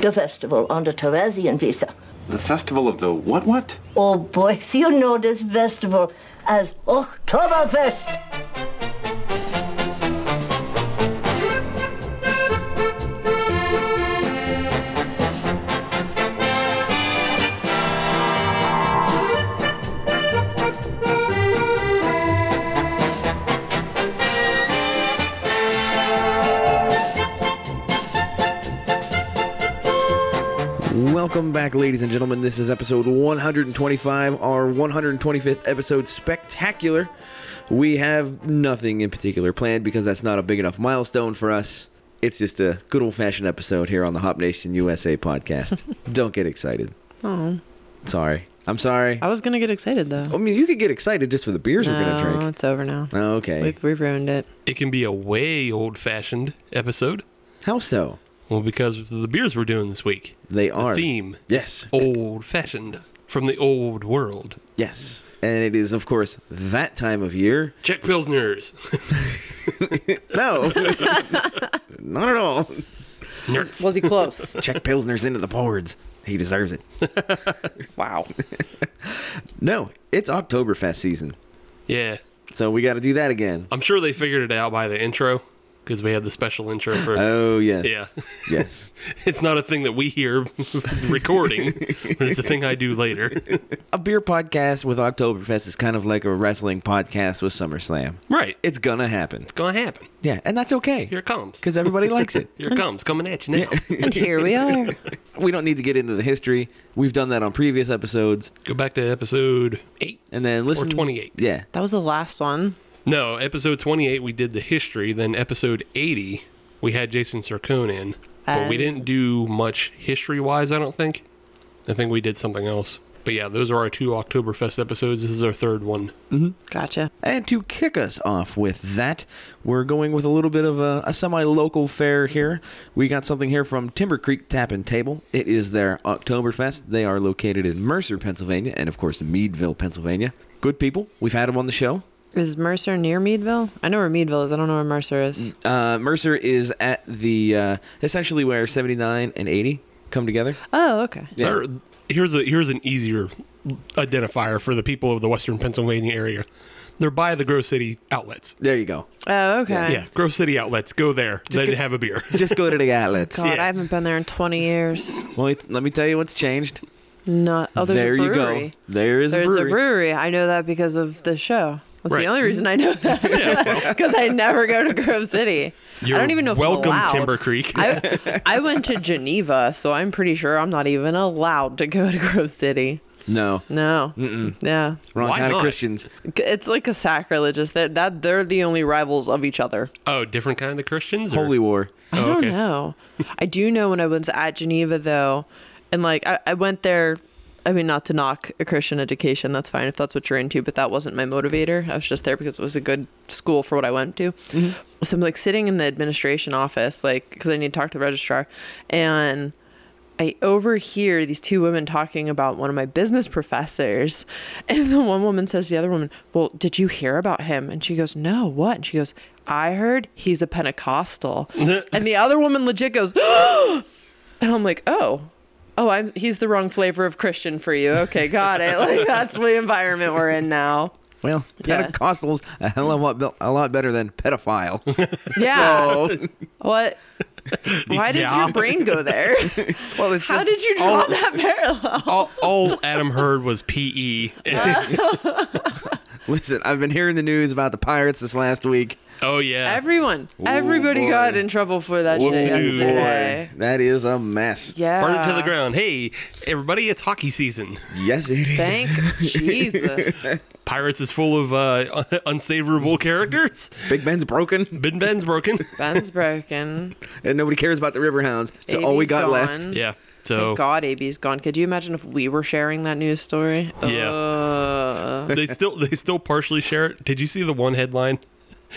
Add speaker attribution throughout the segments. Speaker 1: the festival on the Teresian visa.
Speaker 2: The festival of the what what?
Speaker 1: Oh, boys, you know this festival as Oktoberfest.
Speaker 3: Welcome back, ladies and gentlemen. This is episode 125, our 125th episode spectacular. We have nothing in particular planned because that's not a big enough milestone for us. It's just a good old fashioned episode here on the Hop Nation USA podcast. Don't get excited.
Speaker 4: Oh,
Speaker 3: Sorry. I'm sorry.
Speaker 4: I was gonna get excited though.
Speaker 3: I mean, you could get excited just for the Oh, beers we're going to
Speaker 4: no,
Speaker 3: drink.
Speaker 4: it's over now.
Speaker 3: Oh, okay.
Speaker 4: We've, we've ruined it.
Speaker 5: It can be a way old fashioned episode.
Speaker 3: How so?
Speaker 5: Well, because of the beers we're doing this week.
Speaker 3: They
Speaker 5: The
Speaker 3: are.
Speaker 5: theme
Speaker 3: Yes.
Speaker 5: old fashioned from the old world.
Speaker 3: Yes. And it is, of course, that time of year.
Speaker 5: Czech Pilsners.
Speaker 3: No. Not at all.
Speaker 5: Nerds.
Speaker 4: Was he close?
Speaker 3: Check Pilsner's into the boards. He deserves it.
Speaker 4: wow.
Speaker 3: No, it's Oktoberfest season.
Speaker 5: Yeah.
Speaker 3: So we got to do that again.
Speaker 5: I'm sure they figured it out by the intro because we had the special intro for.
Speaker 3: Oh, yes.
Speaker 5: yeah.
Speaker 3: Yes.
Speaker 5: It's not a thing that we hear recording, but it's a thing I do later.
Speaker 3: A beer podcast with Oktoberfest is kind of like a wrestling podcast with SummerSlam.
Speaker 5: right. It's
Speaker 3: It's going to happen.
Speaker 5: going to happen.
Speaker 3: Yeah. And that's okay.
Speaker 5: Here it comes.
Speaker 3: Because everybody likes it.
Speaker 5: Here it comes. Coming at you now.
Speaker 4: And here we are.
Speaker 3: We don't need to get into the history. We've done that on previous episodes.
Speaker 5: Go back to episode 8.
Speaker 3: And then listen.
Speaker 5: 28.
Speaker 3: Yeah.
Speaker 4: That was the last one.
Speaker 5: No, episode 28 we did the history, then episode 80 we had Jason Sircone in, but we
Speaker 4: Um,
Speaker 5: didn't do much history-wise, I don't think. I think we did something else. But yeah, those are our two Oktoberfest episodes. This is our third one.
Speaker 4: Gotcha.
Speaker 3: And to kick us off with that, we're going with a little bit of a, a semi local fair here. We got something here from Timber Creek Tap and Table. It is their Oktoberfest. They are located in Mercer, Pennsylvania, and of course, Meadville, Pennsylvania. Good people. We've had them on the show.
Speaker 4: Is Mercer near Meadville? I know where Meadville is. I don't know where Mercer is.
Speaker 3: Uh, Mercer is at the uh, essentially where 79 and 80 come together.
Speaker 4: Oh, okay.
Speaker 3: Yeah.
Speaker 5: Or- here's a here's an easier identifier for the people of the Western Pennsylvania area. They're by the Grove City outlets.
Speaker 3: There you go.
Speaker 4: Oh, okay.
Speaker 5: Yeah, Grove City outlets. Go there. Just
Speaker 3: go-
Speaker 5: then have a beer.
Speaker 3: Just go to the outlets.
Speaker 4: God,
Speaker 5: Yeah.
Speaker 4: I haven't been there in 20 years.
Speaker 3: Well, it- let me tell you what's changed.
Speaker 4: No. Oh, there's
Speaker 3: there
Speaker 4: a
Speaker 3: you
Speaker 4: brewery.
Speaker 3: go. There is
Speaker 4: There's
Speaker 3: a brewery.
Speaker 4: a brewery. I know that because of the show. That's
Speaker 5: Right.
Speaker 4: the only reason I know that. Because I never go to Grove City.
Speaker 5: You're
Speaker 4: I don't even know if I'm
Speaker 5: welcome,
Speaker 4: allowed.
Speaker 5: Timber Creek.
Speaker 4: I, I went to Geneva, so I'm pretty sure I'm not even allowed to go to Grove City.
Speaker 3: No.
Speaker 4: No. Mm-mm. Yeah.
Speaker 3: Wrong
Speaker 5: Why
Speaker 3: kind of
Speaker 5: not?
Speaker 3: Christians.
Speaker 4: It's like a sacrilegious that that they're the only rivals of each other.
Speaker 5: oh, different kind of Christians. or-
Speaker 3: Holy war.
Speaker 4: I
Speaker 5: Oh,
Speaker 4: don't
Speaker 5: okay.
Speaker 4: know. I do know when I was at Geneva though, and like I, I went there. I mean, not to knock a Christian education, that's fine if that's what you're into, but that wasn't my motivator. I was just there because it was a good school for what I went to.
Speaker 5: Mm-hmm.
Speaker 4: So I'm like sitting in the administration office, like, because I need to talk to the registrar. And I overhear these two women talking about one of my business professors. And the one woman says to the other woman, Well, did you hear about him? And she goes, No, what? And she goes, I heard he's a Pentecostal. and the other woman legit goes, And I'm like, Oh, oh, I'm he's the wrong flavor of Christian for you. Okay, got it. Like that's the environment we're in now.
Speaker 3: Well,
Speaker 4: Yeah.
Speaker 3: Pentecostals a hell of a lot, be- a lot better than pedophile.
Speaker 4: Yeah. What? Why did
Speaker 5: Yeah.
Speaker 4: your brain go there?
Speaker 3: well, it's
Speaker 4: How did you draw that parallel?
Speaker 5: all, all Adam heard was E. PE.
Speaker 4: Oh,
Speaker 3: listen? I've been hearing the news about the pirates this last week.
Speaker 5: oh yeah.
Speaker 4: Everyone, everybody
Speaker 3: boy.
Speaker 4: got in trouble for that shit
Speaker 5: Whoopsie-doo.
Speaker 4: yesterday.
Speaker 3: That is a mess.
Speaker 4: Yeah.
Speaker 5: Burn it to
Speaker 3: uh,
Speaker 5: the ground. Hey, everybody, it's hockey season.
Speaker 3: Yes, it is.
Speaker 4: Thank Jesus.
Speaker 5: Pirates is full of uh, unsavorable characters.
Speaker 3: Big Ben's broken,
Speaker 5: Bin Ben's broken.
Speaker 4: Ben's broken.
Speaker 3: and nobody cares about the Riverhounds. So all
Speaker 4: AB's
Speaker 3: we got
Speaker 4: gone.
Speaker 3: left.
Speaker 5: Yeah.
Speaker 4: Thank
Speaker 5: So
Speaker 4: God, AB's gone. Could you imagine if we were sharing that news story?
Speaker 5: Yeah.
Speaker 4: Uh,
Speaker 5: they still they still partially share it. Did you see the one headline?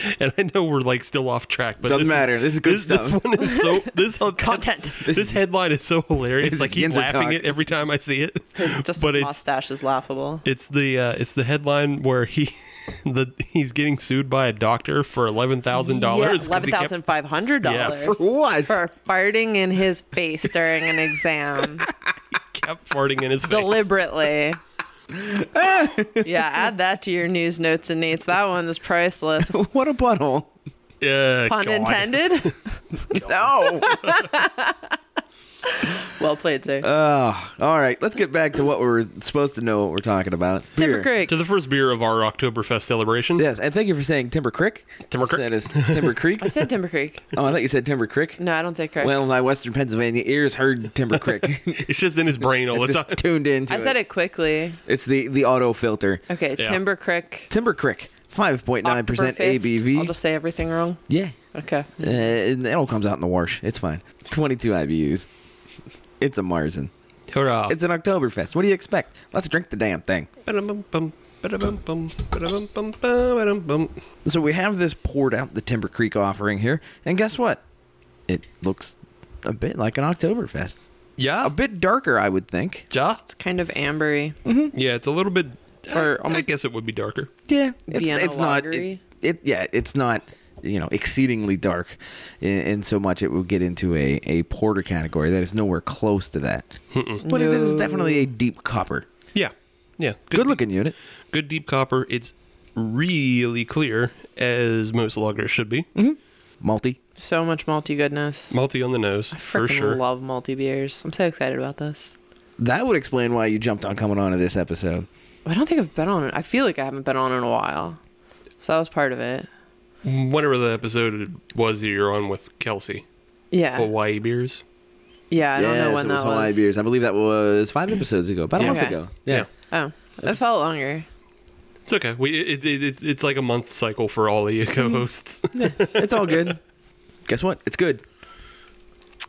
Speaker 5: and I know we're like still off track, but
Speaker 3: Doesn't
Speaker 5: this
Speaker 3: matter. This is good
Speaker 5: this,
Speaker 3: stuff.
Speaker 5: This one is so this whole-
Speaker 4: Content.
Speaker 5: This, headline is so hilarious.
Speaker 3: this is
Speaker 5: I keep
Speaker 3: Yinzer
Speaker 5: laughing
Speaker 3: talk.
Speaker 5: it every time I see it.
Speaker 4: Just
Speaker 5: but
Speaker 4: his
Speaker 5: it's
Speaker 4: mustache is laughable.
Speaker 5: it's the uh, it's the headline where he the he's getting sued by a doctor for eleven thousand dollars.
Speaker 4: eleven thousand five hundred dollars
Speaker 5: Yeah, for
Speaker 3: what?
Speaker 4: For farting in his face during an exam
Speaker 5: kept farting in his face.
Speaker 4: deliberately. yeah, add that to your news notes and needs. That one is priceless.
Speaker 3: What a butthole.
Speaker 5: Yeah,
Speaker 4: Pun
Speaker 5: God.
Speaker 4: intended.
Speaker 3: No.
Speaker 4: Well played, sir.
Speaker 3: Oh, all right. Let's get back to what we're supposed to know what we're talking about.
Speaker 4: Timber
Speaker 3: Beer.
Speaker 4: Creek.
Speaker 5: To the first beer of our Oktoberfest celebration.
Speaker 3: Yes, and thank you for saying Timber Creek.
Speaker 5: Timber Creek.
Speaker 3: That is Timber Creek.
Speaker 4: I said Timber Creek.
Speaker 3: Oh, I thought you said Timber Creek.
Speaker 4: No, I don't say Creek.
Speaker 3: Well, my Western Pennsylvania ears heard Timber Creek.
Speaker 5: It's just in his brain all the
Speaker 3: Just
Speaker 5: time.
Speaker 3: tuned into
Speaker 4: I said it quickly.
Speaker 3: It's the the auto filter.
Speaker 4: Okay,
Speaker 5: Yeah.
Speaker 4: Timber Creek.
Speaker 3: Timber Creek, five point nine percent
Speaker 4: Oktoberfest.
Speaker 3: ABV.
Speaker 4: I'll just say everything wrong.
Speaker 3: Yeah,
Speaker 4: Okay.
Speaker 3: uh, it it all comes out in the wash. It's fine. Twenty two IBUs. It's a Marzen.
Speaker 5: Hurrah.
Speaker 3: It's an Oktoberfest. What do you expect? Let's drink the damn thing.
Speaker 5: Ba-dum-bum-bum, ba-dum-bum-bum, ba-dum-bum-bum, ba-dum-bum.
Speaker 3: So we have this poured out, the Timber Creek offering here, and guess what? It looks a bit like an Oktoberfest.
Speaker 5: Yeah.
Speaker 3: A bit darker, I would think.
Speaker 5: Ja.
Speaker 4: It's kind of ambery.
Speaker 5: Yeah, it's a little bit.
Speaker 4: Or
Speaker 5: Or I
Speaker 4: almost-
Speaker 5: guess it would be darker.
Speaker 3: Yeah, it's,
Speaker 4: Vienna
Speaker 3: it's not.
Speaker 4: lagery.
Speaker 3: It, it yeah, it's not you know exceedingly dark, in, in so much it will get into a a porter category that is nowhere close to that. But it is definitely a deep copper.
Speaker 5: Yeah. Yeah. Good,
Speaker 3: Good looking unit.
Speaker 5: good deep copper. It's really clear, as most loggers should be.
Speaker 3: Malty.
Speaker 4: So much malty goodness.
Speaker 5: Multi on the nose, for
Speaker 4: Freaking
Speaker 5: sure.
Speaker 4: love malty beers. I'm so excited about this.
Speaker 3: That would explain why you jumped on coming on to this episode.
Speaker 4: I don't think I've been on it. I feel like I haven't been on in a while. So that was part of it.
Speaker 5: Whatever the episode was that you're on with Kelsey,
Speaker 4: Yeah.
Speaker 5: Hawaii beers.
Speaker 4: yeah, I don't know
Speaker 3: Yes,
Speaker 4: when
Speaker 3: it was
Speaker 4: that
Speaker 3: Hawaii
Speaker 4: was.
Speaker 3: beers. I believe that was five episodes ago, about a
Speaker 4: Yeah.
Speaker 3: month
Speaker 4: Okay.
Speaker 3: ago.
Speaker 4: Oh, it felt longer.
Speaker 5: It's okay. We it, it, it, it's like a month cycle for all of you
Speaker 4: Mm-hmm.
Speaker 5: co-hosts.
Speaker 3: it's all good. Guess what? It's good.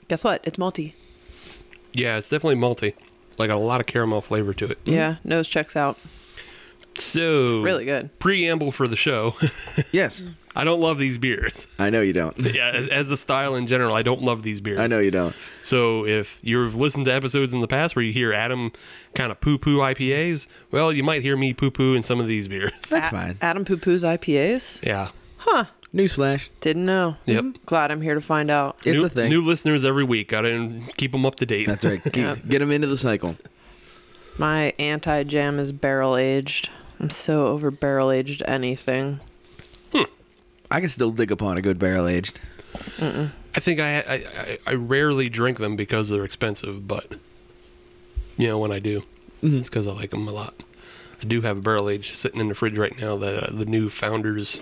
Speaker 4: Guess what? It's malty.
Speaker 5: yeah, it's definitely multi. Like a lot of caramel flavor to it.
Speaker 4: Yeah, nose checks out.
Speaker 5: So
Speaker 4: Really good.
Speaker 5: preamble for the show.
Speaker 3: Yes.
Speaker 5: I don't love these beers.
Speaker 3: I know you don't.
Speaker 5: Yeah, as, as a style in general, I don't love these beers.
Speaker 3: I know you don't.
Speaker 5: So if you've listened to episodes in the past where you hear Adam kind of poo poo IPAs, well, you might hear me poo poo in some of these beers.
Speaker 3: That's
Speaker 4: A-
Speaker 3: fine.
Speaker 4: Adam Poo Poo's IPAs?
Speaker 5: Yeah.
Speaker 3: Newsflash.
Speaker 4: Didn't know. Mm-hmm.
Speaker 5: Yep.
Speaker 4: Glad I'm here to find out.
Speaker 3: It's
Speaker 5: new,
Speaker 3: a thing.
Speaker 5: New listeners every week. Gotta keep them up to date.
Speaker 3: That's right. Keep,
Speaker 4: Yeah.
Speaker 3: Get them into the cycle.
Speaker 4: My anti jam is barrel aged. I'm so over barrel aged anything.
Speaker 3: I can still dig upon a good barrel aged.
Speaker 5: I think I, I I I rarely drink them because they're expensive, but you know when I do, it's because I like them a lot. I do have a barrel aged sitting in the fridge right now that uh, the new Founders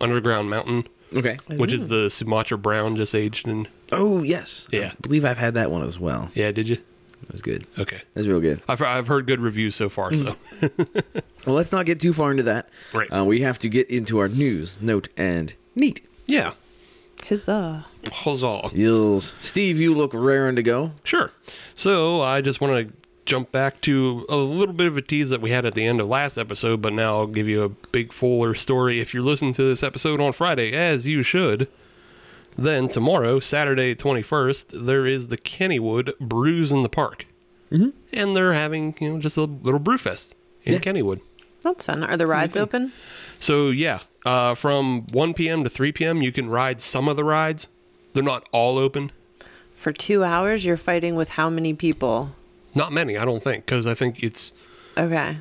Speaker 5: Underground Mountain,
Speaker 3: Okay.
Speaker 5: which is the Sumatra Brown just aged in.
Speaker 3: Oh yes.
Speaker 5: Yeah.
Speaker 3: I believe I've had that one as well.
Speaker 5: Yeah, did you?
Speaker 3: It was good.
Speaker 5: Okay.
Speaker 3: It was real good.
Speaker 5: I've, I've heard good reviews so far, so
Speaker 3: Well, let's not get too far into that.
Speaker 5: Right.
Speaker 3: Uh, we have to get into our news, note, and neat.
Speaker 5: yeah.
Speaker 4: Huzzah.
Speaker 5: Huzzah.
Speaker 3: Yills. Steve, you look raring to go.
Speaker 5: Sure. So I just want to jump back to a little bit of a tease that we had at the end of last episode, but now I'll give you a big fuller story. If you're listening to this episode on Friday, as you should, then tomorrow, Saturday 21st, there is the Kennywood Brews in the Park. Mm-hmm. And they're having, you know, just a little brew fest in Kennywood.
Speaker 4: That's fun. Are the rides open?
Speaker 5: So yeah, uh, from 1 p.m. to 3 p.m., you can ride some of the rides. They're not all open.
Speaker 4: For two hours, you're fighting with how many people?
Speaker 5: Not many, I don't think, because I think it's
Speaker 4: Okay.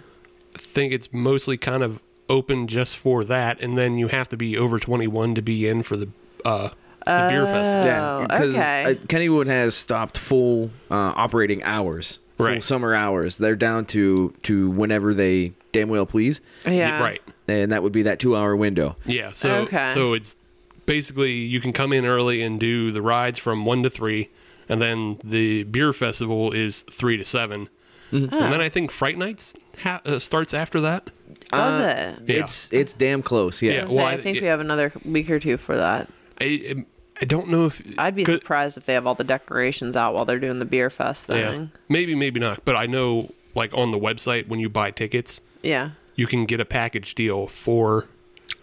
Speaker 5: think it's mostly kind of open just for that, and then you have to be over 21 to be in for the uh, the beer fest.
Speaker 4: Oh, okay.
Speaker 3: uh, Kennywood has stopped full uh, operating hours, full
Speaker 5: Right.
Speaker 3: summer hours. They're down to to whenever they damn well please,
Speaker 4: Yeah.
Speaker 5: Right.
Speaker 3: and that would be that two hour window.
Speaker 5: Yeah. So
Speaker 4: Okay.
Speaker 5: so it's basically you can come in early and do the rides from one to three, and then the beer festival is three to 7 and then I think Fright Nights ha- uh, starts after that.
Speaker 4: Does it?
Speaker 5: Yeah.
Speaker 3: It's it's damn close. Yeah.
Speaker 5: Yeah.
Speaker 4: So
Speaker 5: well,
Speaker 4: I
Speaker 5: I-
Speaker 4: think
Speaker 5: yeah.
Speaker 4: we have another week or two for that.
Speaker 5: I um, I don't know if
Speaker 4: I'd be
Speaker 5: could-
Speaker 4: surprised if they have all the decorations out while they're doing the beer fest
Speaker 5: Yeah.
Speaker 4: thing.
Speaker 5: Maybe maybe not, but I know like on the website when you buy tickets,
Speaker 4: Yeah.
Speaker 5: you can get a package deal for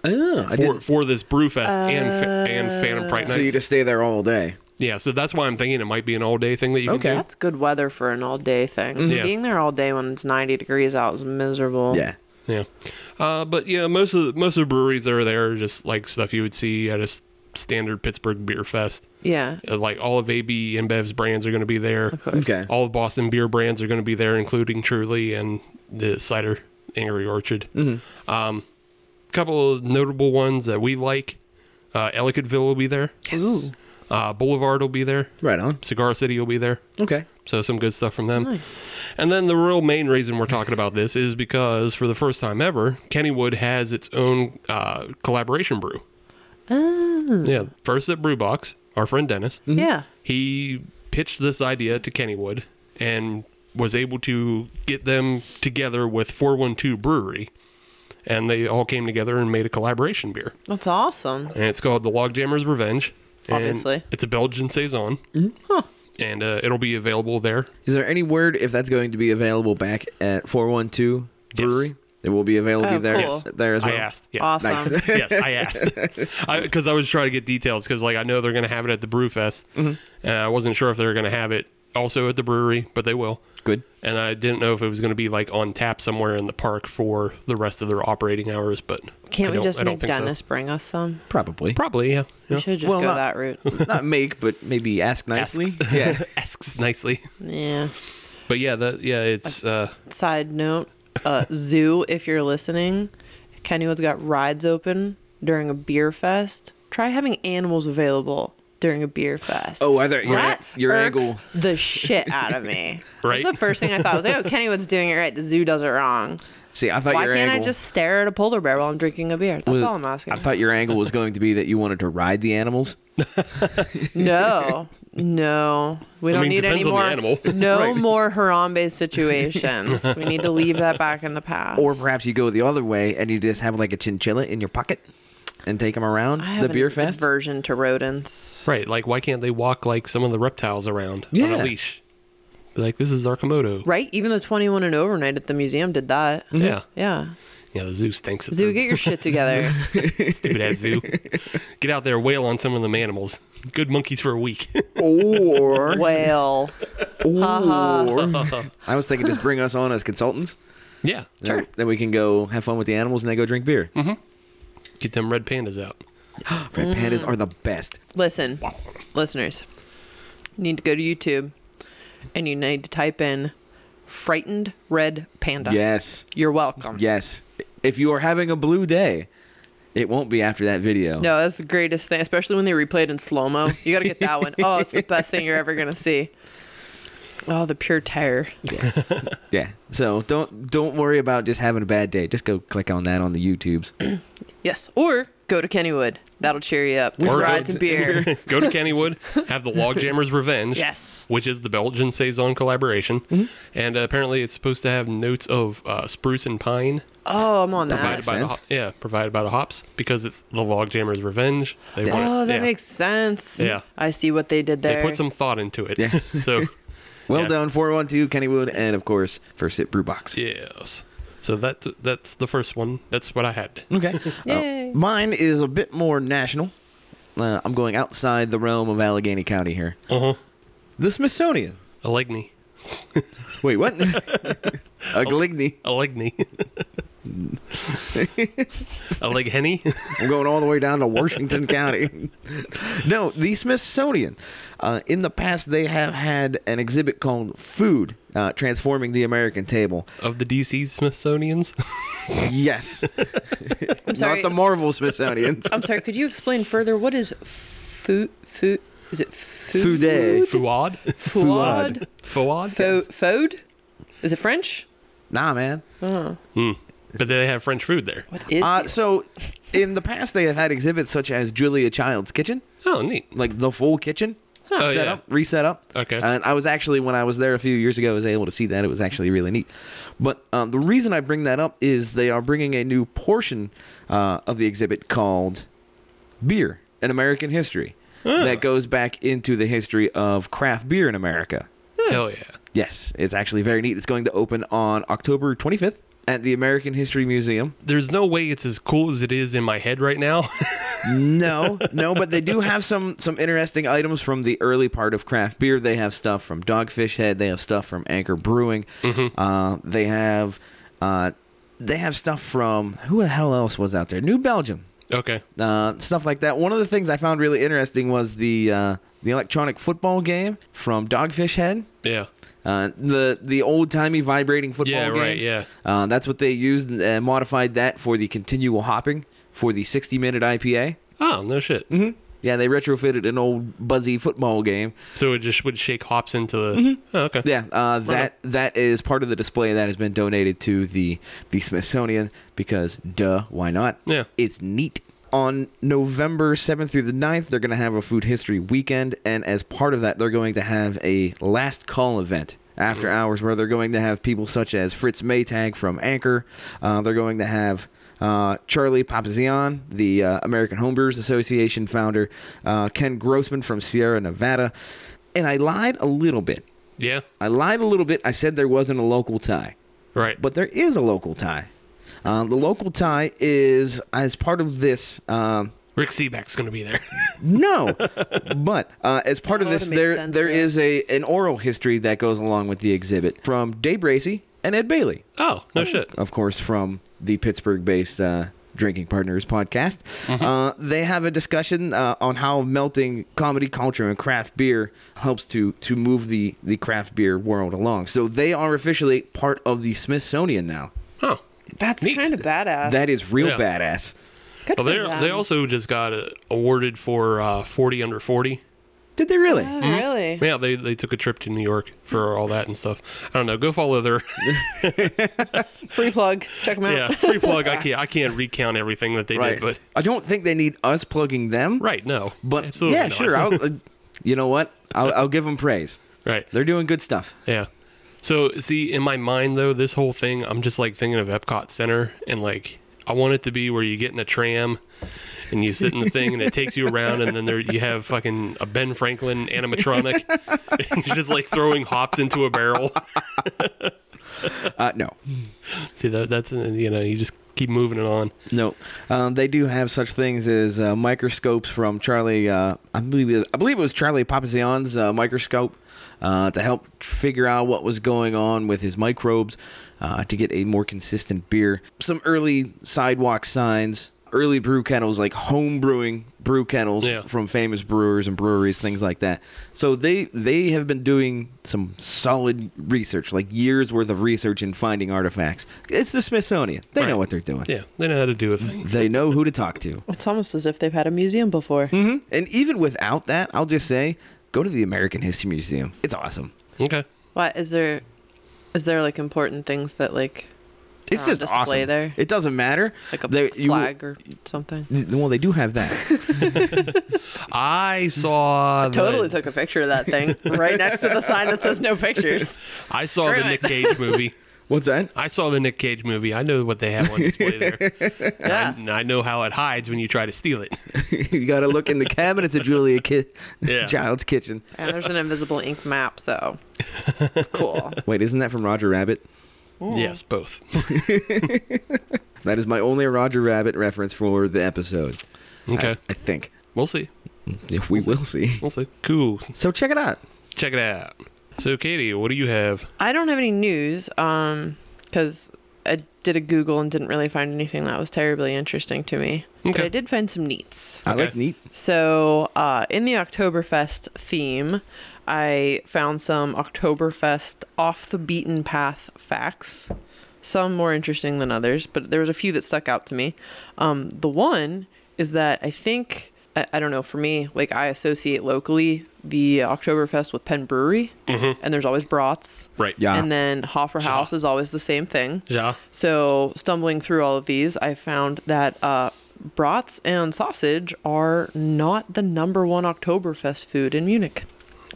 Speaker 3: Oh, I
Speaker 5: for
Speaker 3: did.
Speaker 5: for this Brewfest and fa- and Phantom Fright Nights.
Speaker 3: So you just stay there all day.
Speaker 5: yeah, so that's why I'm thinking it might be an all day thing that you
Speaker 3: Okay.
Speaker 5: can do.
Speaker 4: That's good weather for an all day thing.
Speaker 3: Mm-hmm.
Speaker 5: Yeah.
Speaker 4: Being there all day when it's 90 degrees out is miserable.
Speaker 3: Yeah.
Speaker 5: Yeah, uh, but yeah, most of the, most of the breweries that are there are just like stuff you would see at a s- standard Pittsburgh beer fest.
Speaker 4: Yeah.
Speaker 5: Uh, Like all of AB InBev's brands are going to be there.
Speaker 3: Okay.
Speaker 5: All of Boston beer brands are going to be there, including Truly and the cider Angry Orchard. Um,
Speaker 3: Mm-hmm.
Speaker 5: couple of notable ones that we like. Uh, Ellicottville will be there.
Speaker 4: Ooh.
Speaker 5: Uh, Boulevard will be there.
Speaker 3: Right on.
Speaker 5: Cigar City will be there.
Speaker 3: Okay.
Speaker 5: So some good stuff from them.
Speaker 4: Nice.
Speaker 5: And then the real main reason we're talking about this is because for the first time ever, Kennywood has its own uh, collaboration brew. Yeah, first at Brewbox, our friend Dennis,
Speaker 4: Yeah.
Speaker 5: he pitched this idea to Kennywood and was able to get them together with 412 Brewery. And they all came together and made a collaboration beer.
Speaker 4: That's awesome.
Speaker 5: And it's called The Logjammer's Revenge. and
Speaker 4: Obviously.
Speaker 5: it's a Belgian Saison. And uh, it'll be available there
Speaker 3: Is there any word if that's going to be available back at 412 Brewery? It will be available
Speaker 4: Oh,
Speaker 3: there
Speaker 4: cool.
Speaker 3: there as well.
Speaker 5: I asked. Yes.
Speaker 4: Awesome.
Speaker 3: Nice.
Speaker 5: yes, I asked because I, was trying to get details because like I know they're going to have it at the brew fest. Uh, I wasn't sure if they were going to have it also at the brewery, but they will.
Speaker 3: Good.
Speaker 5: And I didn't know if it was going to be like on tap somewhere in the park for the rest of their operating hours, but I
Speaker 4: Can't we
Speaker 5: don't-
Speaker 4: just
Speaker 5: I don't
Speaker 4: make
Speaker 5: think so.
Speaker 4: Dennis bring us some?
Speaker 3: Probably.
Speaker 5: Probably, yeah.
Speaker 4: We
Speaker 5: yeah.
Speaker 4: should just
Speaker 3: Well,
Speaker 4: go
Speaker 3: not-
Speaker 4: that route.
Speaker 3: Not make, but maybe ask nicely.
Speaker 5: Asks.
Speaker 3: Yeah.
Speaker 5: Asks nicely,
Speaker 4: yeah.
Speaker 5: but yeah, that yeah, it's uh,
Speaker 4: Side note, uh, zoo, if you're listening, Kennywood's got rides open during a beer fest. Try having animals available during a beer fest.
Speaker 3: Oh, either your,
Speaker 4: that
Speaker 3: your
Speaker 4: irks
Speaker 3: angle.
Speaker 4: the shit out of me.
Speaker 5: Right?
Speaker 4: That's the first thing I thought. I was like, oh, Kennywood's doing it right. The zoo does it wrong.
Speaker 3: See, I thought
Speaker 4: Why
Speaker 3: your
Speaker 4: can't
Speaker 3: angle
Speaker 4: I just stare at a polar bear while I'm drinking a beer? That's
Speaker 3: was-
Speaker 4: all I'm asking.
Speaker 3: I thought your angle was going to be that you wanted to ride the animals.
Speaker 4: No, no, we don't
Speaker 5: mean,
Speaker 4: need any
Speaker 5: depends on the
Speaker 4: more.
Speaker 5: animal.
Speaker 4: No
Speaker 3: Right.
Speaker 4: more Harambe situations. We need to leave that back in the past.
Speaker 3: Or perhaps you go the other way and you just have like a chinchilla in your pocket and take them around
Speaker 4: I have
Speaker 3: the
Speaker 4: an
Speaker 3: beer fest.
Speaker 4: aversion to rodents.
Speaker 5: right. Like, why can't they walk like some of the reptiles around on
Speaker 3: Yeah.
Speaker 5: a leash? Be like, this is our Komodo.
Speaker 4: Right? Even the 21 and over night at the museum did that.
Speaker 5: Yeah,
Speaker 4: Yeah.
Speaker 5: yeah. The zoo stinks.
Speaker 4: Mm-hmm.
Speaker 5: It's
Speaker 4: Zoo,
Speaker 5: a
Speaker 4: get your shit together.
Speaker 5: Stupid ass zoo. Get out there, wail on some of them animals. Good monkeys for a week.
Speaker 3: Or,
Speaker 4: Whale.
Speaker 3: or I was thinking just bring us on as consultants.
Speaker 5: yeah,
Speaker 3: Sure. Then we can go have fun with the animals and then go drink beer.
Speaker 5: Get them red pandas out.
Speaker 3: Red
Speaker 4: Mm.
Speaker 3: pandas are the best.
Speaker 4: Listen, listeners, you need to go to YouTube and you need to type in frightened red panda.
Speaker 3: Yes.
Speaker 4: You're welcome.
Speaker 3: Yes. If you are having a blue day, it won't be after that video.
Speaker 4: No, that's the greatest thing, especially when they replayed in slow mo. You got to get that one. Oh, it's the best thing you're ever going to see. Oh, the pure terror.
Speaker 3: Yeah. So don't don't worry about just having a bad day. Just go click on that on the YouTubes.
Speaker 4: Yes. Or go to Kennywood. That'll cheer you up. There's
Speaker 5: Or go
Speaker 4: rides and
Speaker 5: to-
Speaker 4: beer.
Speaker 5: Go to Kennywood, have the Logjammer's Revenge.
Speaker 4: Yes. Mm-hmm.
Speaker 5: Which is the Belgian Saison collaboration. And uh, apparently it's supposed to have notes of uh, spruce and pine
Speaker 4: Oh, I'm on that.
Speaker 5: provided by the
Speaker 3: sense.
Speaker 5: ho- yeah, provided by the hops because it's the Logjammer's Revenge. They wanna-
Speaker 4: Oh, that
Speaker 5: yeah.
Speaker 4: makes sense.
Speaker 5: Yeah.
Speaker 4: I see what they did there.
Speaker 5: They put some thought into it.
Speaker 3: Yeah.
Speaker 5: So
Speaker 3: Well
Speaker 5: Yeah.
Speaker 3: done, 412 Kennywood, and of course, First Sip Brewbox.
Speaker 5: yes. So that that's the first one. That's what I had.
Speaker 3: Okay.
Speaker 4: Yay.
Speaker 3: Uh, mine is a bit more national. Uh, I'm going outside the realm of Allegheny County here.
Speaker 5: Uh huh.
Speaker 3: The Smithsonian.
Speaker 5: Allegheny.
Speaker 3: Wait, what? Allegheny.
Speaker 5: Allegheny. Allegheny.
Speaker 3: I'm going all the way down to Washington County. no, the Smithsonian. Uh, in the past, they have had an exhibit called "Food: uh, Transforming the American Table."
Speaker 5: of the DC Smithsonians.
Speaker 3: Yes, not
Speaker 4: sorry.
Speaker 3: the Marvel Smithsonian's.
Speaker 4: I'm sorry. Could you explain further? What is food? Food? Is it food?
Speaker 3: Food.
Speaker 5: Fuad?
Speaker 4: Food.
Speaker 5: Fuad?
Speaker 4: Fo- Food? Is it French?
Speaker 3: Nah, man.
Speaker 5: But they have French food there.
Speaker 4: What is
Speaker 3: Uh,
Speaker 4: it?
Speaker 3: so, in the past, they have had exhibits such as Julia Child's kitchen,
Speaker 5: Oh, neat.
Speaker 3: like the full kitchen.
Speaker 5: Oh,
Speaker 3: set
Speaker 5: yeah.
Speaker 3: up, reset up.
Speaker 5: Okay.
Speaker 3: And I was actually when I was there a few years ago, I was able to see that it was actually really neat. But um, the reason I bring that up is they are bringing a new portion uh, of the exhibit called "Beer: An American History" that goes back into the history of craft beer in America.
Speaker 5: Hell yeah.
Speaker 3: Yes, it's actually very neat. It's going to open on October 25th at the American History Museum.
Speaker 5: There's no way it's as cool as it is in my head right now.
Speaker 3: No, no, but they do have some some interesting items from the early part of craft beer. They have stuff from Dogfish Head. They have stuff from Anchor Brewing.
Speaker 5: Mm-hmm.
Speaker 3: Uh, they have uh, they have stuff from who the hell else was out there? New Belgium.
Speaker 5: okay.
Speaker 3: Uh, stuff like that. One of the things I found really interesting was the uh, the electronic football game from Dogfish Head.
Speaker 5: Yeah.
Speaker 3: Uh, the the old timey vibrating football
Speaker 5: Yeah,
Speaker 3: games.
Speaker 5: right, yeah.
Speaker 3: Uh, that's what they used and uh, modified that for the continual hopping for the 60 minute IPA.
Speaker 5: Oh, no shit.
Speaker 3: Yeah, they retrofitted an old buzzy football game.
Speaker 5: So it just would shake hops into the. Oh, okay.
Speaker 3: Yeah, uh, that that is part of the display that has been donated to the the Smithsonian because duh, why not?
Speaker 5: Yeah.
Speaker 3: it's neat. On November 7th through the 9th, they're going to have a food history weekend, and as part of that, they're going to have a last call event
Speaker 5: Mm.
Speaker 3: after hours where they're going to have people such as Fritz Maytag from Anchor. Uh, they're going to have uh, Charlie Papazian, the uh, American Homebrewers Association founder, uh, Ken Grossman from Sierra Nevada. And I lied a little bit.
Speaker 5: Yeah.
Speaker 3: I lied a little bit. I said there wasn't a local tie
Speaker 5: Right.
Speaker 3: but there is a local tie. Uh, the local tie is as part of this. Um,
Speaker 5: Rick Seaback's going to be there.
Speaker 3: no, but uh, as part of
Speaker 4: Oh,
Speaker 3: this,
Speaker 4: that makes
Speaker 3: there
Speaker 4: sense,
Speaker 3: there
Speaker 4: yeah.
Speaker 3: is a an oral history that goes along with the exhibit from Dave Bracy and Ed Bailey,
Speaker 5: oh, no shit.
Speaker 3: of course, from the Pittsburgh-based uh, Drinking Partners podcast.
Speaker 5: Mm-hmm.
Speaker 3: Uh, they have a discussion uh, on how melting comedy culture and craft beer helps to to move the the craft beer world along. So they are officially part of the Smithsonian now.
Speaker 5: Oh.
Speaker 4: That's
Speaker 5: Neat.
Speaker 4: kind of badass.
Speaker 3: That is real
Speaker 5: Yeah.
Speaker 3: badass.
Speaker 4: Good
Speaker 5: Well,
Speaker 4: for
Speaker 5: they are they
Speaker 4: them.
Speaker 5: also just got uh, awarded for uh, 40 under 40.
Speaker 3: Did they really?
Speaker 4: Oh, really?
Speaker 5: Yeah, they, they took a trip to New York for all that and stuff. I don't know. Go follow their
Speaker 4: Free plug. Check them out.
Speaker 5: yeah free plug. I can't I can't recount everything that they did, but
Speaker 3: I don't think they need us plugging them.
Speaker 5: right, no,
Speaker 3: But
Speaker 5: Absolutely
Speaker 3: yeah,
Speaker 5: not.
Speaker 3: sure. I'll, uh, you know what? I'll, I'll give them praise.
Speaker 5: right,
Speaker 3: They're doing good stuff.
Speaker 5: yeah. So see, in my mind though, this whole thing, I'm just like thinking of Epcot Center and like I want it to be where you get in a tram and you sit in the thing and it takes you around and then there you have fucking a Ben Franklin animatronic, He's just like throwing hops into a barrel.
Speaker 3: Uh, no,
Speaker 5: see that that's uh, you know you just keep moving it on.
Speaker 3: no. Um, they do have such things as uh, microscopes from Charlie. Uh, I believe it, I believe it was Charlie Papazian's uh, microscope uh, to help figure out what was going on with his microbes uh, to get a more consistent beer. Some early sidewalk signs. Early brew kettles, like home brewing brew kettles
Speaker 5: Yeah.
Speaker 3: from famous brewers and breweries, things like that. So they they have been doing some solid research, like years worth of research in finding artifacts. It's the Smithsonian; they know
Speaker 5: Right.
Speaker 3: what they're doing.
Speaker 5: Yeah, they know how to do a thing.
Speaker 3: They know who to talk to.
Speaker 4: It's almost as if they've had a museum before.
Speaker 3: And even without that, I'll just say go to the American History Museum. It's awesome.
Speaker 5: Okay.
Speaker 4: What is there? Is there like important things that like
Speaker 3: It's
Speaker 4: They're on
Speaker 3: just
Speaker 4: display
Speaker 3: awesome.
Speaker 4: there?
Speaker 3: It doesn't matter.
Speaker 4: like a
Speaker 3: They- you-
Speaker 4: flag or something?
Speaker 3: well, they do have that.
Speaker 5: I saw
Speaker 4: Totally
Speaker 5: the,
Speaker 4: took a picture of that thing right next to the sign that says no pictures.
Speaker 5: I saw the
Speaker 4: Screw it.
Speaker 5: Nick Cage movie.
Speaker 3: What's that?
Speaker 5: I saw the Nick Cage movie. I know what they have on display there.
Speaker 4: Yeah.
Speaker 5: And I know how it hides when you try to steal it.
Speaker 3: you got to look in the cabinets of Julia Ki-
Speaker 5: Yeah.
Speaker 3: Child's kitchen.
Speaker 4: And there's an invisible ink map, so it's cool.
Speaker 3: Wait, isn't that from Roger Rabbit? Hmm.
Speaker 5: Yes, both.
Speaker 3: That is my only Roger Rabbit reference for the episode.
Speaker 5: Okay.
Speaker 3: I, I think.
Speaker 5: Uh, We'll see.
Speaker 3: If we will see.
Speaker 5: We'll see. Cool.
Speaker 3: So check it out.
Speaker 5: Check it out. So, Katie, what do you have?
Speaker 4: I don't have any news um cuz I did a Google and didn't really find anything that was terribly interesting to me. But
Speaker 5: Okay.
Speaker 4: I did find some neats.
Speaker 3: I
Speaker 5: Okay.
Speaker 3: like neat.
Speaker 4: So, uh, in the Oktoberfest theme, I found some Oktoberfest off the beaten path facts. Some more interesting than others, but there was a few that stuck out to me. Um, the one is that I think I, I don't know for me, like I associate locally the Oktoberfest with Penn Brewery, and there's always brats,
Speaker 5: Right.
Speaker 3: Yeah.
Speaker 4: and then Hoffer House is always the same thing.
Speaker 5: Ja.
Speaker 4: So, stumbling through all of these, I found that uh, brats and sausage are not the number one Oktoberfest food in Munich.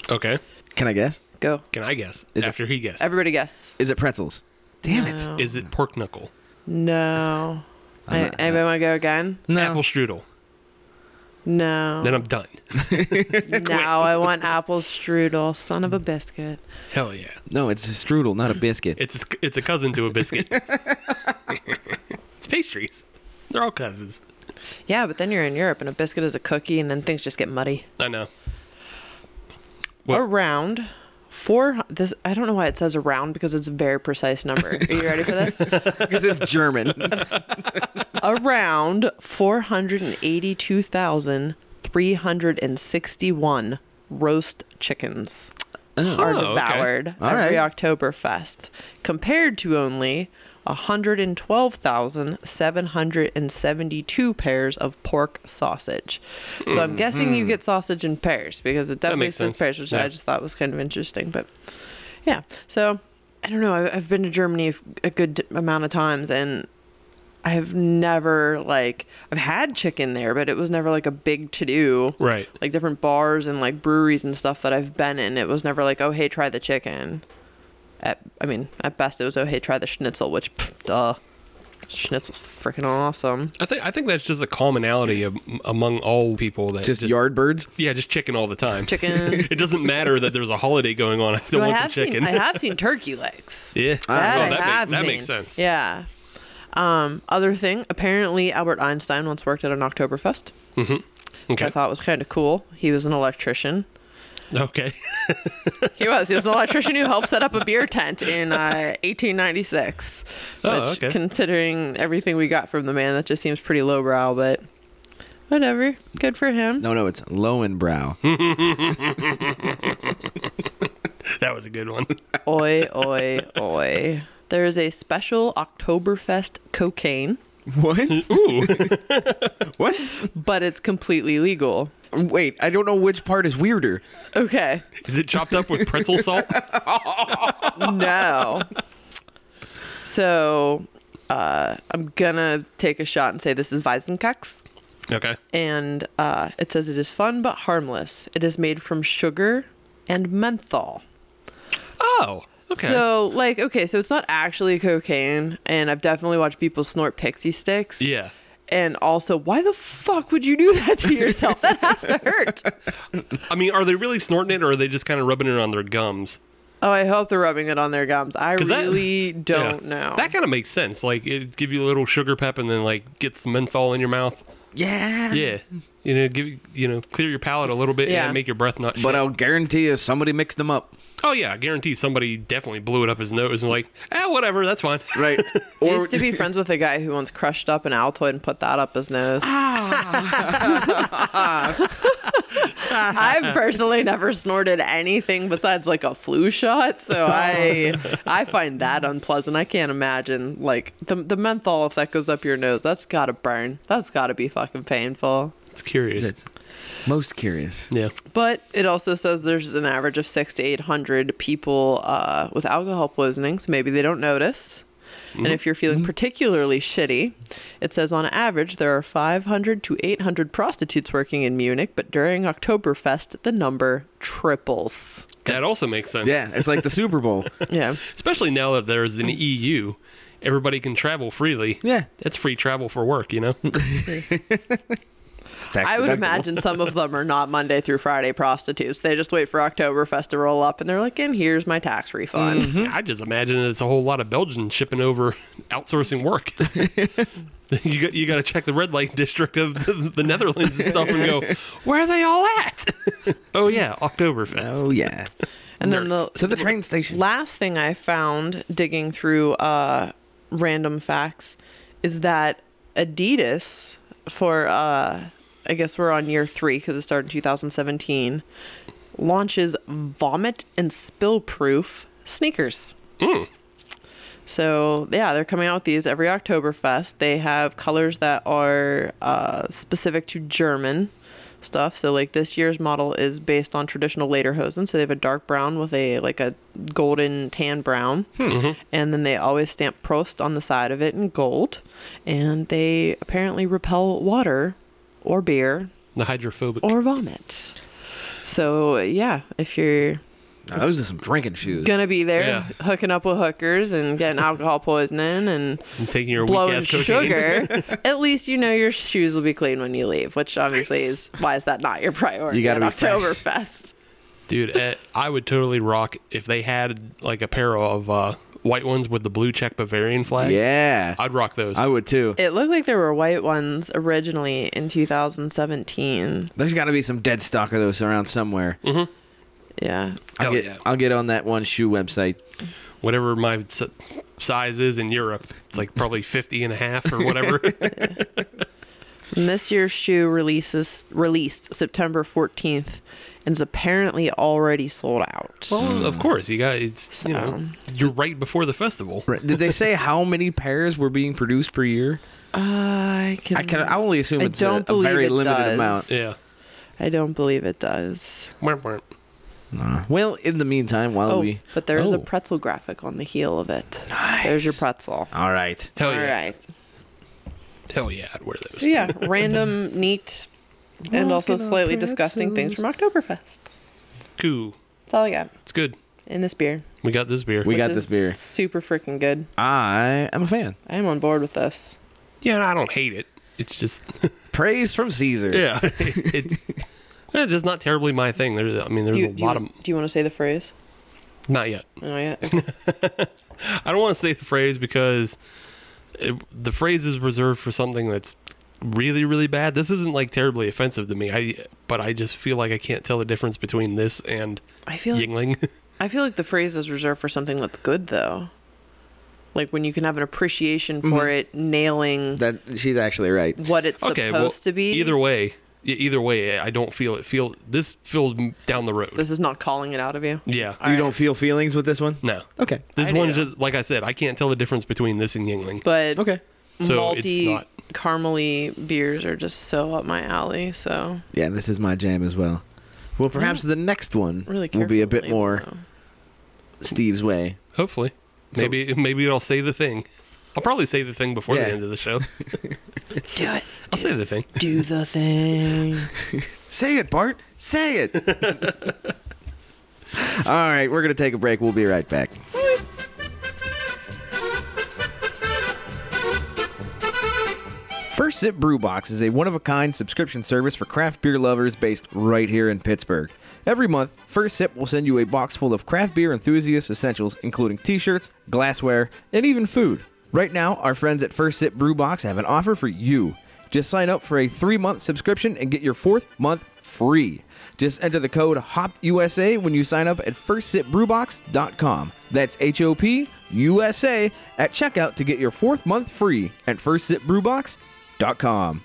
Speaker 5: Okay.
Speaker 3: Can I guess?
Speaker 4: Go.
Speaker 5: Can I guess?
Speaker 3: Is it-
Speaker 5: After he guessed.
Speaker 4: Everybody guess.
Speaker 3: Is it pretzels? Damn it.
Speaker 4: No.
Speaker 5: Is it pork knuckle?
Speaker 4: No. I, anybody want to go again?
Speaker 3: No.
Speaker 5: Apple strudel.
Speaker 4: No.
Speaker 5: Then I'm done.
Speaker 4: now I want apple strudel, son of a biscuit.
Speaker 5: Hell yeah.
Speaker 3: No, it's a strudel, not a biscuit.
Speaker 5: It's a, it's a cousin to a biscuit. It's pastries. They're all cousins.
Speaker 4: Yeah, but then you're in Europe and a biscuit is a cookie and then things just get muddy.
Speaker 5: I know. What-
Speaker 4: Around four this I don't know why it says around because it's a very precise number. Are you ready for this?
Speaker 3: Because it's German.
Speaker 4: around 482,361 roast chickens are
Speaker 5: Oh, okay.
Speaker 4: devoured
Speaker 3: All
Speaker 4: every
Speaker 3: right.
Speaker 4: Oktoberfest, compared to only 112,772 pairs of pork sausage. So I'm guessing you get sausage in pairs because it definitely
Speaker 5: Mm-hmm. makes
Speaker 4: says
Speaker 5: sense.
Speaker 4: pairs, which
Speaker 5: Yeah.
Speaker 4: I just thought was kind of interesting. But yeah, so I don't know. I- I've been to Germany a good amount of times and I have never like I've had chicken there, but it was never like a big to do.
Speaker 5: Right.
Speaker 4: Like different bars and like breweries and stuff that I've been in, it was never like, oh hey, try the chicken. At I mean, at best it was oh hey, try the schnitzel, which pff, duh, schnitzel's freaking awesome.
Speaker 5: I think I think that's just a commonality of, among all people that
Speaker 3: Just, yard birds.
Speaker 5: Yeah, just chicken all the time.
Speaker 4: Chicken.
Speaker 5: it doesn't matter that there's a holiday going on. I still
Speaker 4: No, I
Speaker 5: want
Speaker 4: have
Speaker 5: some chicken.
Speaker 4: seen I have seen turkey legs.
Speaker 5: yeah.
Speaker 4: That
Speaker 5: Oh,
Speaker 4: I
Speaker 5: that,
Speaker 4: have
Speaker 5: make- that
Speaker 4: seen.
Speaker 5: makes sense.
Speaker 4: Yeah. Um, other thing, apparently Albert Einstein once worked at an Oktoberfest, which I
Speaker 5: Okay.
Speaker 4: thought was kind of cool. He was an electrician.
Speaker 5: Okay.
Speaker 4: He was. He was an electrician who helped set up a beer tent in uh, 1896.
Speaker 5: Oh,
Speaker 4: which,
Speaker 5: okay.
Speaker 4: Considering everything we got from the man, that just seems pretty lowbrow, but whatever. Good for him.
Speaker 3: No, no, it's Lowenbrow.
Speaker 5: that was a good one.
Speaker 4: Oi, oi, oi. There is a special Oktoberfest cocaine,
Speaker 3: what?
Speaker 5: Ooh.
Speaker 3: What?
Speaker 4: but it's completely legal.
Speaker 3: Wait, I don't know which part is weirder.
Speaker 4: Okay.
Speaker 5: Is it chopped up with pretzel salt?
Speaker 4: No. So uh, I'm going to take a shot and say this is Weizenkax.
Speaker 5: Okay.
Speaker 4: and uh, it says it is fun but harmless. It is made from sugar and menthol.
Speaker 5: Oh. Okay.
Speaker 4: So, like, okay, so it's not actually cocaine, and I've definitely watched people snort pixie sticks.
Speaker 5: yeah.
Speaker 4: And also, why the fuck would you do that to yourself? that has to hurt.
Speaker 5: I mean, are they really snorting it or are they just kind of rubbing it on their gums?
Speaker 4: Oh, I hope they're rubbing it on their gums. I
Speaker 5: 'Cause that-
Speaker 4: really don't
Speaker 5: Yeah.
Speaker 4: know.
Speaker 5: That kind of makes sense. Like, it give you a little sugar pep and then, like, get some menthol in your mouth.
Speaker 3: Yeah.
Speaker 5: Yeah. You know, give you know, clear your palate a little bit
Speaker 4: Mm-hmm. Yeah.
Speaker 5: and make your breath not.
Speaker 3: But
Speaker 5: shit.
Speaker 3: I'll guarantee you somebody mixed them up.
Speaker 5: oh yeah, I guarantee somebody definitely blew it up his nose and like, ah, whatever, that's fine.
Speaker 3: Right.
Speaker 4: I used to be friends with a guy who once crushed up an Altoid and put that up his nose. I've personally never snorted anything besides like a flu shot, so I I find that unpleasant. I can't imagine like the the menthol if that goes up your nose. That's gotta burn. That's gotta be fucking painful.
Speaker 5: It's curious.
Speaker 3: most curious.
Speaker 5: yeah.
Speaker 4: But it also says there's an average of six to eight hundred people uh, with alcohol poisoning, so maybe they don't notice. And if you're feeling particularly shitty, it says on average there are 500 to 800 prostitutes working in Munich, but during Oktoberfest the number triples.
Speaker 5: That also makes sense.
Speaker 3: Yeah, it's like the Super Bowl.
Speaker 4: Yeah,
Speaker 5: Especially now that there's an EU, everybody can travel freely.
Speaker 3: Mm. Yeah. Mm-hmm.
Speaker 5: That's free travel for work, you know?
Speaker 4: I would imagine some of them are not Monday through Friday prostitutes. They just wait for Oktoberfest to roll up, and they're like, "And here's my tax refund."
Speaker 5: I just imagine it's a whole lot of Belgians shipping over outsourcing work. you got you got to check the red light district of the, the Netherlands and stuff and go, where are they all at? oh yeah, Oktoberfest.
Speaker 3: Oh yeah.
Speaker 4: And then the
Speaker 3: To the train station.
Speaker 4: last thing I found digging through uh, random facts is that Adidas, for uh, I guess we're on year three because it started in 2017, launches vomit and spill proof sneakers. So yeah, they're coming out with these every Oktoberfest. They have colors that are uh, specific to German stuff. So like this year's model is based on traditional lederhosen. So they have a dark brown with a like a golden tan brown, and then they always stamp Prost on the side of it in gold, and they apparently repel water, or beer,
Speaker 5: The hydrophobic.
Speaker 3: Oh,
Speaker 4: or vomit. So yeah, if you're
Speaker 3: Now, those are some drinking shoes.
Speaker 4: gonna be there
Speaker 5: Yeah.
Speaker 4: hooking up with hookers and getting alcohol poisoning and
Speaker 5: and taking your weak
Speaker 4: blowing
Speaker 5: ass cocaine.
Speaker 4: sugar, at least you know your shoes will be clean when you leave. Which obviously is why is that not your priority?
Speaker 3: You gotta
Speaker 4: at
Speaker 3: be fresh.
Speaker 4: Oktoberfest.
Speaker 5: Dude, eh, I would totally rock if they had like a pair of uh, white ones with the blue check Bavarian flag.
Speaker 3: Yeah.
Speaker 5: I'd rock those.
Speaker 3: I would too.
Speaker 4: It looked like there were white ones originally in 2017.
Speaker 3: There's got to be some dead stock of those around somewhere.
Speaker 4: Yeah.
Speaker 3: I'll,
Speaker 5: Hell
Speaker 3: get,
Speaker 5: yeah.
Speaker 3: I'll get on that one shoe website.
Speaker 5: Whatever my s- size is in Europe, it's like probably 50 and a half or whatever.
Speaker 4: And this year's shoe releases released September 14th and is apparently already sold out.
Speaker 5: well, of course, you got it's you know you're right before the festival.
Speaker 3: Did they say how many pairs were being produced per year?
Speaker 4: I can
Speaker 3: I can I only assume
Speaker 4: I
Speaker 3: it's
Speaker 4: don't
Speaker 3: a, a
Speaker 4: believe
Speaker 3: very
Speaker 4: it
Speaker 3: limited
Speaker 4: does.
Speaker 3: amount.
Speaker 5: Yeah.
Speaker 4: I don't believe it does.
Speaker 5: Warp, warp.
Speaker 3: Well, in the meantime, while
Speaker 4: Oh,
Speaker 3: we
Speaker 4: but there is a
Speaker 3: Oh,
Speaker 4: pretzel graphic on the heel of it. There's your pretzel.
Speaker 3: all right.
Speaker 5: Hell
Speaker 4: All
Speaker 5: yeah.
Speaker 4: right.
Speaker 5: Hell yeah, I'd wear those.
Speaker 4: So yeah, random, neat, and also slightly disgusting things from Oktoberfest.
Speaker 5: Cool.
Speaker 4: That's all I got.
Speaker 5: It's good.
Speaker 4: In this beer.
Speaker 5: We got this beer.
Speaker 3: We
Speaker 4: which
Speaker 3: got
Speaker 4: is
Speaker 3: this beer.
Speaker 4: Super freaking good.
Speaker 3: I am a fan.
Speaker 4: I am on board with this.
Speaker 5: yeah, I don't hate it. It's just
Speaker 3: Praise from Caesar.
Speaker 5: yeah, it's eh, just not terribly my thing. There's I mean there's
Speaker 4: Do you,
Speaker 5: a
Speaker 4: do you,
Speaker 5: lot of
Speaker 4: do you want to say the phrase?
Speaker 5: not yet.
Speaker 4: Oh yeah.
Speaker 5: I don't want to say the phrase because it, the phrase is reserved for something that's really really bad. This isn't like terribly offensive to me. I but I just feel like I can't tell the difference between this and
Speaker 4: I feel like,
Speaker 5: Yingling.
Speaker 4: I feel like the phrase is reserved for something that's good though. Like when you can have an appreciation for it,
Speaker 3: Mm-hmm.
Speaker 4: nailing
Speaker 3: That she's actually right.
Speaker 4: what it's
Speaker 5: okay, well,
Speaker 4: supposed to be.
Speaker 5: either way, e- either way, I don't feel it. Feel this feels m- down the road.
Speaker 4: This is not calling it out of you.
Speaker 5: yeah,
Speaker 3: you don't feel feelings with this one?
Speaker 5: no.
Speaker 3: Okay.
Speaker 5: This
Speaker 4: I
Speaker 5: one's
Speaker 4: do.
Speaker 5: just like I said. I can't tell the difference between this and Yingling.
Speaker 4: But
Speaker 3: Okay.
Speaker 5: So it's
Speaker 4: malty,
Speaker 5: not-
Speaker 4: caramely beers are just so up my alley. So
Speaker 3: Yeah, this is my jam as well. Well, perhaps the next one
Speaker 4: really,
Speaker 3: will be a bit
Speaker 4: careful
Speaker 3: more
Speaker 4: with label,
Speaker 3: Steve's way.
Speaker 5: Hopefully,
Speaker 3: So-
Speaker 5: maybe maybe I'll say the thing. I'll probably say the thing before
Speaker 3: Yeah.
Speaker 5: the end of the show.
Speaker 4: though. Do it.
Speaker 5: I'll say the thing.
Speaker 4: Do the thing.
Speaker 3: Say it, Bart. Say it. All right, we're going to take a break. We'll be right back. First Sip Brew Box is a one of a kind subscription service for craft beer lovers based right here in Pittsburgh. Every month, First Sip will send you a box full of craft beer enthusiast essentials, including t shirts, glassware, and even food. Right now, our friends at First Sip Brew Box have an offer for you. Just sign up for a three month subscription and get your fourth month free. Just enter the code HOPUSA when you sign up at firstsipbrewbox.com. That's H O P U S A at checkout to get your fourth month free at firstsipbrewbox.com.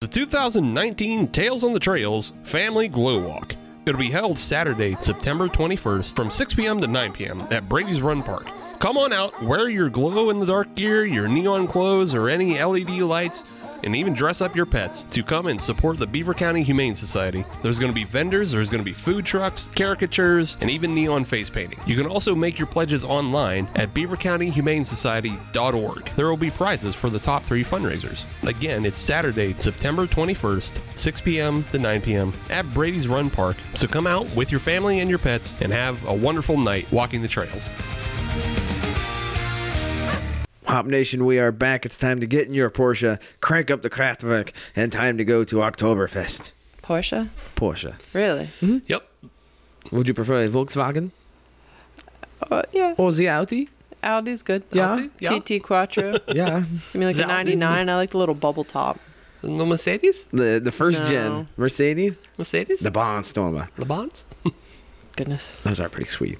Speaker 5: The 2019 Tales on the Trails Family Glow Walk. It'll be held Saturday, September 21st from 6 p.m. to 9 p.m. at Brady's Run Park. Come on out, wear your glow in the dark gear, your neon clothes, or any LED lights, and even dress up your pets to come and support the Beaver County Humane Society. There's going to be vendors, there's going to be food trucks, caricatures, and even neon face painting. You can also make your pledges online at beavercountyhumanesociety.org. There will be prizes for the top three fundraisers. Again, it's Saturday, September 21st, 6 p.m. to 9 p.m. at Brady's Run Park. So come out with your family and your pets and have a wonderful night walking the trails.
Speaker 3: Hop Nation, we are back. It's time to get in your Porsche, crank up the Kraftwerk, and time to go to Oktoberfest.
Speaker 4: Porsche?
Speaker 3: Porsche.
Speaker 4: Really?
Speaker 5: Yep.
Speaker 3: Would you prefer a Volkswagen
Speaker 4: Uh, yeah.
Speaker 3: or the Audi?
Speaker 4: Audi's good.
Speaker 3: Yeah.
Speaker 4: Audi?
Speaker 5: Yeah.
Speaker 4: TT Quattro.
Speaker 3: Yeah.
Speaker 4: Give me like
Speaker 5: Is it
Speaker 4: a
Speaker 5: Audi?
Speaker 4: 99. I like the little bubble top.
Speaker 5: No Mercedes?
Speaker 3: the the first
Speaker 4: No.
Speaker 3: gen Mercedes,
Speaker 5: Mercedes?
Speaker 3: the Bonstormer.
Speaker 5: the bonds?
Speaker 4: Goodness.
Speaker 3: Those are pretty sweet.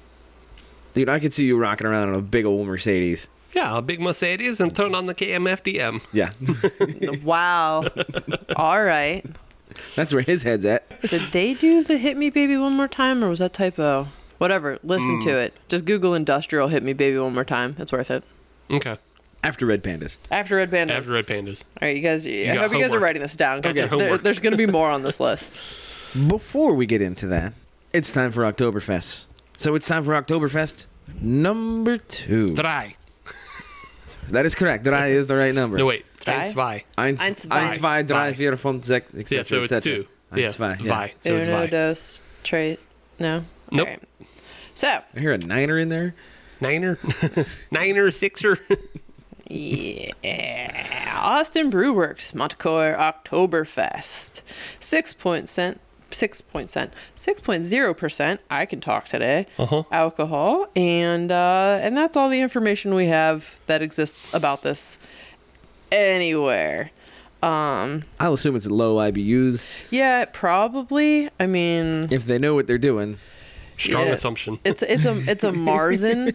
Speaker 3: Dude, I could see you rocking around on a big old Mercedes.
Speaker 5: Yeah, a big Mercedes and turn on the KMFDM.
Speaker 3: Yeah.
Speaker 4: wow. All right.
Speaker 3: That's where his head's at.
Speaker 4: Did they do the Hit Me Baby One More Time or was that typo? Whatever. Listen
Speaker 5: Mm.
Speaker 4: to it. Just Google industrial Hit Me Baby One More Time. It's worth it.
Speaker 5: Okay.
Speaker 3: After Red Pandas.
Speaker 4: After Red Pandas.
Speaker 5: After Red Pandas.
Speaker 4: All right, you guys. I
Speaker 5: got
Speaker 4: hope you guys are
Speaker 5: homework.
Speaker 4: writing this down because
Speaker 5: That's your homework.
Speaker 4: there's going to be more on this list.
Speaker 3: Before we get into that, it's time for Oktoberfest. So it's time for Oktoberfest number two.
Speaker 5: Drei.
Speaker 3: That is correct. Drei is the right number.
Speaker 5: No, wait.
Speaker 4: Drei?
Speaker 5: Eins, zwei.
Speaker 3: Eins,
Speaker 4: Eins, zwei.
Speaker 3: eins, zwei, drei,
Speaker 5: Zwei.
Speaker 3: vier, fünf, sechs, et
Speaker 5: Yeah,
Speaker 3: cetera,
Speaker 5: so
Speaker 3: et
Speaker 5: it's
Speaker 3: cetera.
Speaker 5: two.
Speaker 3: Eins,
Speaker 5: yeah,
Speaker 3: zwei, yeah.
Speaker 5: Vai. So it's
Speaker 4: Uno,
Speaker 5: Vai.
Speaker 4: dos, tres. No.
Speaker 5: Nope.
Speaker 4: Alright. So
Speaker 3: I hear a niner in there.
Speaker 5: Niner? Niner, sixer?
Speaker 4: yeah, Austin Brewworks Montcor Oktoberfest, six point cent six point cent six point zero percent. I can talk today.
Speaker 5: Uh-huh.
Speaker 4: Alcohol and uh, and that's all the information we have that exists about this anywhere. Um,
Speaker 3: I'll assume it's low IBUs.
Speaker 4: yeah, probably. I mean,
Speaker 3: If they know what they're doing,
Speaker 5: Strong
Speaker 4: Yeah.
Speaker 5: assumption.
Speaker 4: It's it's a it's a Marzen.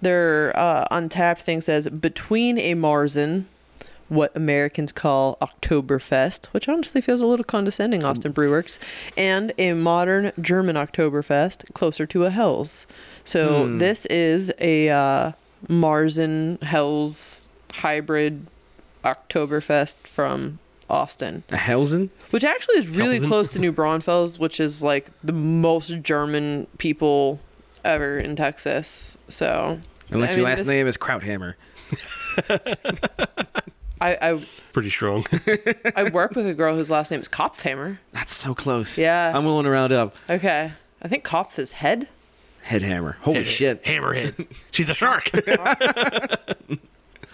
Speaker 4: Their uh, untapped thing says between a Marzen, what Americans call Oktoberfest, which honestly feels a little condescending, Austin Brewworks, and a modern German Oktoberfest closer to a Hell's. So this is a uh, Marzen Hell's hybrid Oktoberfest from Austin
Speaker 3: a Helsen?
Speaker 4: which actually is really
Speaker 5: Helsen.
Speaker 4: close to New Braunfels, which is like the most German people ever in Texas. So,
Speaker 3: Unless
Speaker 4: I
Speaker 3: your
Speaker 4: mean,
Speaker 3: last
Speaker 4: this-
Speaker 3: name is Krauthammer.
Speaker 4: I, I
Speaker 5: Pretty strong.
Speaker 4: I work with a girl whose last name is Kopfhammer.
Speaker 3: That's so close.
Speaker 4: Yeah.
Speaker 3: I'm willing to round up.
Speaker 4: Okay, I think Kopf is head.
Speaker 3: Headhammer. Holy shit.
Speaker 5: Hammerhead. She's a shark.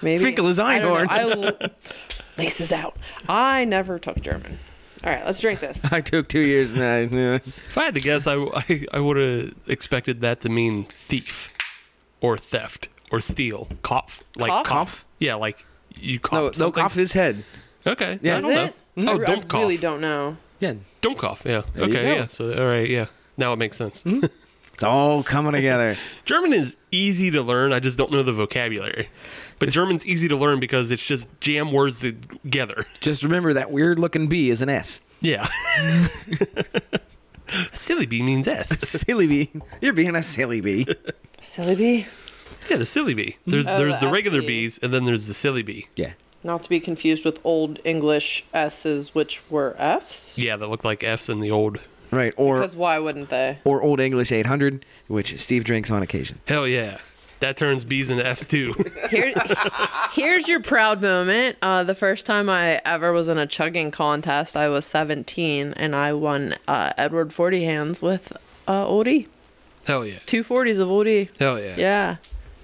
Speaker 4: Maybe
Speaker 3: Finkel is
Speaker 4: I don't
Speaker 3: Einhorn.
Speaker 4: know. I l- Lace is out. I never took German. All right, let's drink this.
Speaker 3: I took two years and I. yeah.
Speaker 5: if I had to guess, I, I, I would have expected that to mean thief or theft or steal. Kopf. Like
Speaker 4: Kopf?
Speaker 5: Yeah, like you cough.
Speaker 3: No, no,
Speaker 5: something.
Speaker 3: off his head.
Speaker 5: Okay.
Speaker 3: Yeah.
Speaker 5: I
Speaker 4: Is
Speaker 5: don't
Speaker 4: it?
Speaker 5: know.
Speaker 4: I,
Speaker 5: Oh,
Speaker 4: re-
Speaker 5: don't
Speaker 4: I
Speaker 5: cough.
Speaker 4: really don't know.
Speaker 3: Yeah.
Speaker 5: Don't cough. Yeah.
Speaker 3: you go.
Speaker 5: Okay. Yeah. So, all right. Yeah. Now it makes
Speaker 4: Mm-hmm.
Speaker 5: sense.
Speaker 3: It's all coming together.
Speaker 5: German is easy to learn. I just don't know the vocabulary. But German's easy to learn because it's just jam words together.
Speaker 3: Just remember that weird looking B is an S.
Speaker 5: Yeah. silly bee means S.
Speaker 3: Silly bee. You're being a silly bee.
Speaker 4: Silly bee,
Speaker 5: Yeah, the silly bee. There's
Speaker 4: Oh,
Speaker 5: there's the
Speaker 4: the
Speaker 5: regular
Speaker 4: SE.
Speaker 5: bees and then there's the silly bee.
Speaker 3: Yeah.
Speaker 4: not to be confused with Old English s's, which were f's.
Speaker 5: Yeah, that look like F's in the old.
Speaker 3: Right. Or
Speaker 4: Because why wouldn't they?
Speaker 3: or Old English 800, which Steve drinks on occasion.
Speaker 5: Hell yeah. That turns B's into F's too.
Speaker 4: Here, here's your proud moment. Uh, the first time I ever was in a chugging contest, I was 17 and I won uh, Edward 40 hands with uh, Old E.
Speaker 5: Hell yeah.
Speaker 4: Two 40s of Old E.
Speaker 5: Hell yeah.
Speaker 4: Yeah.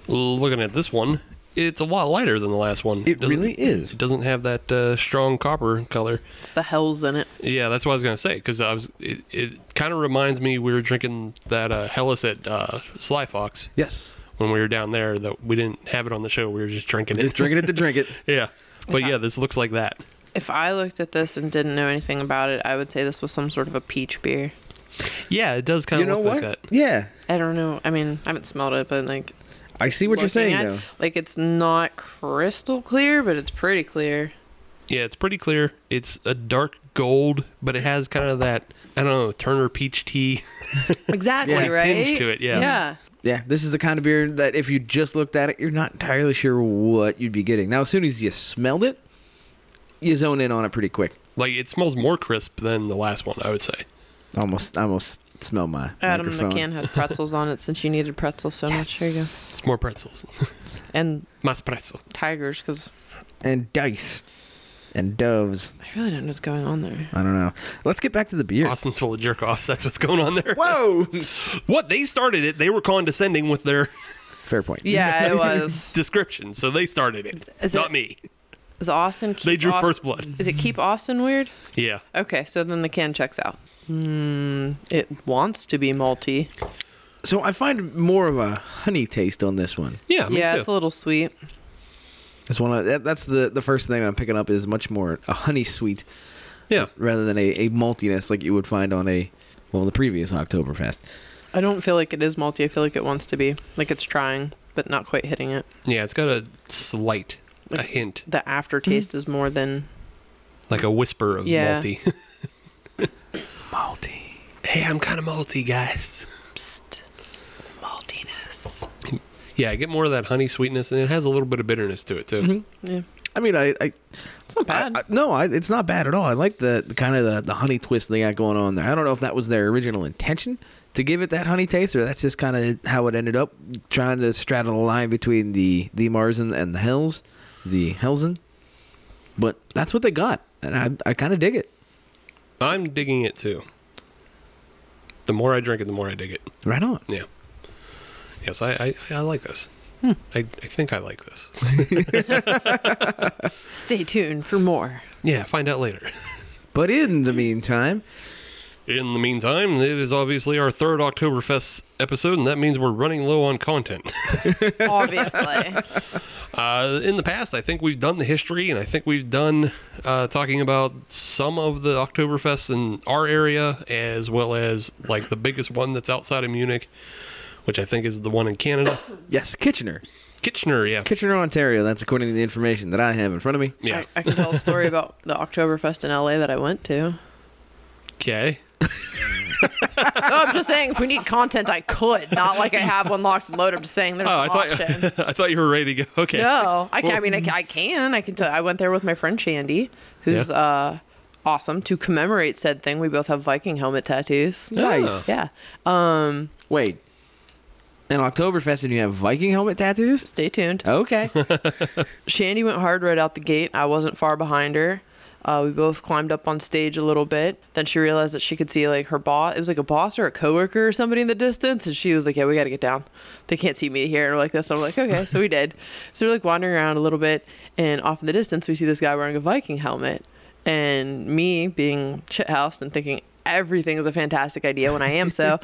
Speaker 5: Looking at this one, it's a lot lighter than the last one.
Speaker 3: It
Speaker 5: doesn't-
Speaker 3: really is.
Speaker 5: It doesn't have that uh, strong copper color.
Speaker 4: It's the hells in it.
Speaker 5: Yeah, that's what I was gonna say because I was. It, it kind of reminds me we were drinking that uh, Hellas at uh, Sly Fox
Speaker 3: Yes.
Speaker 5: when we were down there. That we didn't have it on the show. We were just drinking it.
Speaker 3: Just drinking it to drink it.
Speaker 5: yeah, but yeah, this looks like that.
Speaker 4: If I looked at this and didn't know anything about it, I would say this was some sort of a peach beer.
Speaker 5: Yeah, it does kind
Speaker 3: You
Speaker 5: of
Speaker 3: know
Speaker 5: look
Speaker 3: what?
Speaker 5: like that.
Speaker 3: Yeah.
Speaker 4: I don't know. I mean, I haven't smelled it, but like,
Speaker 3: I see what you're
Speaker 4: looking
Speaker 3: saying,
Speaker 4: at-
Speaker 3: though.
Speaker 4: like it's not crystal clear, but it's pretty clear.
Speaker 5: Yeah, it's pretty clear. It's a dark gold, but it has kind of that I don't know Turner peach tea.
Speaker 4: Exactly
Speaker 3: Yeah,
Speaker 4: right.
Speaker 5: tinge to it, yeah.
Speaker 4: Yeah.
Speaker 3: Yeah, this is the kind of beer that if you just looked at it, you're not entirely sure what you'd be getting. Now, as soon as you smelled it, you zone in on it pretty quick.
Speaker 5: like it smells more crisp than the last one. I would say.
Speaker 3: Almost, almost smell my
Speaker 4: Adam
Speaker 3: microphone.
Speaker 4: the can has pretzels on it since you needed pretzels so much. Here you
Speaker 5: It's more pretzels,
Speaker 4: go. And
Speaker 5: más pretzel.
Speaker 4: tigers, because
Speaker 3: and dice and doves.
Speaker 4: I really don't know what's going on there.
Speaker 3: I don't know. Let's get back to the beer.
Speaker 5: Austin's full of jerk offs. That's what's going on there.
Speaker 3: Whoa!
Speaker 5: What they started it, they were condescending with their
Speaker 3: Fair point.
Speaker 4: Yeah, it was.
Speaker 5: description. So they started it,
Speaker 4: Is
Speaker 5: not
Speaker 4: it-
Speaker 5: me.
Speaker 4: Is Austin keep
Speaker 5: They drew
Speaker 4: Aust-
Speaker 5: first blood.
Speaker 4: Is it keep Austin weird?
Speaker 5: Yeah,
Speaker 4: Okay, so then the can checks out. Hmm, it wants to be malty.
Speaker 3: So I find more of a honey taste on this one.
Speaker 5: yeah, me
Speaker 4: yeah,
Speaker 5: too.
Speaker 4: it's a little sweet.
Speaker 3: That's one. Of, that, that's the the first thing I'm picking up is much more a honey sweet
Speaker 5: yeah.
Speaker 3: rather than a, a maltiness like you would find on a well the previous Oktoberfest.
Speaker 4: I don't feel like it is malty. I feel like it wants to be. Like it's trying, but not quite hitting it.
Speaker 5: Yeah, it's got a slight, a hint,
Speaker 4: The aftertaste
Speaker 5: Hmm.
Speaker 4: is more than.
Speaker 5: like a whisper of
Speaker 4: Yeah.
Speaker 5: malty.
Speaker 3: Malty.
Speaker 5: hey, I'm kind of malty, guys.
Speaker 4: Psst, maltiness.
Speaker 5: Yeah, I get more of that honey sweetness, and it has a little bit of bitterness to it too.
Speaker 4: Yeah,
Speaker 3: I mean, I, I,
Speaker 4: it's not
Speaker 3: I,
Speaker 4: bad.
Speaker 3: I- no, I, it's not bad at all. I like the, the kind of the, the honey twist they got going on there. I don't know if that was their original intention to give it that honey taste, or that's just kind of how it ended up, trying to straddle the line between the the Marzen and the Hells, the Helsen. But that's what they got, and I, I kind of dig it.
Speaker 5: I'm digging it too. The more I drink it, the more I dig it.
Speaker 3: Right on.
Speaker 5: Yeah. Yes, I I, I like this.
Speaker 4: Hmm.
Speaker 5: I, I think I like this.
Speaker 4: Stay tuned for more.
Speaker 5: Yeah, find out later.
Speaker 3: But in the meantime,
Speaker 5: In the meantime, it is obviously our third Oktoberfest episode, and that means we're running low on content.
Speaker 4: Obviously.
Speaker 5: Uh, in the past, I think we've done the history, and I think we've done uh, talking about some of the Oktoberfests in our area, as well as like the biggest one that's outside of Munich, which I think is the one in Canada,
Speaker 3: Yes, Kitchener.
Speaker 5: Kitchener. Yeah,
Speaker 3: Kitchener, Ontario. That's according to the information that I have in front of me.
Speaker 5: yeah.
Speaker 4: I, I can tell a story about the Oktoberfest in LA that I went to.
Speaker 5: Okay.
Speaker 4: No, I'm just saying if we need content, I could. Not like I have one locked and loaded. I'm just saying there's
Speaker 5: Oh, I
Speaker 4: an option.
Speaker 5: thought I thought you were ready to go. Okay.
Speaker 4: No, I can. I mean, I, ca- I can. I can. Tell, I went there with my friend Shandy, who's
Speaker 5: Yeah.
Speaker 4: uh, awesome. To commemorate said thing, we both have Viking helmet tattoos.
Speaker 5: Oh.
Speaker 3: Nice.
Speaker 4: Yeah. Um.
Speaker 3: Wait. In Oktoberfest, and you have Viking helmet tattoos?
Speaker 4: Stay tuned.
Speaker 3: Okay.
Speaker 4: Shandy went hard right out the gate. I wasn't far behind her. Uh, we both climbed up on stage a little bit. Then she realized that she could see like her boss. It was like a boss or a coworker or somebody in the distance, and she was like, "Yeah, we got to get down. They can't see me here." And we're like this. I'm like, "Okay." So we did. So we're like wandering around a little bit, and off in the distance we see this guy wearing a Viking helmet, and me being shithoused and thinking everything is a fantastic idea when I am so,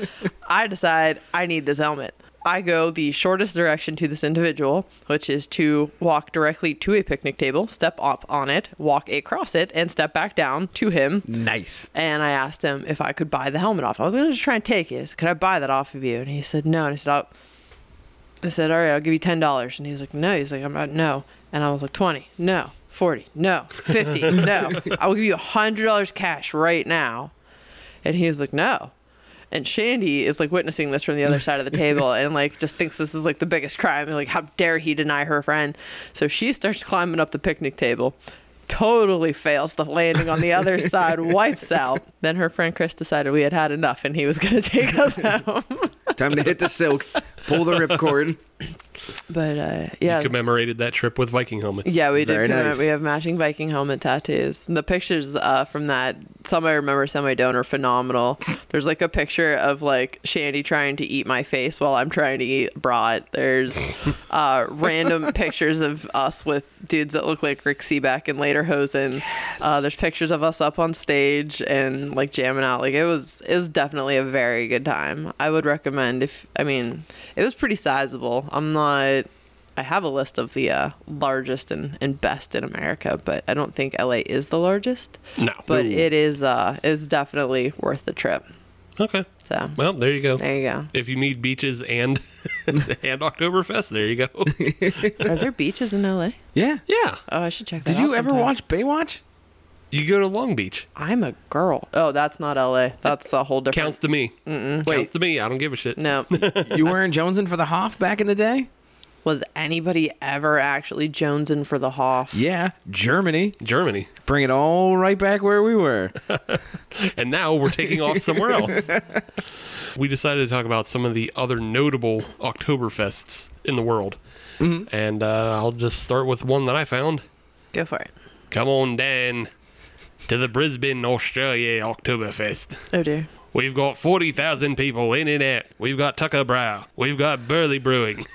Speaker 4: I decide I need this helmet. I go the shortest direction to this individual, which is to walk directly to a picnic table, step up on it, walk across it, and step back down to him.
Speaker 3: nice.
Speaker 4: And I asked him if I could buy the helmet off. I was going to just try and take it. I said, Could I buy that off of you? And he said, No. And I said, I'll, I said, All right, I'll give you $10. And he was like, No. He's like, I'm not, no. And I was like, 20 No. 40 No. 50 No. I will give you $100 cash right now. And he was like, No. And Shandy is like witnessing this from the other side of the table and like just thinks this is like the biggest crime. And like, how dare he deny her friend? So she starts climbing up the picnic table, totally fails the landing on the other side, wipes out. Then her friend Chris decided we had had enough and he was going to take us home.
Speaker 3: Time to hit the silk. Pull the ripcord.
Speaker 4: But uh, yeah.
Speaker 5: You commemorated that trip with Viking helmets.
Speaker 4: Yeah, we did.
Speaker 3: Very
Speaker 4: commemorate-
Speaker 3: nice.
Speaker 4: We have matching Viking helmet tattoos. And the pictures uh, from that, some I remember, some I don't, are phenomenal. There's like a picture of like Shandy trying to eat my face while I'm trying to eat brat. There's uh, random pictures of us with dudes that look like Rick Seaback and later Hosen. Uh, there's pictures of us up on stage and like jamming out. Like it was, it was definitely a very good time. I would recommend if, I mean, it was pretty sizable. I'm not. I have a list of the uh, largest and, and best in America, but I don't think LA is the largest.
Speaker 5: No.
Speaker 4: But it is uh is definitely worth the trip.
Speaker 5: Okay.
Speaker 4: So
Speaker 5: Well, there you go.
Speaker 4: there you go.
Speaker 5: If you need beaches and and Oktoberfest, there you go.
Speaker 4: Are there beaches in LA?
Speaker 3: Yeah.
Speaker 5: yeah.
Speaker 4: Oh, I should check. That
Speaker 3: Did you
Speaker 4: out
Speaker 3: ever
Speaker 4: sometime.
Speaker 3: watch Baywatch?
Speaker 5: You go to Long Beach.
Speaker 4: I'm a girl. Oh, that's not LA. That's a whole different.
Speaker 5: Counts to me. Mm-mm. Counts to me. I don't give a shit.
Speaker 4: No.
Speaker 3: You were in Jonesing for the Hoff back in the day?
Speaker 4: Was anybody ever actually jonesing for the Hoff?
Speaker 3: Yeah. Germany.
Speaker 5: Germany.
Speaker 3: Bring it all right back where we were.
Speaker 5: And now we're taking off somewhere else. We decided to talk about some of the other notable Oktoberfests in the world. And uh, I'll just start with one that I found.
Speaker 4: Go for it.
Speaker 5: Come on down to the Brisbane, Australia Oktoberfest.
Speaker 4: Oh dear.
Speaker 5: We've got 40,000 people in and out. We've got Tucker Brow. We've got Burley Brewing.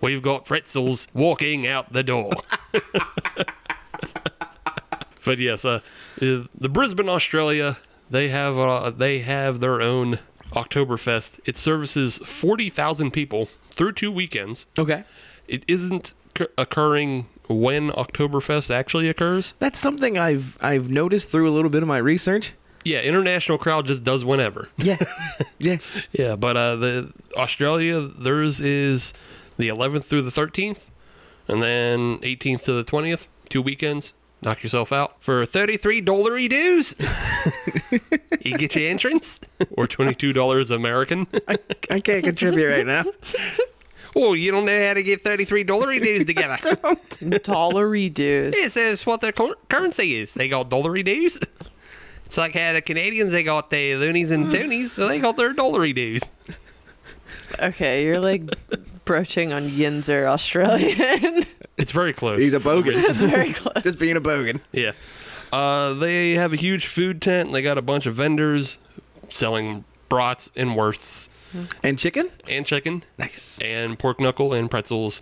Speaker 5: We've got pretzels walking out the door. but yes, uh, uh, the Brisbane, Australia, they have uh, they have their own Oktoberfest. It services 40,000 people through two weekends.
Speaker 3: Okay.
Speaker 5: It isn't c- occurring when Oktoberfest actually occurs.
Speaker 3: That's something I've I've noticed through a little bit of my research.
Speaker 5: Yeah, international crowd just does whenever.
Speaker 3: Yeah. yeah.
Speaker 5: Yeah, but uh, the Australia theirs is the 11th through the 13th, and then 18th to the 20th. Two weekends. Knock yourself out for thirty-three dollary dues. you get your entrance, or twenty-two dollars American.
Speaker 3: I can't contribute right now.
Speaker 5: oh, you don't know how to get thirty-three dollary dues together.
Speaker 4: Dollary dudes.
Speaker 5: This is what their cur- currency is. They got dollary dues. It's like how the Canadians they got their loonies and
Speaker 3: Mm.
Speaker 5: toonies, so they got their dollary dues.
Speaker 4: Okay, you're like broaching on Yinzer Australian.
Speaker 5: It's very close.
Speaker 3: He's a bogan.
Speaker 4: Very close.
Speaker 3: Just being a bogan.
Speaker 5: Yeah. Uh, they have a huge food tent. They got a bunch of vendors selling brats and wursts.
Speaker 3: And chicken?
Speaker 5: and chicken
Speaker 3: Nice.
Speaker 5: and pork knuckle and pretzels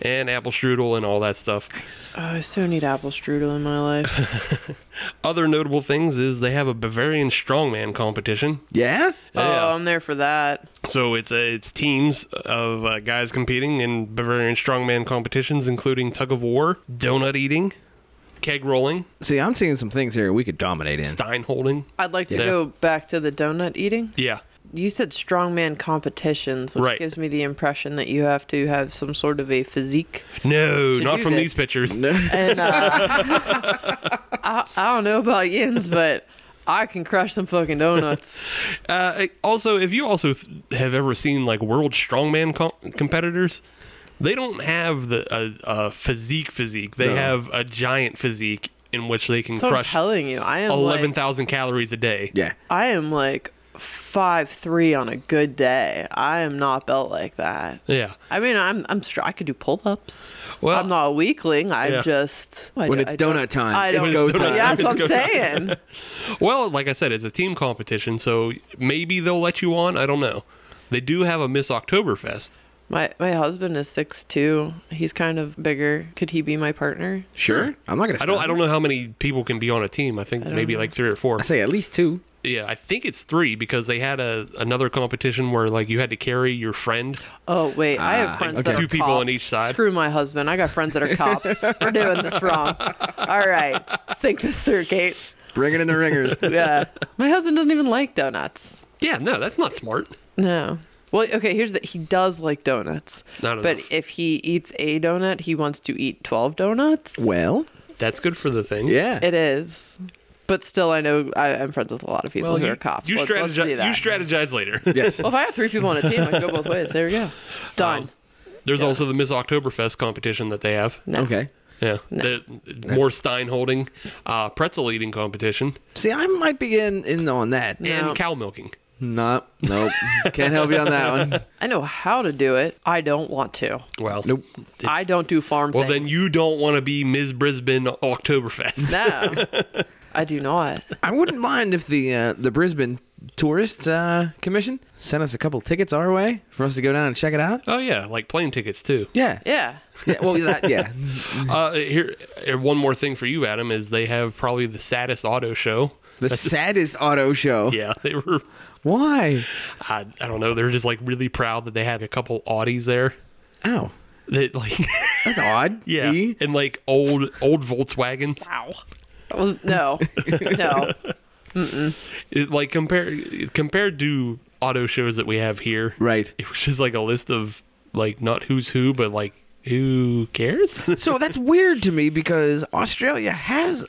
Speaker 5: and apple strudel and all that stuff.
Speaker 4: Oh, I so need apple strudel in my life.
Speaker 5: Other notable things is they have a Bavarian strongman competition.
Speaker 3: Yeah?
Speaker 5: Yeah.
Speaker 4: Oh, I'm there for that.
Speaker 5: So it's uh, it's teams of uh, guys competing in Bavarian strongman competitions, including tug of war, donut eating, keg rolling,
Speaker 3: See, I'm seeing some things here we could dominate in.
Speaker 5: stein holding.
Speaker 4: I'd like to
Speaker 5: Yeah.
Speaker 4: go back to the donut eating.
Speaker 5: Yeah,
Speaker 4: You said strongman competitions, which
Speaker 5: Right.
Speaker 4: gives me the impression that you have to have some sort of a physique.
Speaker 5: no,
Speaker 4: To
Speaker 5: not
Speaker 4: do
Speaker 5: from
Speaker 4: this.
Speaker 5: these pictures.
Speaker 4: And uh, I, I don't know about yins, but I can crush some fucking donuts.
Speaker 5: Uh, also, if you also th- have ever seen like world strongman com- competitors, they don't have the a a physique physique. They have a giant physique in which they can
Speaker 4: So I'm
Speaker 5: crush
Speaker 4: telling you, I am
Speaker 5: eleven
Speaker 4: like,
Speaker 5: thousand calories a day.
Speaker 3: Yeah.
Speaker 4: I am like five three on a good day. I am not built like that.
Speaker 5: yeah.
Speaker 4: I mean, I'm I'm str- I could do pull ups.
Speaker 5: Well-
Speaker 4: I'm not a weakling. I'm
Speaker 5: Yeah.
Speaker 4: just I
Speaker 3: When
Speaker 4: d-
Speaker 3: it's
Speaker 4: I don't-
Speaker 3: donut time,
Speaker 4: I
Speaker 3: it's
Speaker 4: don't-
Speaker 3: go
Speaker 5: It's donut time.
Speaker 4: Yeah, that's what I'm
Speaker 5: It's go time.
Speaker 4: saying.
Speaker 5: Well, like I said, it's a team competition, so maybe they'll let you on. I don't know. They do have a Miss Oktoberfest.
Speaker 4: My my husband is six two. He's kind of bigger. Could he be my partner?
Speaker 3: Sure. I'm not going to
Speaker 5: I don't. I don't know how many people can be on a team. I think maybe like three or four.
Speaker 3: I say at least two.
Speaker 5: Yeah, I think it's three because they had a another competition where like you had to carry your friend.
Speaker 4: Oh wait, I
Speaker 3: Ah,
Speaker 4: have friends that
Speaker 5: Two
Speaker 4: are
Speaker 5: people on
Speaker 4: cops.
Speaker 5: each side.
Speaker 4: Screw my husband. I got friends that are cops. We're doing this wrong. All right, let's think this through, Kate.
Speaker 3: Bring it in the ringers.
Speaker 4: Yeah, my husband doesn't even like donuts.
Speaker 5: Yeah, no, that's not smart.
Speaker 4: No. Well, okay. Here's the he does like donuts,
Speaker 5: Not
Speaker 4: but
Speaker 5: enough.
Speaker 4: if he eats a donut, he wants to eat twelve donuts.
Speaker 3: well,
Speaker 5: That's good for the thing.
Speaker 3: yeah.
Speaker 4: It is, but still, I know I, I'm friends with a lot of people
Speaker 5: Well,
Speaker 4: who
Speaker 5: you,
Speaker 4: are cops.
Speaker 5: you
Speaker 4: Let- let's
Speaker 5: strategize.
Speaker 4: do that.
Speaker 5: You strategize later.
Speaker 3: yes.
Speaker 4: Well, if I have three people on a team, I can go both ways. There we go. Done.
Speaker 5: There's also the Miss Oktoberfest competition that they have.
Speaker 4: no.
Speaker 3: Okay.
Speaker 5: Yeah, the, more Stein holding, uh, pretzel eating competition,
Speaker 3: See, I might be in, in on that.
Speaker 4: No.
Speaker 5: and cow milking.
Speaker 3: Nope. Nope. Can't help you on that one.
Speaker 4: I know how to do it. I don't want to.
Speaker 5: Well,
Speaker 3: Nope.
Speaker 4: I don't do farm
Speaker 5: Well,
Speaker 4: things.
Speaker 5: then you don't want to be Ms. Brisbane Oktoberfest.
Speaker 4: No. I do not.
Speaker 3: I wouldn't mind if the uh, the Brisbane Tourist uh, Commission sent us a couple tickets our way for us to go down and check it out.
Speaker 5: oh yeah, like plane tickets too.
Speaker 3: Yeah.
Speaker 4: Yeah.
Speaker 3: yeah well, that, yeah.
Speaker 5: Uh, here, uh, one more thing for you, Adam, is they have probably the saddest auto show.
Speaker 3: The saddest auto show.
Speaker 5: Yeah, they were.
Speaker 3: Why?
Speaker 5: I, I don't know. They're just like really proud that they had a couple Audis there.
Speaker 3: Ow.
Speaker 5: That like
Speaker 3: That's odd.
Speaker 5: yeah,
Speaker 3: E?
Speaker 5: and like old old Volkswagens.
Speaker 4: Ow. That was no. No.
Speaker 5: It, like compared compared to auto shows that we have here,
Speaker 3: Right.
Speaker 5: It was just like a list of like not who's who, but like who cares.
Speaker 3: So that's weird to me because Australia has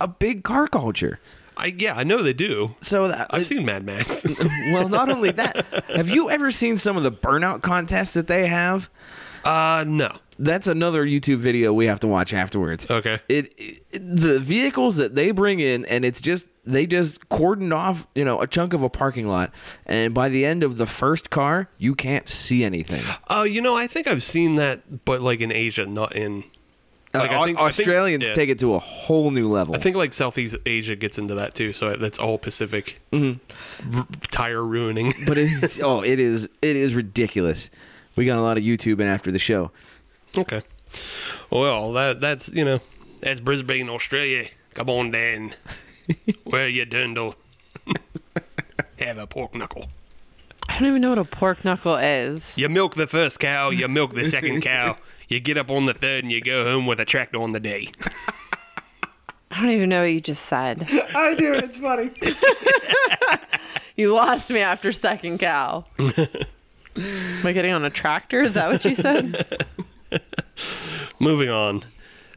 Speaker 3: a big car culture.
Speaker 5: I yeah, I know they do.
Speaker 3: So that
Speaker 5: I've seen Mad Max.
Speaker 3: well, not only that, have you ever seen some of the burnout contests that they have?
Speaker 5: uh no.
Speaker 3: That's another YouTube video we have to watch afterwards.
Speaker 5: Okay.
Speaker 3: It, it the vehicles that they bring in, and it's just they just cordoned off, you know, a chunk of a parking lot, and by the end of the first car, you can't see anything.
Speaker 5: Oh, you know, I think I've seen that, but like in Asia, not in. Like,
Speaker 3: Uh, Au-
Speaker 5: I think- I think-
Speaker 3: Australians
Speaker 5: yeah.
Speaker 3: take it to a whole new level.
Speaker 5: I think like Southeast Asia gets into that too, so that's all Pacific
Speaker 3: Mm-hmm.
Speaker 5: R- tire ruining.
Speaker 3: but it's, oh, it is it is ridiculous. We got a lot of YouTube in after the show.
Speaker 5: okay. Well, that that's you know, that's Brisbane, Australia. Come on, Dan. Where you dindle? Have a pork knuckle.
Speaker 4: I don't even know what a pork knuckle is.
Speaker 5: You milk the first cow. You milk the second cow. You get up on the third, and you go home with a tractor on the day.
Speaker 4: I don't even know what you just said.
Speaker 3: I do. It's funny.
Speaker 4: You lost me after second cow. Am I getting on a tractor? Is that what you said?
Speaker 5: Moving on.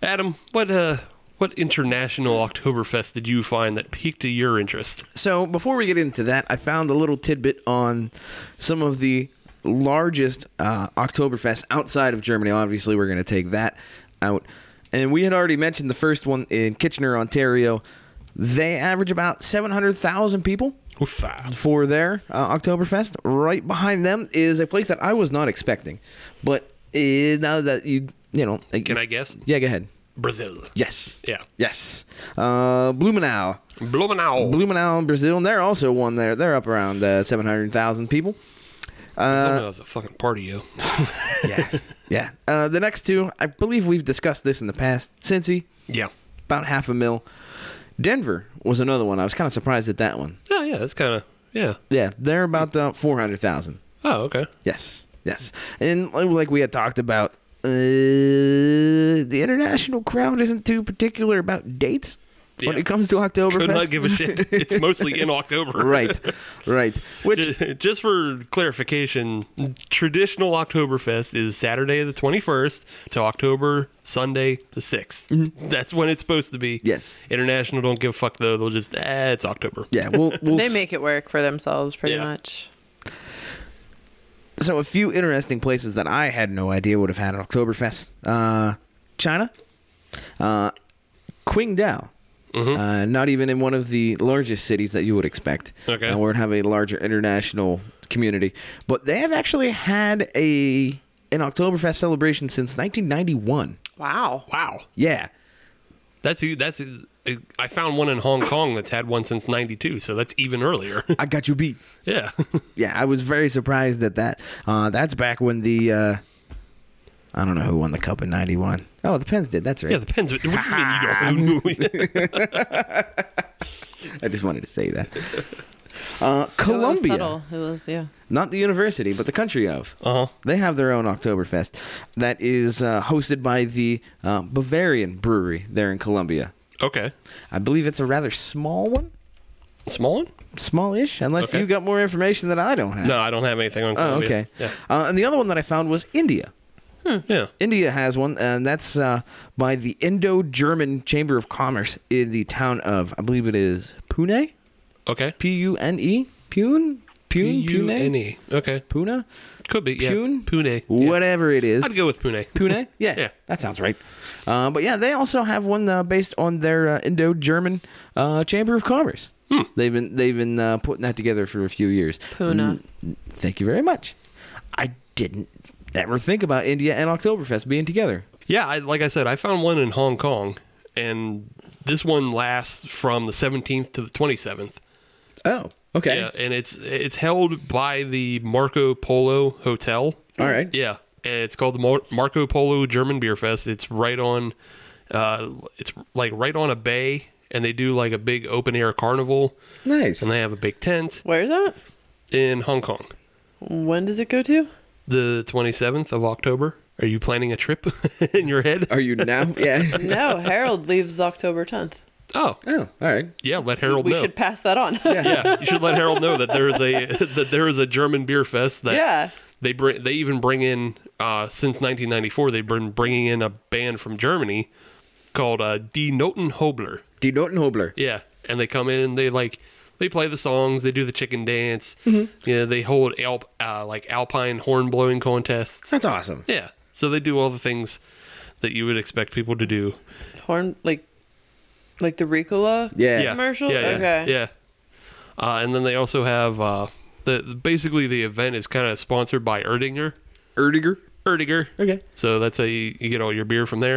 Speaker 5: Adam, what uh what international Oktoberfest did you find that piqued your interest?
Speaker 3: So before we get into that, I found a little tidbit on some of the largest uh, Oktoberfest outside of Germany. Obviously, we're going to take that out, and we had already mentioned the first one in Kitchener, Ontario. They average about seven hundred thousand people for their uh, Oktoberfest. Right behind them is a place that I was not expecting, but uh, now that you you know,
Speaker 5: Can I guess?
Speaker 3: Yeah, go ahead.
Speaker 5: Brazil.
Speaker 3: Yes.
Speaker 5: Yeah.
Speaker 3: Yes. Uh, Blumenau.
Speaker 5: Blumenau.
Speaker 3: Blumenau in Brazil, and they're also one there. They're up around uh, 700,000 people.
Speaker 5: Something that was a fucking party, yo.
Speaker 3: yeah, yeah. Uh, the next two, I believe we've discussed this in the past. Cincy,
Speaker 5: yeah.
Speaker 3: about half a mil. Denver was another one. I was kind of surprised at that one.
Speaker 5: Oh, yeah, that's kind of, yeah.
Speaker 3: Yeah, they're about uh, four hundred thousand.
Speaker 5: Oh, okay.
Speaker 3: Yes, yes. And like- like we had talked about, uh, the international crowd isn't too particular about dates when
Speaker 5: Yeah.
Speaker 3: it comes to Oktoberfest.
Speaker 5: Could not give a shit. It's mostly in October.
Speaker 3: right, right. Which
Speaker 5: Ju- Just for clarification, traditional Oktoberfest is Saturday the 21st to October Sunday the 6th. That's when it's supposed to be.
Speaker 3: Mm-hmm. Yes.
Speaker 5: International don't give a fuck though. They'll just, eh, it's October.
Speaker 3: yeah, we'll, we'll
Speaker 4: They make it work for themselves pretty
Speaker 5: Yeah.
Speaker 4: much.
Speaker 3: so a few interesting places that I had no idea would have had an Oktoberfest. Uh, China, uh, Qingdao.
Speaker 5: Mm-hmm.
Speaker 3: Uh, not even in one of the largest cities that you would expect,
Speaker 5: Okay.
Speaker 3: uh, where it have a larger international community. But they have actually had a an Oktoberfest celebration since 1991.
Speaker 4: Wow.
Speaker 5: Wow.
Speaker 3: Yeah,
Speaker 5: That's, e- that's, e- I found one in Hong Kong that's had one since 92, so that's even earlier.
Speaker 3: I got you beat.
Speaker 5: yeah.
Speaker 3: Yeah, I was very surprised at that. Uh, that's back when the uh, I don't know who won the cup in '91. Oh, the Pens did. That's right.
Speaker 5: Yeah, the pens. What do you mean you don't know?
Speaker 3: I just wanted to say that. Uh,
Speaker 4: It was
Speaker 3: Columbia,
Speaker 4: subtle. It was, yeah.
Speaker 3: not the university, but the country of.
Speaker 5: Uh-huh.
Speaker 3: They have their own Oktoberfest that is uh, hosted by the uh, Bavarian Brewery there in Columbia.
Speaker 5: Okay.
Speaker 3: I believe it's a rather small one,
Speaker 5: Small one?
Speaker 3: smallish, unless
Speaker 5: Okay.
Speaker 3: you got more information that I don't have.
Speaker 5: No, I don't have anything on
Speaker 3: Oh,
Speaker 5: Columbia.
Speaker 3: okay.
Speaker 5: Yeah.
Speaker 3: Uh, and the other one that I found was India.
Speaker 5: Yeah.
Speaker 3: India has one, and that's uh, by the Indo German Chamber of Commerce in the town of, I believe it is Pune?
Speaker 5: Okay.
Speaker 3: P U N E? Pune? Pune? Pune?
Speaker 5: P-U-N-E. E. Okay.
Speaker 3: Pune?
Speaker 5: Could be. Yeah.
Speaker 3: Pune?
Speaker 5: Pune. Yeah.
Speaker 3: Whatever it is.
Speaker 5: I'd go with Pune.
Speaker 3: Pune? Yeah.
Speaker 5: Yeah.
Speaker 3: That sounds right. Uh, but yeah, they also have one uh, based on their uh, Indo German uh, Chamber of Commerce.
Speaker 5: Hmm.
Speaker 3: They've been they've been uh, putting that together for a few years.
Speaker 4: Pune.
Speaker 3: Mm, thank you very much. I didn't ever think about India and Oktoberfest being together.
Speaker 5: Yeah, I, like I said, I found one in Hong Kong, and this one lasts from the 17th to the 27th.
Speaker 3: Oh, okay.
Speaker 5: Yeah, and it's it's held by the Marco Polo Hotel.
Speaker 3: All right.
Speaker 5: Yeah, and it's called the Mar- Marco Polo German Beer Fest. It's right on, uh, it's like right on a bay, and they do like a big open air carnival,
Speaker 3: Nice.
Speaker 5: and they have a big tent
Speaker 4: Where is that?
Speaker 5: in Hong Kong.
Speaker 4: When does it go to?
Speaker 5: The 27th of October. Are you planning a trip in your head?
Speaker 3: Are you now? Yeah.
Speaker 4: No, Harold leaves October 10th.
Speaker 5: Oh,
Speaker 3: Oh, all right.
Speaker 5: yeah. Let Harold
Speaker 4: we
Speaker 5: know.
Speaker 4: should pass that on.
Speaker 5: Oh, yeah, you should let Harold know that there is a that there is a German beer fest that
Speaker 4: Yeah.
Speaker 5: they bring they even bring in uh, since 1994 they've been bringing in a band from Germany called uh, Die Noten Hobler.
Speaker 3: Die Notenhobler.
Speaker 5: Yeah, and they come in and they like they play the songs, they do the chicken dance.
Speaker 4: Mm-hmm.
Speaker 5: You know, they hold alp, uh, like alpine horn blowing contests.
Speaker 3: That's awesome.
Speaker 5: Yeah, so they do all the things that you would expect people to do.
Speaker 4: Horn like like the Ricola
Speaker 3: Yeah.
Speaker 4: commercial?
Speaker 5: Yeah, yeah,
Speaker 4: okay.
Speaker 5: Yeah. Uh, and then they also have uh, the the- basically the event is kind of sponsored by Erdinger.
Speaker 3: Erdiger.
Speaker 5: Erdinger.
Speaker 3: Okay. Mm-hmm.
Speaker 5: So that's how you, you get all your beer from there.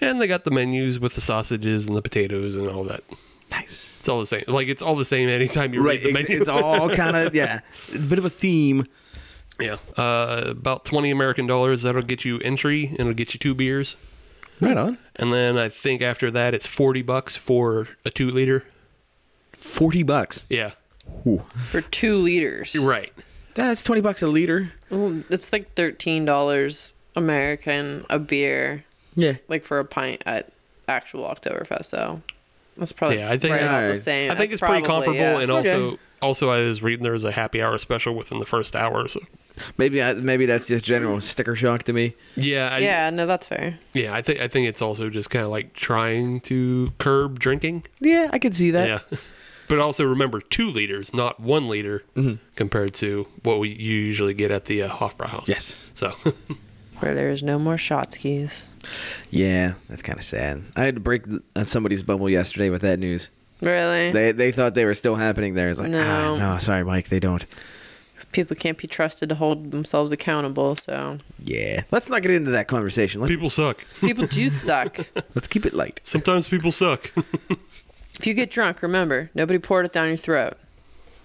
Speaker 5: And they got the menus with the sausages and the potatoes and all that.
Speaker 3: Nice.
Speaker 5: It's all the same. Like it's all the same anytime you
Speaker 3: Right.
Speaker 5: read the
Speaker 3: It's,
Speaker 5: menu.
Speaker 3: it's all kind of yeah. A bit of a theme.
Speaker 5: yeah. Uh, about twenty American dollars. That'll get you entry and it'll get you two beers.
Speaker 3: Right on.
Speaker 5: And then I think after that it's forty bucks for a two liter.
Speaker 3: Forty bucks.
Speaker 5: Yeah.
Speaker 4: For two liters.
Speaker 5: You're right.
Speaker 3: That's twenty bucks a liter.
Speaker 4: Well, It's like thirteen dollars American a beer,
Speaker 3: Yeah.
Speaker 4: like for a pint at actual Oktoberfest. So that's probably
Speaker 5: Yeah, I think-
Speaker 4: right about
Speaker 3: Alright.
Speaker 4: the same.
Speaker 5: I think
Speaker 4: That's
Speaker 5: it's pretty
Speaker 4: probably-
Speaker 5: comparable,
Speaker 4: yeah.
Speaker 5: and also, also I was reading there was a happy hour special within the first hour. So
Speaker 3: Maybe I, maybe that's just general sticker shock to me.
Speaker 5: yeah, I, yeah,
Speaker 4: yeah, no, that's fair.
Speaker 5: I think I think it's also just kind of like trying to curb drinking.
Speaker 3: Yeah, I could see that.
Speaker 5: Yeah, but also remember two liters, not one liter, compared to what we you usually get at the uh, Hofbrauhaus.
Speaker 3: Yes.
Speaker 5: So
Speaker 4: Where there is no more shot skis.
Speaker 3: Yeah, that's kind of sad. I had to break th- uh, somebody's bubble yesterday with that news.
Speaker 4: Really?
Speaker 3: They they thought they were still happening there. It's like,
Speaker 4: No.
Speaker 3: ah, no, sorry, Mike, they don't.
Speaker 4: People can't be trusted to hold themselves accountable, so
Speaker 3: Yeah. Let's not get into that conversation. Let's
Speaker 5: people suck.
Speaker 4: people do suck.
Speaker 3: let's keep it light.
Speaker 5: Sometimes people suck.
Speaker 4: If you get drunk, remember, nobody poured it down your throat.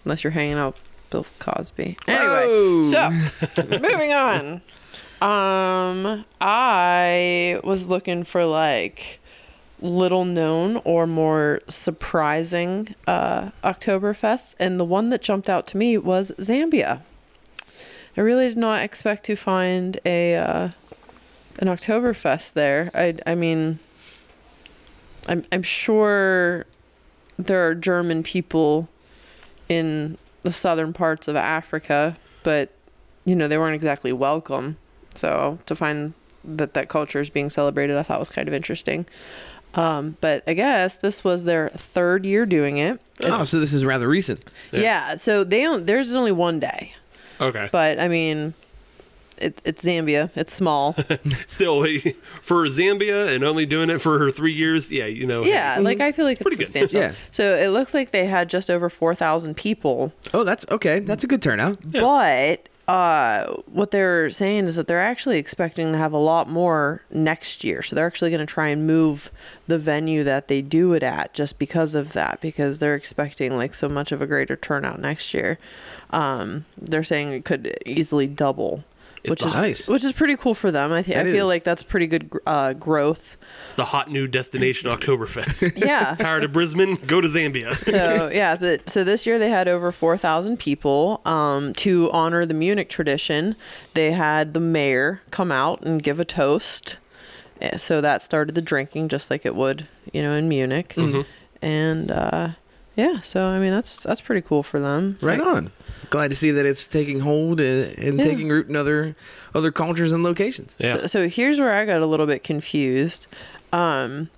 Speaker 4: Unless you're hanging out Bill Cosby. Anyway,
Speaker 3: Whoa.
Speaker 4: so moving on. Um, I was looking for like little known or more surprising uh Oktoberfests, and the one that jumped out to me was Zambia. I really did not expect to find a uh, an Oktoberfest there. I I mean, I'm I'm sure there are German people in the southern parts of Africa, but you know they weren't exactly welcome. So to find that that culture is being celebrated, I thought was kind of interesting. Um, but I guess this was their third year doing it.
Speaker 3: Oh, so this is rather recent.
Speaker 4: yeah. so they don't, theirs is only one day,
Speaker 5: Okay.
Speaker 4: but I mean, it, it's Zambia. It's small.
Speaker 5: Still, for Zambia and only doing it for three years, yeah, you know.
Speaker 4: Yeah, like I feel like it's
Speaker 5: Pretty good.
Speaker 4: substantial.
Speaker 3: Yeah.
Speaker 4: So it looks like they had just over four thousand people,
Speaker 3: Oh, that's okay. That's a good turnout.
Speaker 4: but uh, what they're saying is that they're actually expecting to have a lot more next year. So they're actually going to try and move the venue that they do it at just because of that, because they're expecting like so much of a greater turnout next year. Um, they're saying it could easily double. Which is
Speaker 3: nice.
Speaker 4: which is pretty cool for them. I think I
Speaker 3: That
Speaker 4: feel
Speaker 3: is.
Speaker 4: like that's pretty good gr- uh, growth.
Speaker 5: It's the hot new destination Oktoberfest.
Speaker 4: Yeah,
Speaker 5: Tired of Brisbane? Go to Zambia.
Speaker 4: so yeah but so this year they had over 4000 people um, to honor the munich tradition they had the mayor come out and give a toast Eh, so that started the drinking just like it would you know in munich
Speaker 3: Mm-hmm.
Speaker 4: and uh, yeah so i mean that's that's pretty cool for them
Speaker 3: Right on. Glad to see that it's taking hold and, and
Speaker 4: Yeah.
Speaker 3: taking root in other other cultures and locations.
Speaker 5: Yeah.
Speaker 4: So, so here's where I got a little bit confused. Um,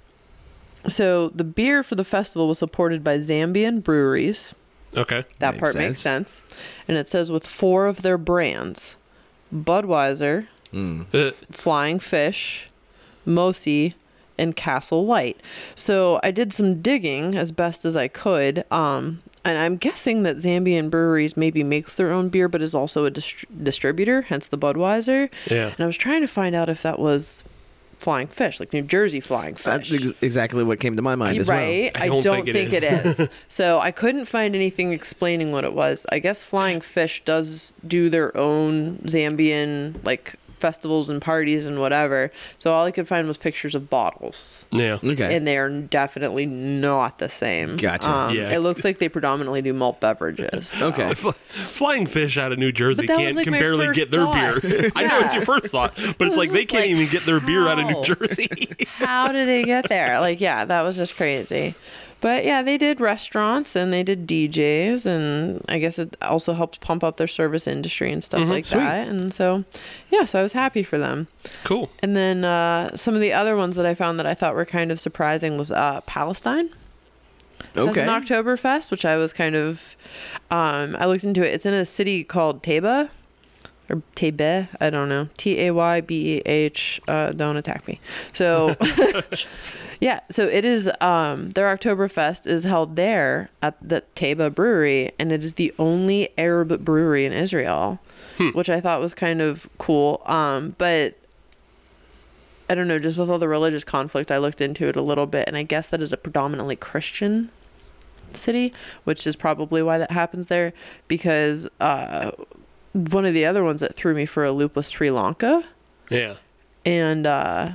Speaker 4: so the beer for the festival was supported by Zambian breweries.
Speaker 5: Okay.
Speaker 4: That
Speaker 3: Makes
Speaker 4: part makes sense. And it says with four of their brands Budweiser,
Speaker 5: Uh,
Speaker 4: Flying Fish, Mosi, and Castle Light. So I did some digging as best as I could. Um, and I'm guessing that Zambian breweries maybe makes their own beer, but is also a dist- distributor, hence the Budweiser.
Speaker 5: Yeah.
Speaker 4: And I was trying to find out if that was Flying Fish, like New Jersey Flying Fish.
Speaker 3: That's ex- exactly what came to my mind as
Speaker 4: Right. I don't, think, it is. so I couldn't find anything explaining what it was. I guess Flying Fish does do their own Zambian like festivals and parties and whatever. So all I could find was pictures of bottles.
Speaker 5: Yeah.
Speaker 3: well. Okay.
Speaker 4: And they are definitely not the same.
Speaker 3: Gotcha.
Speaker 4: Um,
Speaker 5: Yeah.
Speaker 4: It looks like they predominantly do malt beverages.
Speaker 3: okay.
Speaker 5: Fl- Flying fish out of New Jersey
Speaker 4: that was,
Speaker 5: can't
Speaker 4: like,
Speaker 5: can
Speaker 4: my
Speaker 5: barely
Speaker 4: first
Speaker 5: get their
Speaker 4: thought.
Speaker 5: beer. I know it's
Speaker 4: Yeah.
Speaker 5: your first thought, but it's
Speaker 4: was
Speaker 5: like they
Speaker 4: just
Speaker 5: can't
Speaker 4: like,
Speaker 5: even get their beer out of
Speaker 4: how?
Speaker 5: New Jersey.
Speaker 4: how did they get there? Like, yeah, that was just crazy. But yeah, they did restaurants and they did DJs, and I guess it also helps pump up their service industry and stuff like that. And so, yeah, so I was happy for them.
Speaker 5: cool.
Speaker 4: And then uh, some of the other ones that I found that I thought were kind of surprising was uh, Palestine
Speaker 3: okay.
Speaker 4: has an Oktoberfest, which I was kind of, um, I looked into it. It's in a city called Taba or Tabe, I don't know. T A Y B E H. Uh, don't attack me. So, yeah, so it is, um, their Oktoberfest is held there at the Taba Brewery, and it is the only Arab brewery in Israel, which I thought was kind of cool. Um, but I don't know, just with all the religious conflict, I looked into it a little bit, and I guess that is a predominantly Christian city, which is probably why that happens there. Because uh, one of the other ones that threw me for a loop was Sri Lanka,
Speaker 5: Yeah.
Speaker 4: and uh,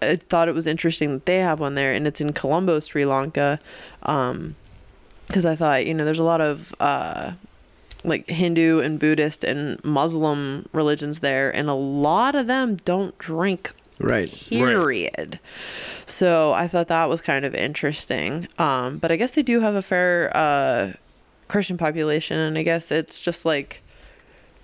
Speaker 4: I thought it was interesting that they have one there, and it's in Colombo, Sri Lanka. Um, because I thought, you know, there's a lot of uh, like Hindu and Buddhist and Muslim religions there, and a lot of them don't drink
Speaker 3: Right.
Speaker 4: period. So I thought that was kind of interesting. Um, but I guess they do have a fair uh, Christian population, and I guess it's just like,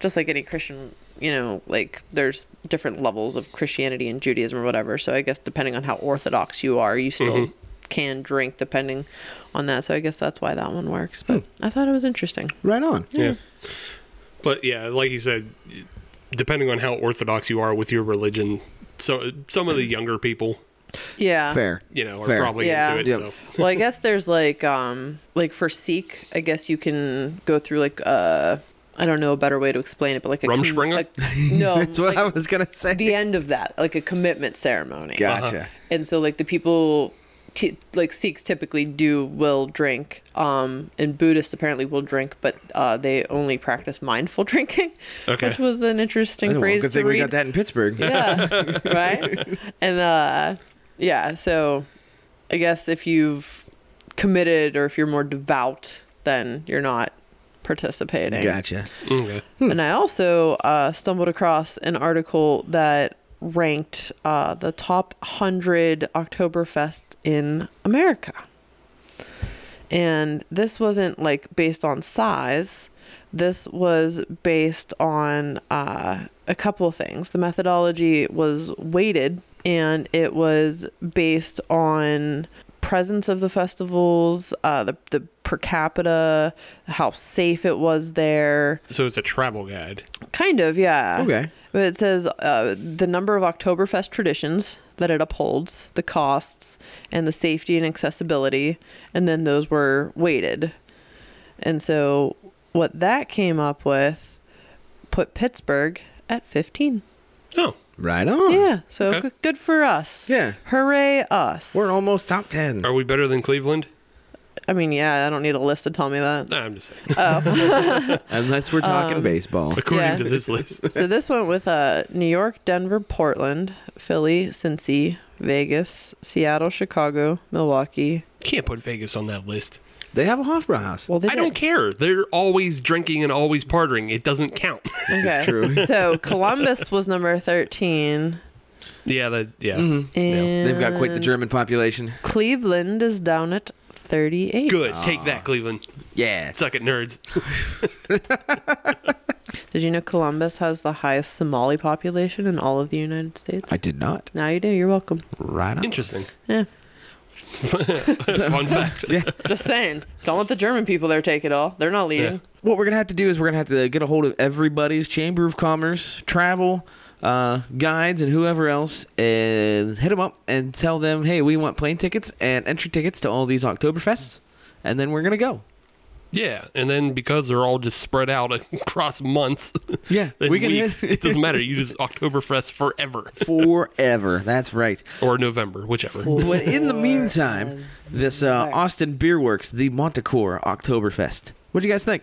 Speaker 4: just like any Christian, you know, like there's different levels of Christianity and Judaism or whatever. So I guess depending on how orthodox you are, you still
Speaker 3: Mm-hmm.
Speaker 4: can drink depending on that. So I guess that's why that one works. But
Speaker 3: Hmm.
Speaker 4: I thought it was interesting.
Speaker 3: Right on.
Speaker 5: Yeah. But yeah, like you said, depending on how orthodox you are with your religion, so some of the younger people,
Speaker 4: Yeah.
Speaker 3: Fair.
Speaker 5: you know, are
Speaker 3: Fair.
Speaker 5: probably
Speaker 4: Yeah.
Speaker 5: into it.
Speaker 3: Yep.
Speaker 5: So
Speaker 4: well, I guess there's like um like for Sikh, I guess you can go through like uh I don't know a better way to explain it, but like a
Speaker 5: Rumspringa?
Speaker 4: a- no,
Speaker 3: That's what
Speaker 4: Um, like
Speaker 3: I was gonna say.
Speaker 4: Uh-huh. the end of that, like a commitment ceremony.
Speaker 3: Gotcha.
Speaker 4: And so like the people t- like Sikhs typically do will drink, um, and Buddhists apparently will drink, but uh, they only practice mindful drinking,
Speaker 5: Okay.
Speaker 4: which was an interesting
Speaker 3: Oh, well,
Speaker 4: phrase
Speaker 3: good
Speaker 4: to
Speaker 3: thing
Speaker 4: read.
Speaker 3: we got that in Pittsburgh.
Speaker 4: Yeah, right. And uh, yeah, so I guess if you've committed or if you're more devout, then you're not participating.
Speaker 3: Gotcha.
Speaker 5: Okay.
Speaker 4: And I also uh, stumbled across an article that ranked uh, the top 100 Oktoberfests in America. And this wasn't like based on size, this was based on uh, a couple of things. The methodology was weighted and it was based on presence of the festivals, uh, the, the per capita, how safe it was there,
Speaker 5: So it's a travel guide.
Speaker 4: Kind of, yeah.
Speaker 3: Okay.
Speaker 4: But it says uh, the number of Oktoberfest traditions that it upholds, the costs, and the safety and accessibility, and then those were weighted. And so what that came up with put Pittsburgh at 15.
Speaker 5: Oh.
Speaker 3: Right on.
Speaker 4: Yeah, so
Speaker 5: Okay.
Speaker 4: good- good for us.
Speaker 3: Yeah.
Speaker 4: Hooray us.
Speaker 3: We're almost top ten.
Speaker 5: Are we better than Cleveland?
Speaker 4: I mean, yeah, I don't need a list to tell me that.
Speaker 5: Nah, I'm just saying.
Speaker 3: Unless we're talking
Speaker 4: Um,
Speaker 3: baseball.
Speaker 5: According
Speaker 4: yeah.
Speaker 5: to this list.
Speaker 4: so this went with uh, New York, Denver, Portland, Philly, Cincy, Vegas, Seattle, Chicago, Milwaukee.
Speaker 5: Can't put Vegas on that list.
Speaker 3: They have a Hofbrauhaus.
Speaker 4: Well, they
Speaker 5: I don't care. They're always drinking and always partying. It doesn't count.
Speaker 4: Okay.
Speaker 3: true.
Speaker 4: so Columbus was number thirteen,
Speaker 5: yeah, that yeah.
Speaker 3: Mm-hmm.
Speaker 4: and
Speaker 3: They've got quite the German population.
Speaker 4: Cleveland is down at thirty-eight.
Speaker 5: Good.
Speaker 3: Ah.
Speaker 5: Take that, Cleveland.
Speaker 3: Yeah.
Speaker 5: Suck it, nerds.
Speaker 4: Did you know Columbus has the highest Somali population in all of the United States?
Speaker 3: I did not.
Speaker 4: now you do. You're welcome.
Speaker 3: Right on.
Speaker 5: Interesting.
Speaker 4: Yeah.
Speaker 5: Fun fact.
Speaker 4: Just saying. Don't let the German people there take it all. They're not leading.
Speaker 5: Yeah.
Speaker 3: What we're gonna have to do is we're gonna have to get a hold of everybody's Chamber of Commerce, travel, uh, guides, and whoever else, and hit them up and tell them, hey, we want plane tickets and entry tickets to all these Oktoberfests, and then we're gonna go.
Speaker 5: Yeah, and then because they're all just spread out across months,
Speaker 3: Yeah,
Speaker 5: and
Speaker 3: we can
Speaker 5: weeks,
Speaker 3: hit-
Speaker 5: it doesn't matter. You just Oktoberfest forever
Speaker 3: Forever. That's right.
Speaker 5: or November, whichever.
Speaker 3: But in the meantime, this uh, Austin Beer Works, the Montecore Oktoberfest. What do you guys think?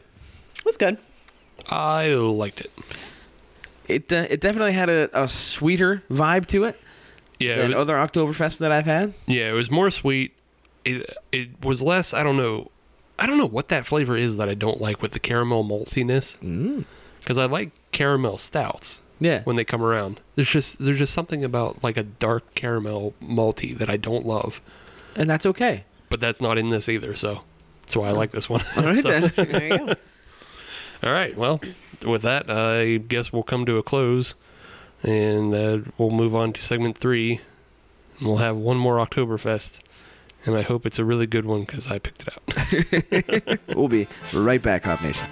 Speaker 4: That's good.
Speaker 5: I liked it.
Speaker 3: It uh, it definitely had a, a sweeter vibe to it
Speaker 5: Yeah,
Speaker 3: than
Speaker 5: it-
Speaker 3: other Oktoberfests that I've had.
Speaker 5: yeah, it was more sweet. It it was less. I don't know. I don't know what that flavor is that I don't like with the caramel maltiness.
Speaker 3: Mm.
Speaker 5: Because I like caramel stouts
Speaker 3: Yeah.
Speaker 5: when they come around. There's just there's just something about like a dark caramel malty that I don't love.
Speaker 3: And that's okay.
Speaker 5: But that's not in this either, so that's why I like this one.
Speaker 3: Oh. All right
Speaker 5: So-
Speaker 3: then.
Speaker 4: There you go.
Speaker 5: All right. Well, with that, I guess we'll come to a close, and uh, we'll move on to segment three. And we'll have one more Oktoberfest, and I hope it's a really good one because I picked it out.
Speaker 3: We'll be right back, Hop Nation.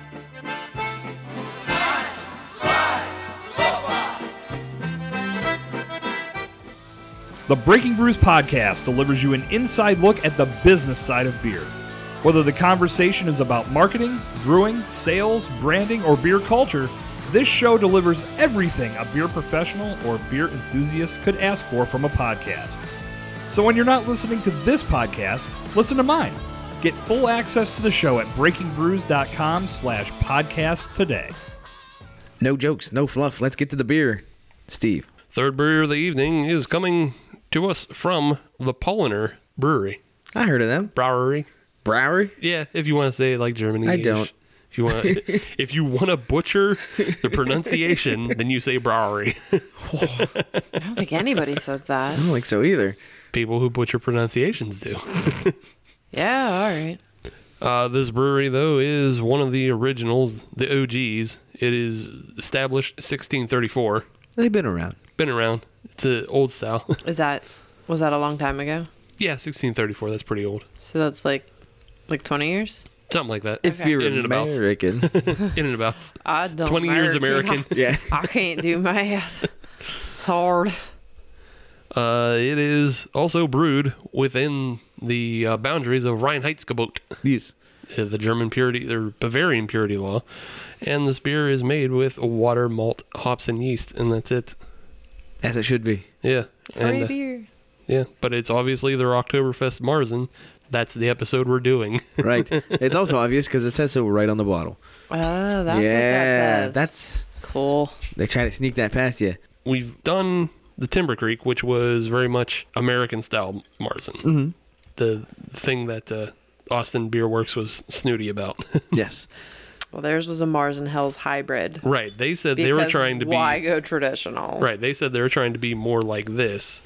Speaker 6: The Breaking Brews podcast delivers you an inside look at the business side of beer. Whether the conversation is about marketing, brewing, sales, branding, or beer culture, this show delivers everything a beer professional or beer enthusiast could ask for from a podcast. So when you're not listening to this podcast, listen to mine. Get full access to the show at breakingbrews.com slash podcast today.
Speaker 3: No jokes, no fluff. Let's get to the beer. Steve.
Speaker 5: Third brewer of the evening is coming to us from the Polliner Brewery.
Speaker 3: I heard of them.
Speaker 5: Brewery.
Speaker 3: Brewery?
Speaker 5: Yeah, if you want to say it like Germany.
Speaker 3: I don't.
Speaker 5: If you want, if you want to butcher the pronunciation, then you say brewery.
Speaker 4: I don't think anybody said that.
Speaker 3: I don't think so either.
Speaker 5: People who butcher pronunciations do.
Speaker 4: Yeah. All right.
Speaker 5: Uh, this brewery, though, is one of the originals, the OGs. It is established 1634.
Speaker 3: They've been around.
Speaker 5: Been around. It's a old style.
Speaker 4: Is that was that a long time ago?
Speaker 5: yeah, 1634. That's pretty old.
Speaker 4: So that's like like twenty years.
Speaker 5: Something like that.
Speaker 3: If you're
Speaker 5: In and about.
Speaker 3: American.
Speaker 5: In and about.
Speaker 4: I don't.
Speaker 5: 20 years American.
Speaker 3: yeah.
Speaker 4: I can't do math. It's hard.
Speaker 5: Uh, it is also brewed within the uh, boundaries of Reinheitsgebot,
Speaker 3: These.
Speaker 5: uh, the German purity, their Bavarian purity law. And this beer is made with water, malt, hops, and yeast. And that's it.
Speaker 3: As it should be.
Speaker 5: Yeah. And, uh,
Speaker 4: beer.
Speaker 5: Yeah, but it's obviously their Oktoberfest Marzen. That's the episode we're doing.
Speaker 3: Right. it's also obvious because it says so right on the bottle.
Speaker 4: Oh, that's
Speaker 3: yeah,
Speaker 4: what that says.
Speaker 3: that's
Speaker 4: cool.
Speaker 3: they try to sneak that past you.
Speaker 5: We've done the Timber Creek, which was very much American style Marzen. Mm-hmm. The thing that uh, Austin Beer Works was snooty about.
Speaker 3: Yes.
Speaker 4: Well, theirs was a Mars and Hell's hybrid.
Speaker 5: right. They said they were
Speaker 4: Because
Speaker 5: trying to
Speaker 4: why
Speaker 5: be.
Speaker 4: go traditional?
Speaker 5: Right. They said they were trying to be more like this.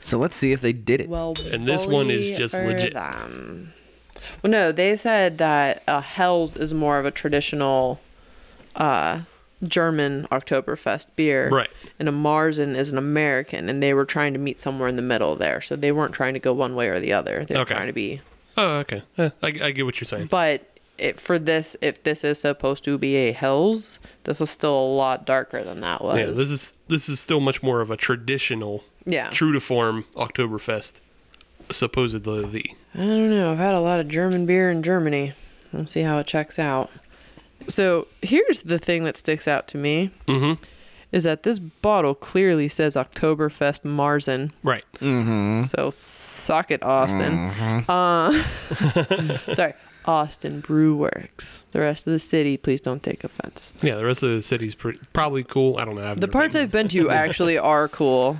Speaker 3: So let's see if they did it.
Speaker 4: Well,
Speaker 5: And this one is
Speaker 4: bully
Speaker 5: just
Speaker 4: for
Speaker 5: legit.
Speaker 4: them. Well, no, they said that uh, Hell's is more of a traditional uh, German Oktoberfest beer,
Speaker 5: Right.
Speaker 4: And a Marzen is an American, and they were trying to meet somewhere in the middle there. So they weren't trying to go one way or the other. They were
Speaker 5: Okay.
Speaker 4: trying to be,
Speaker 5: Oh, okay. Eh, I, I get what you're saying.
Speaker 4: but. It, for this, if this is supposed to be a Hell's, this is still a lot darker than that was.
Speaker 5: Yeah, this is this is still much more of a traditional,
Speaker 4: Yeah.
Speaker 5: true to form Oktoberfest, supposedly.
Speaker 4: I don't know. I've had a lot of German beer in Germany. We'll see how it checks out. So here's the thing that sticks out to me
Speaker 5: Mm-hmm.
Speaker 4: is that this bottle clearly says Oktoberfest Marzen.
Speaker 5: Right.
Speaker 4: So suck it, Austin. Uh, sorry, Austin Brew Works. The rest of the city, please don't take offense.
Speaker 5: Yeah, the rest of the city's pretty, probably cool. I don't know. I've
Speaker 4: The
Speaker 5: never
Speaker 4: parts
Speaker 5: been.
Speaker 4: I've been to actually are cool.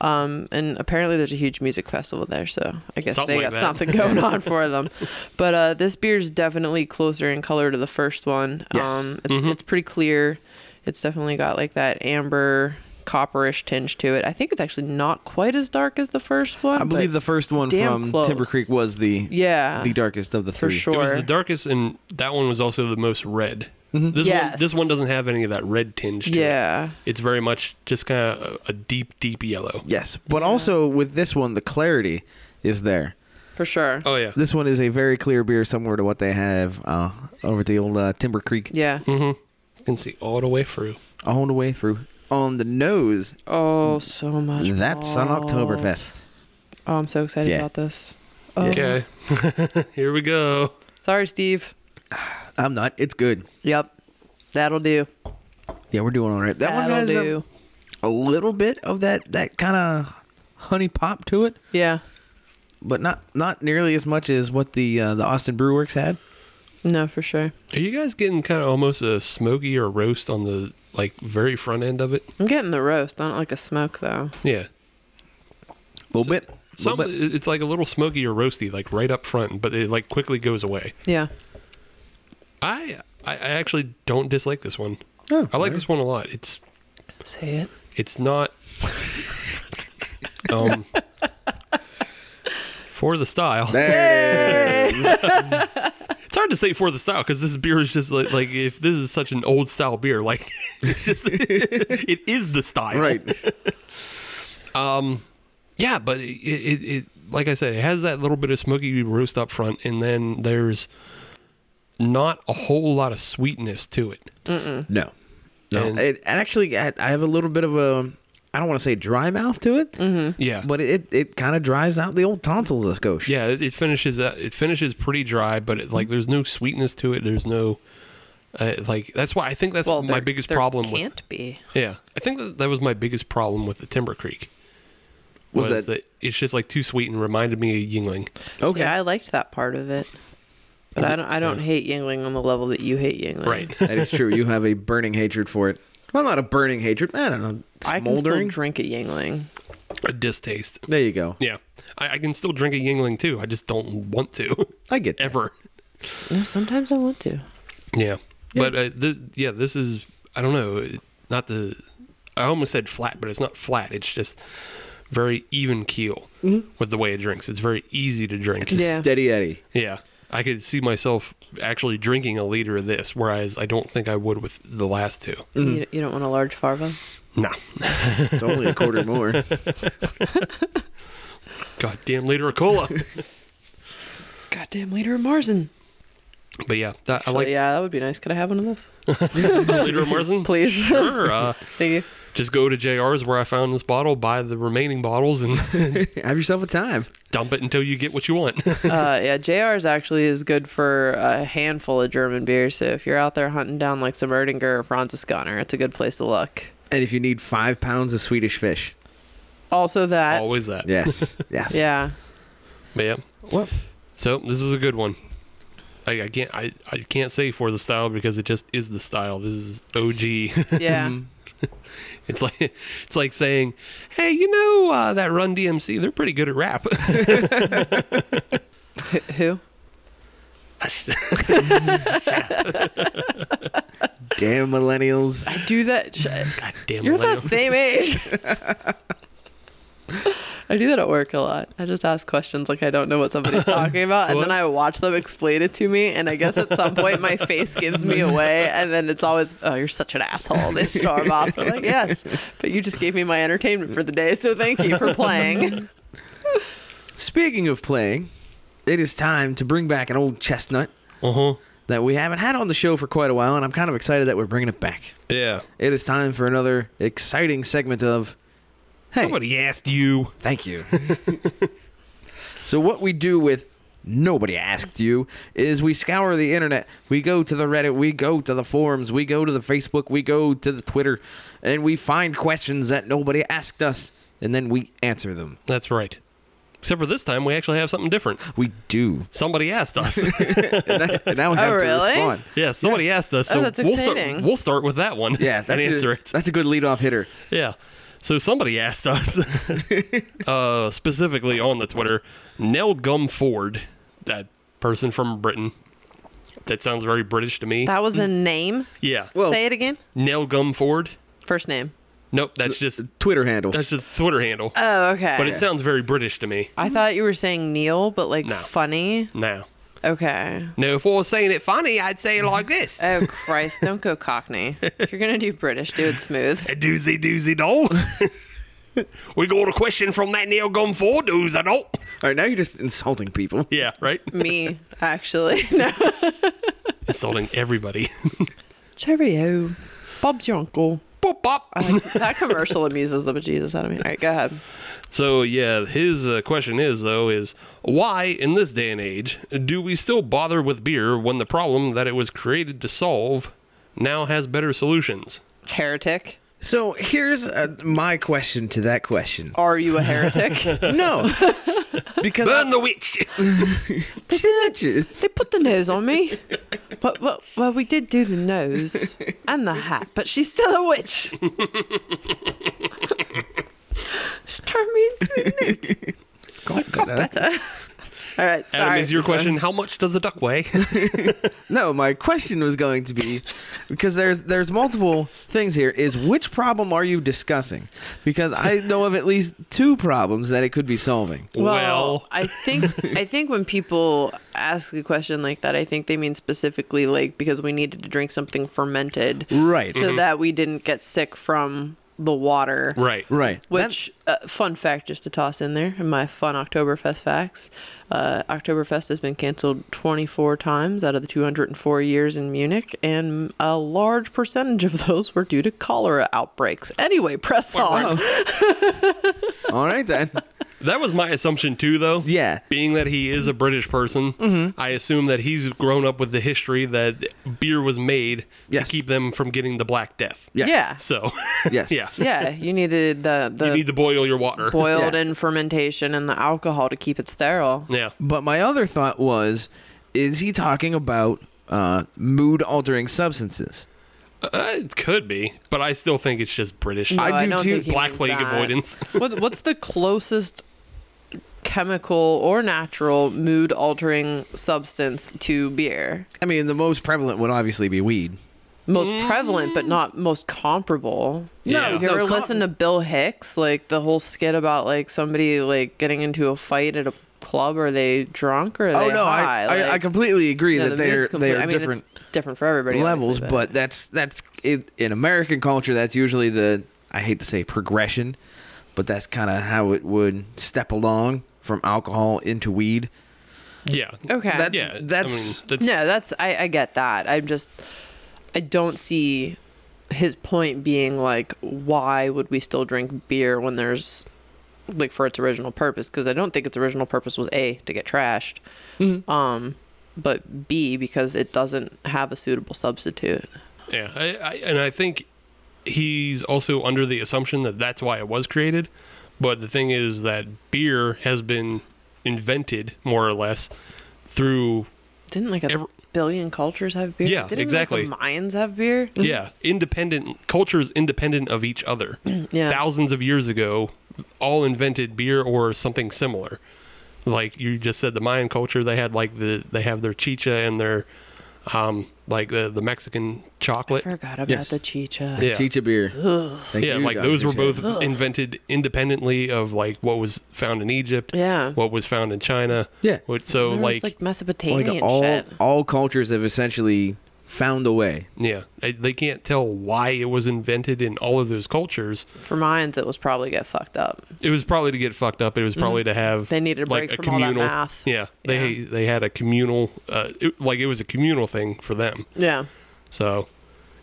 Speaker 4: Um, and apparently there's a huge music festival there, so I guess
Speaker 5: Something
Speaker 4: they
Speaker 5: like
Speaker 4: got
Speaker 5: that.
Speaker 4: something going on for them. But uh, this beer is definitely closer in color to the first one.
Speaker 3: Yes.
Speaker 4: Um, it's,
Speaker 5: Mm-hmm.
Speaker 4: it's pretty clear. It's definitely got like that amber copperish tinge to it. I think it's actually not quite as dark as the first one.
Speaker 3: I believe
Speaker 4: but
Speaker 3: the first one
Speaker 4: damn
Speaker 3: from
Speaker 4: close.
Speaker 3: Timber Creek was the
Speaker 4: yeah
Speaker 3: the darkest of the
Speaker 4: for
Speaker 3: three.
Speaker 5: It was
Speaker 4: sure.
Speaker 5: the darkest, and that one was also the most red. This one,
Speaker 4: Yes.
Speaker 5: this one doesn't have any of that red tinge. To it.
Speaker 4: yeah,
Speaker 5: it's very much just kind of a, a deep, deep yellow.
Speaker 3: Yes, but also with this one, the clarity is there.
Speaker 4: for sure.
Speaker 5: Oh yeah,
Speaker 3: This one is a very clear beer, similar to what they have uh, over at the old uh, Timber Creek,
Speaker 4: Yeah.
Speaker 5: Mm. Mm-hmm. you can see all the way through.
Speaker 3: all the way through. On the nose,
Speaker 4: Oh, so much.
Speaker 3: that's an
Speaker 4: malt.
Speaker 3: Oktoberfest.
Speaker 4: Oh, I'm so excited
Speaker 3: Yeah.
Speaker 4: about this. Oh.
Speaker 5: Okay, here we go.
Speaker 4: Sorry, Steve.
Speaker 3: I'm not. It's good.
Speaker 4: Yep. That'll do.
Speaker 3: Yeah, we're doing all right. That one
Speaker 4: That'll
Speaker 3: has um, a,
Speaker 4: do.
Speaker 3: a little bit of that that kind of honey pop to it,
Speaker 4: yeah.
Speaker 3: but not not nearly as much as what the uh, the Austin Brew Works had.
Speaker 4: No, for sure.
Speaker 5: Are you guys getting kind of almost a smoky or roast on the like very front end of it?
Speaker 4: I'm getting the roast. I don't like a smoke though.
Speaker 5: Yeah.
Speaker 3: A little bit.
Speaker 5: Some,
Speaker 3: little bit.
Speaker 5: it- it's like a little smoky or roasty, like right up front, but it like quickly goes away.
Speaker 4: Yeah.
Speaker 5: I I I actually don't dislike this one.
Speaker 3: Oh,
Speaker 5: I like this one a lot. It's
Speaker 4: Say it.
Speaker 5: it's not um for the style.
Speaker 3: There it is.
Speaker 5: It's hard to say for the style because this beer is just like like if this is such an old style beer, like it's just it is the style,
Speaker 3: right.
Speaker 5: Yeah, but it, it, it like I said, it has that little bit of smoky roast up front, and then there's not a whole lot of sweetness to it.
Speaker 3: No, no.
Speaker 5: And-
Speaker 3: it, it actually, I, I have a little bit of a, I don't want to say dry mouth to it,
Speaker 4: Mm-hmm.
Speaker 5: Yeah,
Speaker 3: but it it kind of dries out the old tonsils of Scotia.
Speaker 5: yeah, it, it finishes uh, it finishes pretty dry, but it, like there's no sweetness to it. There's no uh, like that's why I think that's
Speaker 4: Well,
Speaker 5: my
Speaker 4: there-
Speaker 5: biggest
Speaker 4: there
Speaker 5: problem.
Speaker 4: Can't
Speaker 5: with
Speaker 4: be.
Speaker 5: Yeah, I think that, that was my biggest problem with the Timber Creek.
Speaker 3: Was that-
Speaker 5: it's just like too sweet and reminded me of Yingling.
Speaker 3: Okay.
Speaker 4: Yeah, I liked that part of it, but I don't. I don't hate Yingling on the level that you hate
Speaker 3: Uh-huh.
Speaker 4: Yingling.
Speaker 5: Right.
Speaker 3: that is true. You have a burning hatred for it. Well, not a burning hatred. I don't know.
Speaker 4: I can still
Speaker 3: Smoldering.
Speaker 4: drink a Yingling.
Speaker 5: a distaste.
Speaker 3: there you go.
Speaker 5: Yeah. I, I can still drink a Yingling too. I just don't want to
Speaker 3: I get that.
Speaker 5: ever.
Speaker 4: No, sometimes I want to.
Speaker 5: Yeah. But uh, this, yeah, this is I don't know, not the I almost said flat, but it's not flat. It's just very even keel with the way it drinks. It's very easy to drink.
Speaker 4: Mm-hmm. Yeah.
Speaker 3: Steady Eddie.
Speaker 5: Yeah. I could see myself actually drinking a liter of this, whereas I don't think I would with the last two.
Speaker 4: You, you don't want a large farva.
Speaker 5: Nah.
Speaker 3: It's only a quarter more.
Speaker 5: Goddamn liter of cola.
Speaker 4: Goddamn liter of Marzen.
Speaker 5: but yeah, that, I
Speaker 4: Actually,
Speaker 5: like
Speaker 4: yeah, that would be nice. Could I have one of those?
Speaker 5: a liter of Marzen.
Speaker 4: Please.
Speaker 5: Sure. Uh,
Speaker 4: Thank you.
Speaker 5: just go to JR's where I found this bottle, buy the remaining bottles, and
Speaker 3: have yourself a time.
Speaker 5: dump it until you get what you want.
Speaker 4: uh, yeah, JR's actually is good for a handful of German beers. So if you're out there hunting down like some Erdinger or Franziskaner, it's a good place to look.
Speaker 3: And if you need five pounds of Swedish fish,
Speaker 4: Also that.
Speaker 5: Always that.
Speaker 3: Yes. Yes.
Speaker 4: Yeah.
Speaker 5: But yeah.
Speaker 3: Well,
Speaker 5: So this is a good one. I, I can't I, I can't say for the style because it just is the style. This is OG.
Speaker 4: Yeah.
Speaker 5: it's like it's like saying, hey, you know uh, that Run DMC? They're pretty good at rap.
Speaker 4: Wh- Who?
Speaker 3: damn millennials.
Speaker 4: I do that. sh-
Speaker 5: God damn
Speaker 4: You're
Speaker 5: millennial.
Speaker 4: that same age. I do that at work a lot. I just ask questions like I don't know what somebody's talking about, and then I watch them explain it to me. And I guess at some point my face gives me away, and then it's always, "Oh, you're such an asshole." They storm off. I'm like, "Yes, but you just gave me my entertainment for the day, so thank you for playing."
Speaker 3: Speaking of playing, it is time to bring back an old chestnut
Speaker 5: Uh-huh.
Speaker 3: that we haven't had on the show for quite a while, and I'm kind of excited that we're bringing it back.
Speaker 5: Yeah.
Speaker 3: It is time for another exciting segment of Hey,
Speaker 5: Nobody asked you.
Speaker 3: thank you. so what we do with Nobody asked you. Is we scour the internet. We go to the Reddit. We go to the forums. We go to the Facebook. We go to the Twitter. And we find questions that nobody asked us. And then we answer them.
Speaker 5: That's right. Except for this time, we actually have something different.
Speaker 3: We do.
Speaker 5: Somebody asked us.
Speaker 3: And that- and now we have to
Speaker 4: really?
Speaker 3: respond.
Speaker 5: yeah, somebody asked us. So
Speaker 4: Oh, that's
Speaker 5: we'll
Speaker 4: exciting.
Speaker 5: start. We'll start with that one.
Speaker 3: Yeah, that's
Speaker 5: and answer
Speaker 3: a,
Speaker 5: it.
Speaker 3: That's a good leadoff hitter.
Speaker 5: Yeah. So somebody asked us, uh, specifically on the Twitter, Neld Gum Ford, that person from Britain. That sounds very British to me.
Speaker 4: That was a name.
Speaker 5: yeah.
Speaker 4: Say it again.
Speaker 5: Neld Gum Ford.
Speaker 4: First name.
Speaker 5: Nope, that's just
Speaker 3: Twitter handle.
Speaker 5: that's just Twitter handle.
Speaker 4: Oh, okay.
Speaker 5: but it sounds very British to me.
Speaker 4: I thought you were saying Neil, but like
Speaker 5: No.
Speaker 4: funny.
Speaker 5: No.
Speaker 4: Okay.
Speaker 5: No, if I was saying it funny, I'd say it like this.
Speaker 4: Oh Christ! Don't go Cockney. If you're gonna do British, do it smooth.
Speaker 5: A doozy doozy doll. we got a question from that Neil Gum Ford doozy doll.
Speaker 3: All right, now you're just insulting people.
Speaker 5: Yeah, right?
Speaker 4: Me, actually. No.
Speaker 5: Insulting everybody.
Speaker 4: Cheerio. Bob's your uncle.
Speaker 5: Boop, bop.
Speaker 4: That commercial amuses the bejesus out of me. All right, go ahead.
Speaker 5: So yeah, his uh, question is though is why in this day and age do we still bother with beer when the problem that it was created to solve now has better solutions?
Speaker 4: Heretic.
Speaker 3: So here's uh, my question to that question.
Speaker 5: Oh.
Speaker 4: Are you a heretic?
Speaker 3: No, because
Speaker 5: Burn the witch.
Speaker 3: judges.
Speaker 4: they put the nose on me. But, but, well, we did do the nose and the hat, but she's still a witch. she turned me into a newt.
Speaker 3: God, God, uh,
Speaker 4: All right, sorry.
Speaker 5: Adam, is your question how much does a duck weigh?
Speaker 3: No, my question was going to be because there's there's multiple things here. Is which problem are you discussing? Because I know of at least two problems that it could be solving.
Speaker 5: well,
Speaker 4: I think I think when people ask a question like that, I think they mean specifically like because we needed to drink something fermented,
Speaker 3: Right.
Speaker 4: So
Speaker 5: Mm-hmm.
Speaker 4: that we didn't get sick from the water,
Speaker 5: right.
Speaker 3: Right.
Speaker 4: Which uh, fun fact, just to toss in there, in my fun Oktoberfest facts, uh, Oktoberfest has been canceled 24 times out of the 204 years in Munich, and a large percentage of those were due to cholera outbreaks. Anyway, press on.
Speaker 3: That- all right then.
Speaker 5: That was my assumption too though.
Speaker 3: Yeah.
Speaker 5: Being that he is a British person, I assume that he's grown up with the history that beer was made
Speaker 3: Yes.
Speaker 5: to keep them from getting the black death.
Speaker 3: Yes.
Speaker 4: Yeah,
Speaker 5: So,
Speaker 3: Yes.
Speaker 5: yeah.
Speaker 4: yeah. You needed the the
Speaker 5: You need to boil your water.
Speaker 4: boiled
Speaker 3: Yeah.
Speaker 4: in fermentation and the alcohol to keep it sterile.
Speaker 5: yeah.
Speaker 3: But my other thought was, is he talking about uh, mood altering substances?
Speaker 5: Uh, it could be, but I still think it's just British.
Speaker 4: No,
Speaker 5: I-
Speaker 3: do
Speaker 4: don't
Speaker 3: too.
Speaker 4: think he
Speaker 5: Black
Speaker 4: means
Speaker 5: plague
Speaker 4: that.
Speaker 5: avoidance.
Speaker 4: what, what's the closest chemical or natural mood altering substance to beer?
Speaker 3: I mean, the most prevalent would obviously be weed.
Speaker 4: Most
Speaker 3: Mm.
Speaker 4: prevalent, but not most comparable.
Speaker 5: No,
Speaker 4: you
Speaker 5: no,
Speaker 4: ever
Speaker 3: com-
Speaker 4: listen to Bill Hicks? Like the whole skit about like somebody like getting into a fight at a club. Are they drunk or are
Speaker 3: Oh
Speaker 4: they
Speaker 3: no,
Speaker 4: high?
Speaker 3: I, I, I
Speaker 4: Like,
Speaker 3: completely agree
Speaker 4: you know,
Speaker 3: that
Speaker 4: the
Speaker 3: they're
Speaker 4: mood's complete-
Speaker 3: they're
Speaker 4: I mean,
Speaker 3: different
Speaker 4: It's different for everybody. obviously,
Speaker 3: levels, but that's that's it, in American culture. That's usually the I hate to say progression, but that's kind of how it would step along from alcohol into weed.
Speaker 5: Yeah.
Speaker 4: okay.
Speaker 3: That-
Speaker 5: Yeah.
Speaker 3: That's-
Speaker 5: I mean, that's
Speaker 4: No, that's I, I get that. I'm just I don't see his point being like why would we still drink beer when there's like for its original purpose because I don't think its original purpose was A to get trashed.
Speaker 5: Mm-hmm.
Speaker 4: Um but B because it doesn't have a suitable substitute.
Speaker 5: yeah. I, I, and I think he's also under the assumption that that's why it was created. But the thing is that beer has been invented more or less through
Speaker 4: Didn't like a
Speaker 5: Every-
Speaker 4: billion cultures have beer?
Speaker 5: Yeah,
Speaker 4: Didn't
Speaker 5: exactly.
Speaker 4: Like the Mayans have beer?
Speaker 5: yeah independent cultures independent of each other
Speaker 4: Yeah.
Speaker 5: thousands of years ago all invented beer or something similar like you just said the mayan culture they had like the they have their chicha and their um like the, the mexican chocolate
Speaker 4: Forgot about
Speaker 3: Yes.
Speaker 4: the chicha.
Speaker 5: Yeah.
Speaker 3: Chicha beer. Thank
Speaker 5: yeah
Speaker 3: you,
Speaker 5: like
Speaker 3: Dr.
Speaker 5: those were
Speaker 3: Shay.
Speaker 5: both invented independently of like what was found in egypt
Speaker 4: Yeah.
Speaker 5: what was found in china
Speaker 3: Yeah.
Speaker 5: what, so
Speaker 4: Remember, it's
Speaker 5: like,
Speaker 4: like Mesopotamian
Speaker 3: like all
Speaker 4: shit.
Speaker 3: all cultures have essentially found a way.
Speaker 5: yeah they- they can't tell why it was invented in all of those cultures
Speaker 4: For Mayans, it was probably get fucked up.
Speaker 5: It was probably to get fucked up. It was probably to have
Speaker 4: Mm-hmm. They needed a break from all that math.
Speaker 5: Yeah, they they had a communal, uh, it, like it was a communal thing for them.
Speaker 4: Yeah.
Speaker 5: So,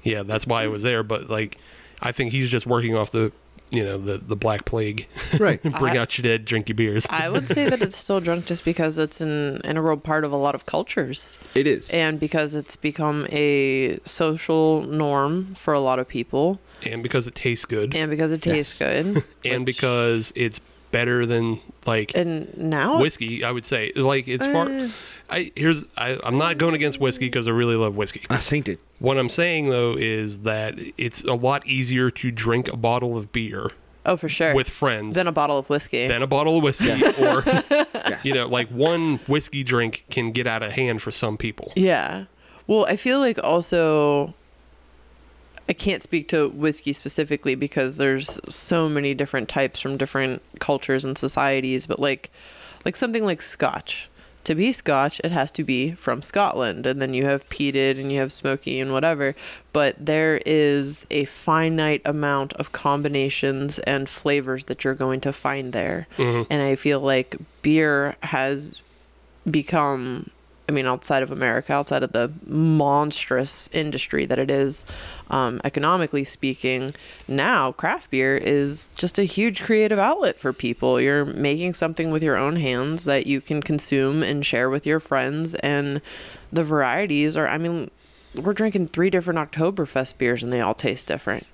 Speaker 5: yeah, that's why it
Speaker 4: Mm-hmm.
Speaker 5: was there. But like, I think he's just working off the, you know, the the black plague.
Speaker 3: Right.
Speaker 5: Bring
Speaker 4: I-
Speaker 5: out your dead, drink your beers.
Speaker 4: I would say that it's still drunk just because it's an integral part of a lot of cultures
Speaker 3: It is.
Speaker 4: and because it's become a social norm for a lot of people
Speaker 5: and because it tastes good, and,
Speaker 4: and because it tastes good.
Speaker 5: because it's better than like
Speaker 4: And now it's-
Speaker 5: whiskey. I would say like as
Speaker 4: Uh.
Speaker 5: far. I here's I, I'm not going against whiskey because I really love whiskey.
Speaker 3: I synced it.
Speaker 5: What I'm saying though is that it's a lot easier to drink a bottle of beer
Speaker 4: Oh, for sure.
Speaker 5: with friends
Speaker 4: then a bottle of whiskey.
Speaker 5: than a bottle of whiskey, or you know, like one whiskey drink can get out of hand for some people.
Speaker 4: Yeah. Well, I feel like also I can't speak to whiskey specifically because there's so many different types from different cultures and societies, but like like something like scotch. To be scotch, it has to be from Scotland and then you have peated and you have smoky and whatever, but there is a finite amount of combinations and flavors that you're going to find there. And I feel like beer has become i mean outside of america outside of the monstrous industry that it is um, economically speaking now craft beer is just a huge creative outlet for people you're making something with your own hands that you can consume and share with your friends and the varieties are i mean we're drinking three different oktoberfest beers and they all taste different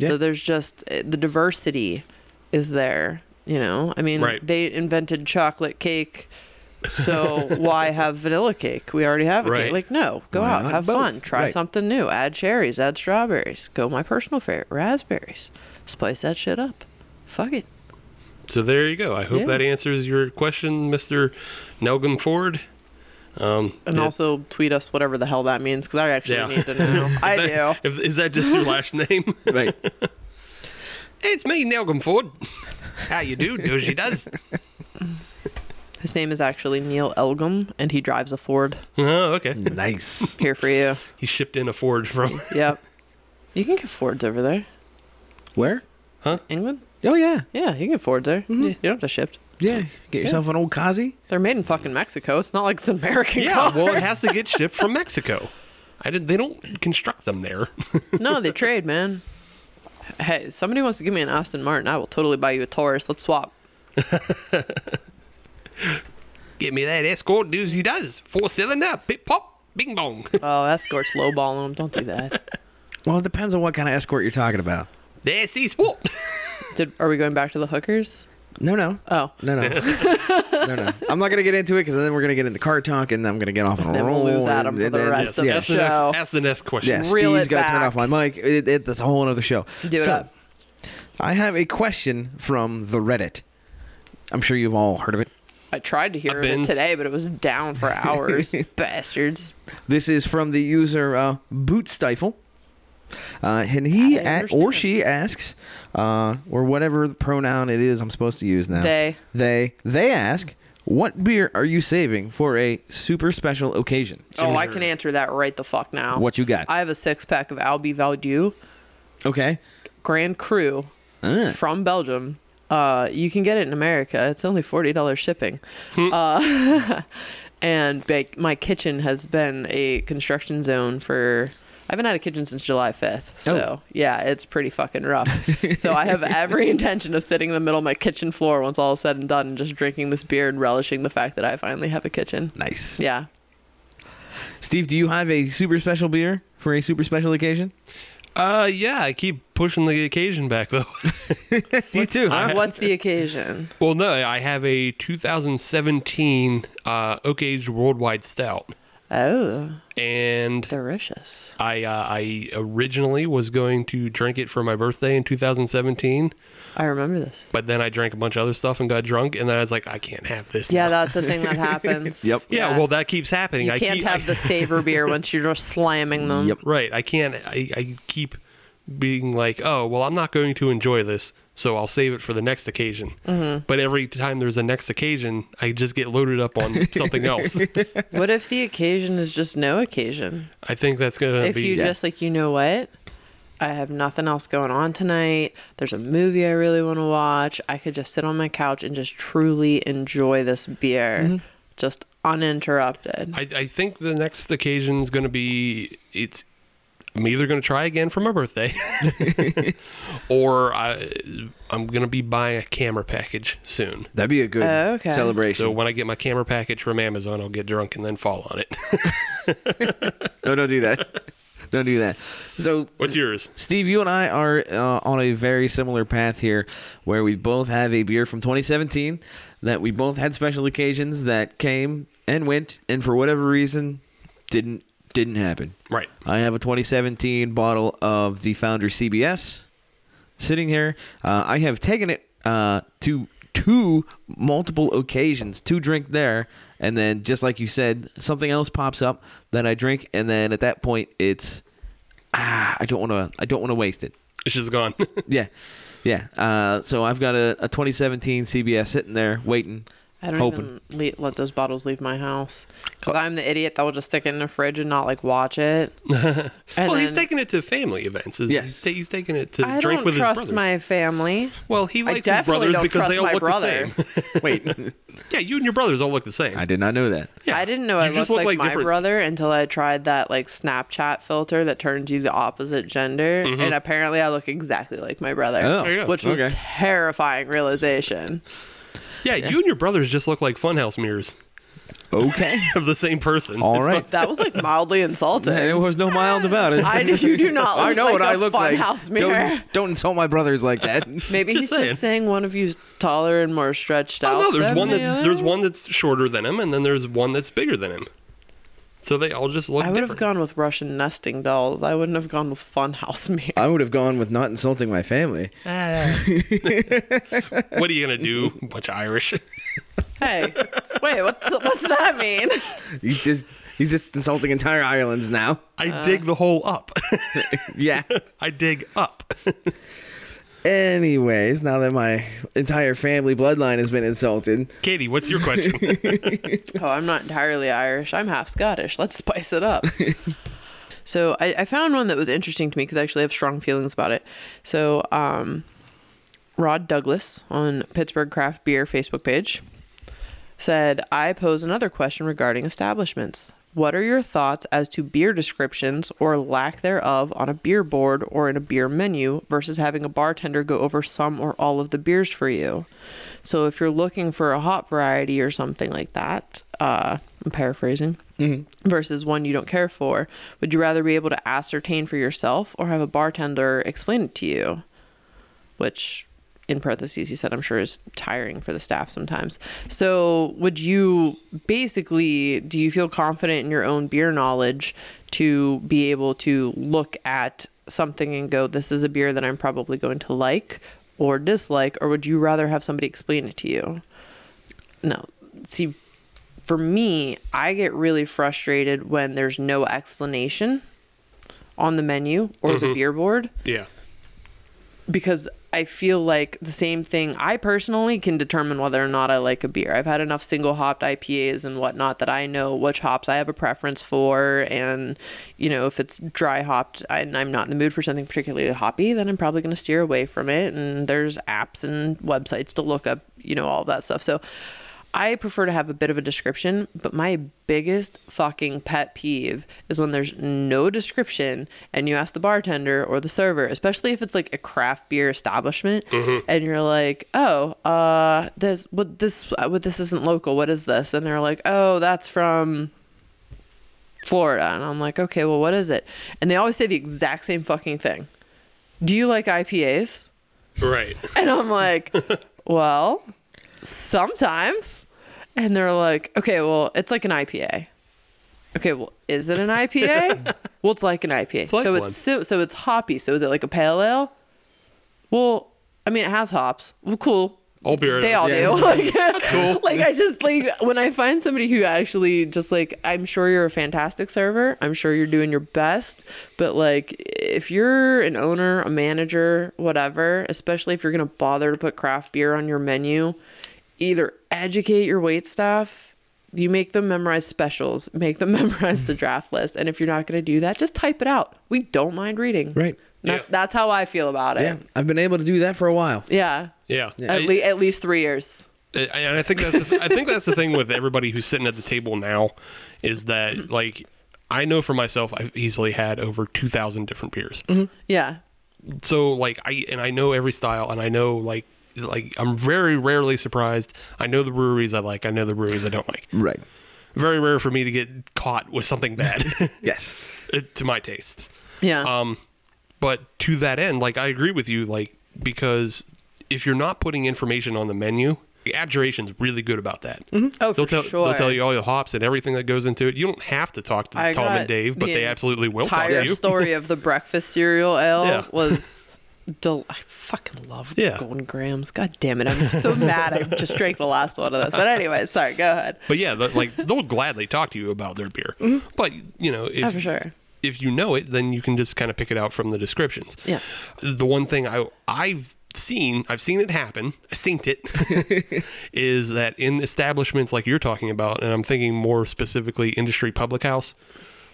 Speaker 4: so there's just eh, the diversity is there you know i mean
Speaker 5: Right.
Speaker 4: they invented chocolate cake so why have vanilla cake? We already have a
Speaker 5: Right.
Speaker 4: cake. Like, no, go
Speaker 3: Why
Speaker 4: out,
Speaker 3: not
Speaker 4: have
Speaker 3: both?
Speaker 4: fun, try
Speaker 3: Right.
Speaker 4: something new, add cherries, add strawberries. Go my personal favorite, raspberries. Spice that shit up. Fuck it.
Speaker 5: So there you go. I hope
Speaker 4: Yeah.
Speaker 5: that answers your question, Mister Nelgum Ford. Um,
Speaker 4: And
Speaker 5: if-
Speaker 4: also tweet us whatever the hell that means because I actually
Speaker 5: Yeah.
Speaker 4: need to know. I do.
Speaker 5: if, is that just your last name?
Speaker 3: Right.
Speaker 5: Hey, it's me, Nelgum Ford. How you do? Does she does?
Speaker 4: His name is actually Neil Elgum, and he drives a Ford.
Speaker 5: oh, okay.
Speaker 3: nice.
Speaker 4: Here for you.
Speaker 5: He shipped in a Ford from.
Speaker 4: Yep. You can get Fords over there.
Speaker 3: Where?
Speaker 4: England?
Speaker 3: Oh yeah.
Speaker 4: Yeah, you can get Fords there. Yeah, you don't have to ship.
Speaker 3: Yeah. Get yourself an old Kazi.
Speaker 4: They're made in fucking Mexico. It's not like it's an American
Speaker 5: Yeah,
Speaker 4: car.
Speaker 5: well, it has to get shipped from Mexico. I did, they don't construct them there.
Speaker 4: No, they trade, man. Hey, somebody wants to give me an Aston Martin, I will totally buy you a Taurus. Let's swap.
Speaker 5: Give me that escort, does he does. Four cylinder, pip pop, bing bong.
Speaker 4: Oh, escorts lowballing them. Don't do that.
Speaker 3: Well, it depends on what kind of escort you're talking about.
Speaker 5: There's C sport.
Speaker 4: Did are we going back to the hookers?
Speaker 3: No, no.
Speaker 4: Oh,
Speaker 3: No, no. no, no. I'm not going to get into it because then we're going to get into car talk and I'm going to get off on a
Speaker 4: Then we'll
Speaker 3: roll.
Speaker 4: lose
Speaker 3: and-
Speaker 4: Adam for
Speaker 3: and
Speaker 4: the
Speaker 3: then-
Speaker 4: rest of
Speaker 3: yeah.
Speaker 4: the
Speaker 5: That's the next,
Speaker 4: show.
Speaker 5: ask the next question.
Speaker 3: Yeah,
Speaker 4: Reel
Speaker 3: Steve's
Speaker 4: it
Speaker 3: got to turn
Speaker 4: back.
Speaker 3: off my mic. It, it, that's a whole other show.
Speaker 4: Do it
Speaker 3: So,
Speaker 4: up.
Speaker 3: I have a question from the Reddit. I'm sure you've all heard of it.
Speaker 4: I tried to hear
Speaker 5: I've
Speaker 4: of it
Speaker 5: been-
Speaker 4: today, but it was down for hours. Bastards.
Speaker 3: This is from the user uh, Bootstifle. Uh, and he
Speaker 4: I
Speaker 3: a-
Speaker 4: understand.
Speaker 3: or she asks, uh, or whatever the pronoun it is I'm supposed to use now.
Speaker 4: They.
Speaker 3: They. They ask, what beer are you saving for a super special occasion?
Speaker 4: Oh, I can answer that right the fuck now.
Speaker 3: What you got?
Speaker 4: I have a six pack of Albi Valdu
Speaker 3: Okay.
Speaker 4: Grand Cru
Speaker 3: Uh,
Speaker 4: from Belgium. Uh, you can get it in America. It's only forty dollars shipping.
Speaker 5: Hmm.
Speaker 4: uh, and ba- my kitchen has been a construction zone for. I haven't had a kitchen since July fifth.
Speaker 3: Oh.
Speaker 4: So yeah, it's pretty fucking rough. so I have every intention of sitting in the middle of my kitchen floor once all is said and done, and just drinking this beer and relishing the fact that I finally have a kitchen.
Speaker 3: nice.
Speaker 4: Yeah.
Speaker 3: Steve, do you have a super special beer for a super special occasion?
Speaker 5: Uh, yeah, I keep pushing the occasion back though.
Speaker 3: You too, huh?
Speaker 4: What's the occasion?
Speaker 5: well, no, I have a 2017 uh, oak aged worldwide stout,
Speaker 4: Oh,
Speaker 5: and
Speaker 4: delicious.
Speaker 5: I uh, I originally was going to drink it for my birthday in 2017,
Speaker 4: I remember this.
Speaker 5: but then I drank a bunch of other stuff and got drunk, and then I was like, I can't have this.
Speaker 4: Yeah,
Speaker 5: now.
Speaker 4: that's a thing that happens.
Speaker 3: Yep.
Speaker 5: yeah. Well, that keeps happening.
Speaker 4: you
Speaker 5: I
Speaker 4: can't
Speaker 5: keep,
Speaker 4: have
Speaker 5: I-
Speaker 4: the savor beer once you're just slamming them.
Speaker 3: Yep.
Speaker 5: Right. I can't. I, I keep being like, oh, well, I'm not going to enjoy this, so I'll save it for the next occasion.
Speaker 4: Mm-hmm.
Speaker 5: But every time there's a next occasion, I just get loaded up on something else.
Speaker 4: What if the occasion is just no occasion?
Speaker 5: I think that's going to
Speaker 4: if
Speaker 5: be.
Speaker 4: you just like, you know what? I have nothing else going on tonight. There's a movie I really want to watch. I could just sit on my couch and just truly enjoy this beer, just uninterrupted.
Speaker 5: Mm-hmm. I, I think the next occasion is going to be it's. I'm either going to try again for my birthday, or I, I'm going to be buying a camera package soon.
Speaker 3: That'd be a good
Speaker 4: Oh, okay.
Speaker 3: celebration.
Speaker 5: So when I get my camera package from Amazon, I'll get drunk and then fall on it.
Speaker 3: no, don't do that. don't do that. So
Speaker 5: What's yours?
Speaker 3: Steve, you and I are uh, on a very similar path here, where we both have a beer from 2017 that we both had special occasions that came and went, and for whatever reason, didn't didn't happen.
Speaker 5: Right.
Speaker 3: I have a 2017 bottle of the Founder CBS sitting here. Uh, I have taken it uh, to two multiple occasions to drink there, and then just like you said, something else pops up that I drink, and then at that point, it's ah, I don't want to, I don't want to waste it.
Speaker 5: It's just gone.
Speaker 3: Yeah, yeah. Uh, so I've got a, a 2017 CBS sitting there waiting,
Speaker 4: I don't
Speaker 3: hoping.
Speaker 4: even le- let those bottles leave my house because I'm the idiot that will just stick it in the fridge and not like watch it. And
Speaker 5: well, he's
Speaker 4: then-
Speaker 5: taking it to family events. Is-
Speaker 3: Yes.
Speaker 5: he's, ta- he's taking it to
Speaker 4: I
Speaker 5: drink
Speaker 4: don't
Speaker 5: with
Speaker 4: trust
Speaker 5: his brothers.
Speaker 4: my family.
Speaker 5: well, he
Speaker 4: I
Speaker 5: likes his
Speaker 4: definitely
Speaker 5: brothers
Speaker 4: don't
Speaker 5: because
Speaker 4: trust
Speaker 5: they all
Speaker 4: my
Speaker 5: look
Speaker 4: brother.
Speaker 5: the same.
Speaker 3: Wait,
Speaker 5: yeah, you and your brothers all look the same.
Speaker 3: I did not know that.
Speaker 5: Yeah.
Speaker 4: I didn't know
Speaker 5: You
Speaker 4: I
Speaker 5: just
Speaker 4: looked
Speaker 5: look
Speaker 4: like,
Speaker 5: like
Speaker 4: my
Speaker 5: different-
Speaker 4: brother until I tried that like Snapchat filter that turns you the opposite gender, and apparently I look exactly like my brother,
Speaker 3: Oh, There you
Speaker 5: go.
Speaker 4: which was
Speaker 3: okay.
Speaker 4: terrifying realization.
Speaker 5: Yeah, you and your brothers just look like funhouse mirrors
Speaker 3: Okay,
Speaker 5: of the same person.
Speaker 3: all
Speaker 5: It's
Speaker 3: right.
Speaker 5: not-
Speaker 4: That was like mildly insulting.
Speaker 3: There was no mild about it.
Speaker 4: I you do not. Look
Speaker 3: I know
Speaker 4: like
Speaker 3: what
Speaker 4: I
Speaker 3: I look like.
Speaker 4: House
Speaker 3: Don't-
Speaker 4: mirror.
Speaker 3: Don't, insult my brothers like that.
Speaker 4: Maybe
Speaker 5: Just
Speaker 4: he's
Speaker 5: saying.
Speaker 4: just saying one of you's taller and more stretched out.
Speaker 5: oh, no, there's
Speaker 4: than
Speaker 5: one
Speaker 4: the
Speaker 5: that's
Speaker 4: other.
Speaker 5: there's one that's shorter than him, and then there's one that's bigger than him. So they all just look
Speaker 4: I would have
Speaker 5: different.
Speaker 4: gone with Russian nesting dolls. I wouldn't have gone with Funhouse Mirror.
Speaker 3: I would have gone with not insulting my family.
Speaker 5: what are you gonna do, bunch of Irish?
Speaker 4: Hey, wait, what, what's that mean?
Speaker 3: He's just he's just insulting entire islands now.
Speaker 5: I dig the hole up.
Speaker 3: Yeah.
Speaker 5: I dig up.
Speaker 3: Anyways, now that my entire family bloodline has been insulted,
Speaker 5: Katie, what's your question?
Speaker 4: Oh, I'm not entirely Irish. I'm half Scottish. Let's spice it up. so I, I found one that was interesting to me because I actually have strong feelings about it. So um, Rod Douglas on Pittsburgh Craft Beer Facebook page said, I pose another question regarding establishments. What are your thoughts as to beer descriptions or lack thereof on a beer board or in a beer menu versus having a bartender go over some or all of the beers for you? So if you're looking for a hop variety or something like that, uh, I'm paraphrasing, versus one you don't care for, would you rather be able to ascertain for yourself or have a bartender explain it to you? Which, in parentheses, he said, I'm sure is tiring for the staff sometimes. So would you basically, do you feel confident in your own beer knowledge to be able to look at something and go, this is a beer that I'm probably going to like? Or dislike, or would you rather have somebody explain it to you? No. See, for me, I get really frustrated when there's no explanation on the menu or the beer board
Speaker 5: yeah.
Speaker 4: because I feel like the same thing. I personally can determine whether or not I like a beer. I've had enough single hopped IPAs and whatnot that I know which hops I have a preference for. And, you know, if it's dry hopped and I'm not in the mood for something particularly hoppy, then I'm probably going to steer away from it. And there's apps and websites to look up, you know, all of that stuff. So I prefer to have a bit of a description, but my biggest fucking pet peeve is when there's no description and you ask the bartender or the server, especially if it's like a craft beer establishment, and you're like, "Oh, uh, this what this uh, what this isn't local. What is this?" And they're like, "Oh, that's from Florida. And I'm like, okay, well, what is it? And they always say the exact same fucking thing. Do you like IPAs?
Speaker 5: Right.
Speaker 4: And I'm like, well, sometimes. And they're like, okay, well, it's like an IPA. Okay, well, is it an IPA? well, it's like an IPA.
Speaker 5: like
Speaker 4: so
Speaker 5: one.
Speaker 4: it's so, so it's hoppy. So is it like a pale ale? Well, I mean, it has hops. Well, cool.
Speaker 5: All beer.
Speaker 4: They all
Speaker 3: Yeah.
Speaker 4: do. Like, like I just like when I find somebody who actually just like I'm sure you're a fantastic server. I'm sure you're doing your best, but like if you're an owner, a manager, whatever, especially if you're gonna bother to put craft beer on your menu, either educate your wait staff. You make them memorize specials, make them memorize the draft list, and if you're not going to do that, just type it out. We don't mind reading.
Speaker 3: Right.
Speaker 4: That-
Speaker 5: Yeah.
Speaker 4: That's how I feel about
Speaker 3: Yeah,
Speaker 4: it.
Speaker 3: I've been able to do that for a while.
Speaker 4: Yeah.
Speaker 5: Yeah. yeah.
Speaker 4: At, le- at least three years.
Speaker 5: I- and I think that's the, I think that's the thing with everybody who's sitting at the table now, is
Speaker 4: Mm-hmm.
Speaker 5: that like I know for myself I've easily had over two thousand different beers.
Speaker 4: Mm-hmm. Yeah.
Speaker 5: So like I and I know every style and I know like like I'm very rarely surprised. I know the breweries I like. I know the breweries I don't like.
Speaker 3: Right.
Speaker 5: Very rare for me to get caught with something bad
Speaker 3: Yes.
Speaker 5: to my tastes.
Speaker 4: Yeah.
Speaker 5: Um, but to that end, like I agree with you, like because if you're not putting information on the menu, the Abjuration's really good about that.
Speaker 4: Oh,
Speaker 5: they'll
Speaker 4: for
Speaker 5: tell,
Speaker 4: sure.
Speaker 5: They'll tell you all the hops and everything that goes into it. You don't have to talk to
Speaker 4: I
Speaker 5: Tom and
Speaker 4: got
Speaker 5: Dave, but
Speaker 4: the
Speaker 5: they absolutely will talk
Speaker 4: entire
Speaker 5: to you.
Speaker 4: story of the breakfast cereal ale
Speaker 5: Yeah.
Speaker 4: was. Del- I fucking love
Speaker 5: Yeah.
Speaker 4: Golden Grams. God damn it. I'm so mad I just drank the last one of those. But anyway, sorry, go ahead.
Speaker 5: But yeah, the, like they'll gladly talk to you about their beer. But you know, if
Speaker 4: Mm-hmm. Oh, for sure.
Speaker 5: if you know it, then you can just kind of pick it out from the descriptions.
Speaker 4: Yeah.
Speaker 5: The one thing I I've seen I've seen it happen. I seen it is that in establishments like you're talking about, and I'm thinking more specifically industry public house,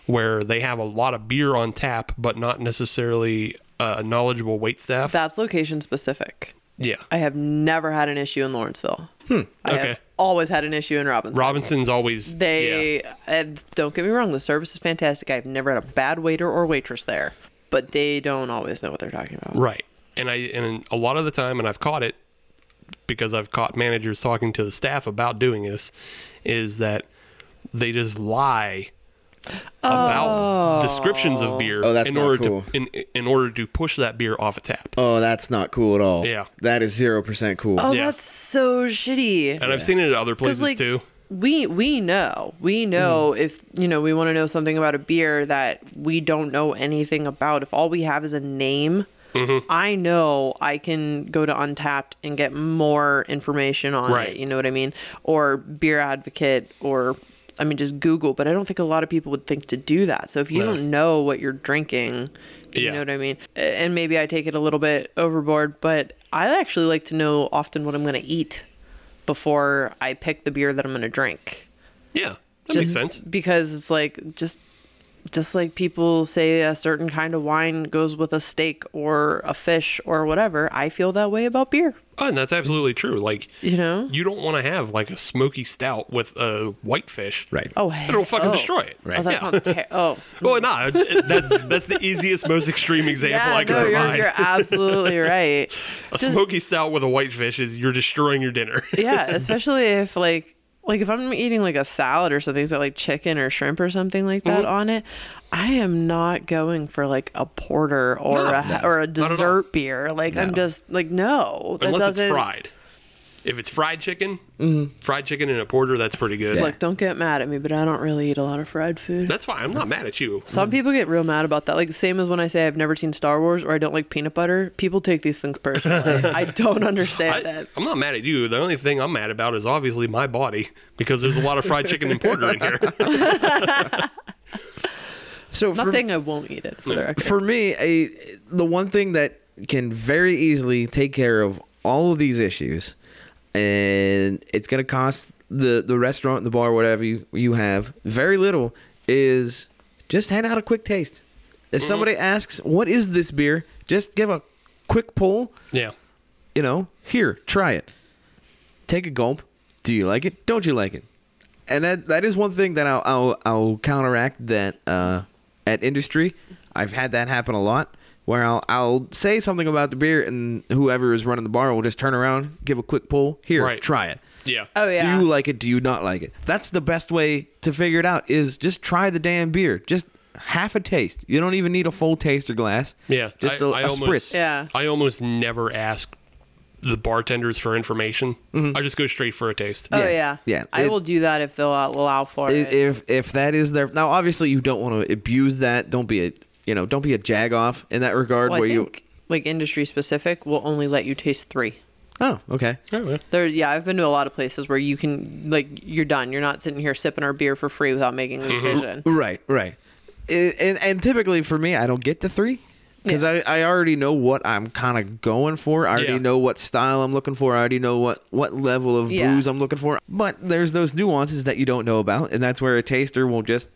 Speaker 5: where they have a lot of beer on tap, but not necessarily a knowledgeable wait staff.
Speaker 4: That's location specific.
Speaker 5: yeah.
Speaker 4: I have never had an issue in Lawrenceville. Hmm. I
Speaker 5: okay.
Speaker 4: have always had an issue in Robinson.
Speaker 5: Robinson's always yeah.
Speaker 4: They, and don't get me wrong, the service is fantastic. I've never had a bad waiter or waitress there, but they don't always know what they're talking about.
Speaker 5: Right. And I and a lot of the time and I've caught it because I've caught managers talking to the staff about doing this is that they just lie
Speaker 4: Oh.
Speaker 5: about descriptions of beer
Speaker 3: Oh, that's
Speaker 5: in
Speaker 3: not
Speaker 5: order
Speaker 3: cool.
Speaker 5: to in in order to push that beer off a tap.
Speaker 3: Oh, that's not cool at all.
Speaker 5: Yeah.
Speaker 3: That is zero percent cool.
Speaker 4: Oh,
Speaker 5: Yeah.
Speaker 4: that's so shitty.
Speaker 5: And I've seen it at other places
Speaker 4: like,
Speaker 5: too. Hmm.
Speaker 4: We we know we know if you know we want to know something about a beer that we don't know anything about. If all we have is a name,
Speaker 5: Mm-hmm.
Speaker 4: I know I can go to Untapped and get more information on
Speaker 5: Right.
Speaker 4: it. You know what I mean? Or Beer Advocate, or I mean just Google. But I don't think a lot of people would think to do that. So if you
Speaker 5: No.
Speaker 4: don't know what you're drinking, you
Speaker 5: Yeah.
Speaker 4: know what I mean? A- And maybe I take it a little bit overboard, but I actually like to know often what I'm going to eat before I pick the beer that I'm going to drink.
Speaker 5: Yeah. That makes
Speaker 4: Just
Speaker 5: sense.
Speaker 4: Because it's like just just like people say a certain kind of wine goes with a steak or a fish or whatever, I feel that way about beer,
Speaker 5: Oh, and that's absolutely true. Like
Speaker 4: you know?
Speaker 5: you don't want to have like a smoky stout with a whitefish.
Speaker 3: right.
Speaker 4: Oh, hey.
Speaker 5: It'll fucking
Speaker 4: oh.
Speaker 5: destroy it.
Speaker 4: Right. Oh, that
Speaker 5: Yeah.
Speaker 4: sounds ter- Oh.
Speaker 5: Well, nah, that's that's the easiest, most extreme example
Speaker 4: Yeah,
Speaker 5: I can
Speaker 4: no, you're,
Speaker 5: provide.
Speaker 4: you're absolutely right.
Speaker 5: A smoky stout with a whitefish is you're destroying your dinner.
Speaker 4: yeah especially if like like if i'm eating like a salad or something it's got like chicken or shrimp or something like that on it i am not going for like a porter or a or a
Speaker 5: at all.
Speaker 4: dessert beer like i'm just like no that
Speaker 5: Unless
Speaker 4: doesn't Mm-hmm.
Speaker 5: it's fried. If it's fried chicken, fried chicken and a porter, that's pretty good.
Speaker 4: look don't get mad at me but i don't really eat a lot of fried food
Speaker 5: That's fine. I'm not mad at you.
Speaker 4: some people get real mad about that. Like same as when I say I've never seen Star Wars or I don't like peanut butter. People take these things personally. I don't understand
Speaker 5: I,
Speaker 4: that.
Speaker 5: I'm not mad at you. The only thing I'm mad about is obviously my body because there's a lot of fried chicken and porter in here.
Speaker 3: So
Speaker 4: I'm
Speaker 3: for-
Speaker 4: not saying I won't eat it. For the record.
Speaker 3: For me, I, the one thing that can very easily take care of all of these issues, and it's going to cost the, the restaurant, the bar, whatever you, you have, very little, is just hand out a quick taste. If somebody asks, what is this beer? Just give a quick pull,
Speaker 5: yeah.
Speaker 3: you know, here, try it. Take a gulp. Do you like it? Don't you like it? And that that is one thing that I'll I'll, I'll counteract that uh, at industry. I've had that happen a lot. where I'll, I'll say something about the beer and whoever is running the bar will just turn around, give a quick pull. Here,
Speaker 5: Right.
Speaker 3: try it.
Speaker 5: Yeah.
Speaker 4: Oh yeah.
Speaker 3: Do you like it? Do you not like it? That's the best way to figure it out is just try the damn beer. Just half a taste. You don't even need a full taster glass.
Speaker 5: Yeah,
Speaker 3: Just
Speaker 5: I-
Speaker 3: a
Speaker 5: I
Speaker 3: a
Speaker 5: almost,
Speaker 3: spritz.
Speaker 4: Yeah.
Speaker 5: I almost never ask the bartenders for information. I just go straight for a taste.
Speaker 4: Mm-hmm. oh
Speaker 3: yeah,
Speaker 4: yeah.
Speaker 3: yeah.
Speaker 4: I
Speaker 3: It-
Speaker 4: will do that if they'll allow for
Speaker 3: I-
Speaker 4: it.
Speaker 3: If if that is their now, obviously you don't want to abuse that. Don't be a you know don't be a jag off in that regard
Speaker 4: Well, Oh, I
Speaker 3: where
Speaker 4: think like industry specific will only let you taste three.
Speaker 3: you oh okay
Speaker 5: Oh, yeah.
Speaker 4: There, yeah, I've been to a lot of places where you can like you're done. You're not sitting here sipping our beer for free without making a decision.
Speaker 3: right right I- and and typically for me I don't get the three because
Speaker 4: Yeah.
Speaker 3: I I already know what I'm kind of going for. I already
Speaker 5: Yeah.
Speaker 3: know what style I'm looking for. I already know what what level of
Speaker 4: Yeah.
Speaker 3: booze I'm looking for. But there's those nuances that you don't know about, and that's where a taster will just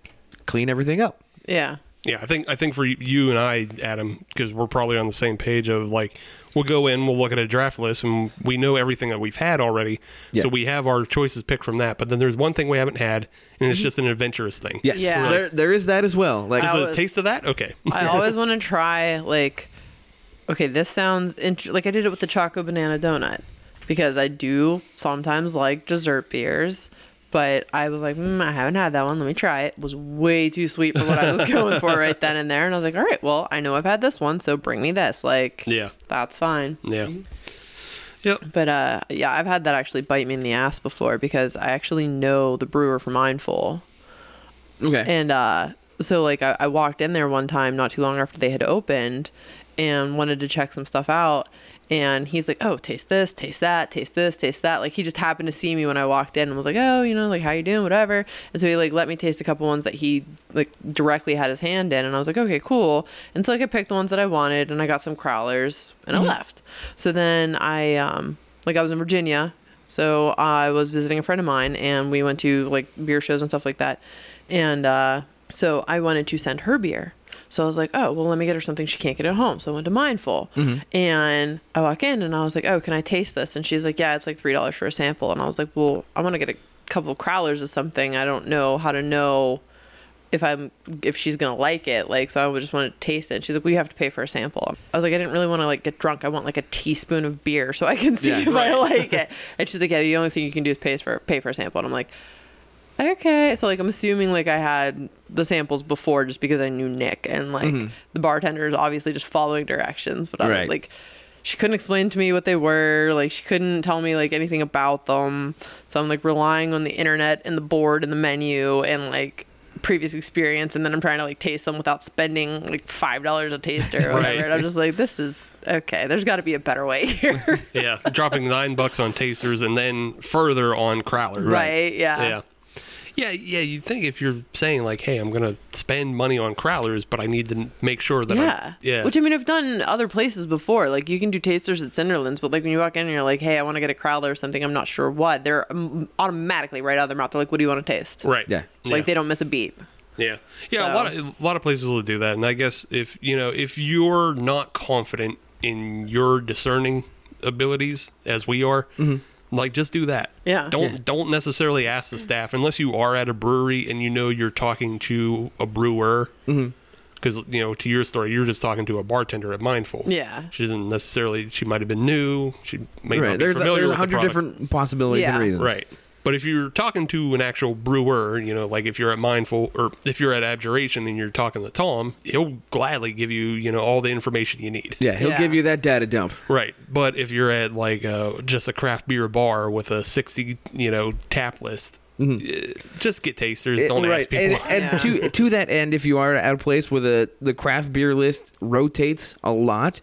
Speaker 3: clean everything up.
Speaker 4: Yeah.
Speaker 5: Yeah, I think I think for y- you and I, Adam, because we're probably on the same page of like we'll go in, we'll look at a draft list, and we know everything that we've had already,
Speaker 3: Yeah.
Speaker 5: so we have our choices picked from that. But then there's one thing we haven't had, and
Speaker 4: Mm-hmm.
Speaker 5: it's just an adventurous thing.
Speaker 3: Yes,
Speaker 4: Yeah.
Speaker 3: there there is that as well. Like
Speaker 5: Is it
Speaker 4: I
Speaker 5: a
Speaker 4: was-
Speaker 5: taste of that? Okay.
Speaker 4: I always want to try like, okay, this sounds int- like I did it with the choco banana donut because I do sometimes like dessert beers, but I was like, mm, I haven't had that one. Let me try it. It was way too sweet for what I was going for right then and there, and I was like, all right, well, I know I've had this one, so bring me this. Like,
Speaker 5: Yeah.
Speaker 4: that's fine.
Speaker 5: yeah. Yep.
Speaker 4: But uh, yeah, I've had that actually bite me in the ass before because I actually know the brewer for Mindful.
Speaker 3: okay,
Speaker 4: And uh, so, like, I, I walked in there one time not too long after they had opened and wanted to check some stuff out. And he's like, "Oh, taste this, taste that, taste this, taste that." Like he just happened to see me when I walked in and was like, "Oh, you know, like how you doing, whatever." And so he like let me taste a couple ones that he like directly had his hand in, and I was like, "Okay, cool." And so like I picked the ones that I wanted, and I got some crowlers, and I left. So then I um like I was in Virginia so I was visiting a friend of mine and we went to like beer shows and stuff like that. And uh, so I wanted to send her beer. So I was like, oh, well, let me get her something she can't get at home. So I went to Mindful. And I walk in and I was like, oh, can I taste this? And she's like, yeah, it's like $3 for a sample. And I was like, well, I want to get a couple of crowlers or something. I don't know how to know if I'm if she's gonna like it. Like, so I would just want to taste it. She's like, "We have to pay for a sample." I was like, "I didn't really want to like get drunk. I want like a teaspoon of beer so I can see
Speaker 3: Yeah,
Speaker 4: if I like it." And she's like, "Yeah, the only thing you can do is pay for pay for a sample." And I'm like, "Okay." So like, I'm assuming like I had the samples before just because I knew Nick and like the bartender is obviously just following directions, but I'm
Speaker 3: Right.
Speaker 4: like. She couldn't explain to me what they were. Like she couldn't tell me like anything about them. So I'm like relying on the internet and the board and the menu and like previous experience and then I'm trying to like taste them without spending like five dollars a taster or whatever.
Speaker 5: Right.
Speaker 4: And I'm just like, this is okay, there's gotta be a better way here.
Speaker 5: Yeah. Dropping nine bucks on tasters and then further on crowlers.
Speaker 4: right? Yeah.
Speaker 5: Yeah. Yeah, yeah, you'd think if you're saying like, "Hey, I'm gonna spend money on crowlers, but I need to n- make sure that
Speaker 4: Yeah.
Speaker 5: I, yeah,
Speaker 4: Which I mean I've done other places before. Like you can do tasters at Cinderlands, but like when you walk in and you're like, Hey, I want to get a crowler or something, I'm not sure what, they're um, automatically right out of their mouth. They're like, What do you want to taste?
Speaker 5: right,
Speaker 3: Yeah.
Speaker 4: Like they don't miss a beat.
Speaker 5: Yeah, yeah. A lot of a lot of places will do that, and I guess if you know if you're not confident in your discerning abilities as we are,
Speaker 3: Mm-hmm.
Speaker 5: like just do that.
Speaker 4: Yeah.
Speaker 5: Don't don't necessarily ask the staff unless you are at a brewery and you know you're talking to a brewer.
Speaker 3: Mm-hmm.
Speaker 5: Because you know, to your story, you're just talking to a bartender at Mindful.
Speaker 4: Yeah.
Speaker 5: she doesn't necessarily. She might have been new. She may not
Speaker 3: right.
Speaker 5: be
Speaker 3: There's a,
Speaker 5: familiar
Speaker 3: there's a
Speaker 5: with the
Speaker 3: hundred
Speaker 5: product.
Speaker 3: different possibilities
Speaker 4: Yeah.
Speaker 3: and reasons.
Speaker 5: Right. But if you're talking to an actual brewer, you know, like if you're at Mindful or if you're at Abjuration and you're talking to Tom, he'll gladly give you, you know, all the information you need.
Speaker 3: Yeah, he'll
Speaker 4: Yeah.
Speaker 3: give you that data dump.
Speaker 5: Right. But if you're at like uh, just a craft beer bar with a 60, you know, tap list, eh, just get tasters. Don't
Speaker 3: Mm-hmm. right.
Speaker 5: ask people.
Speaker 3: And, and to to that end, if you are at a place where the the craft beer list rotates a lot,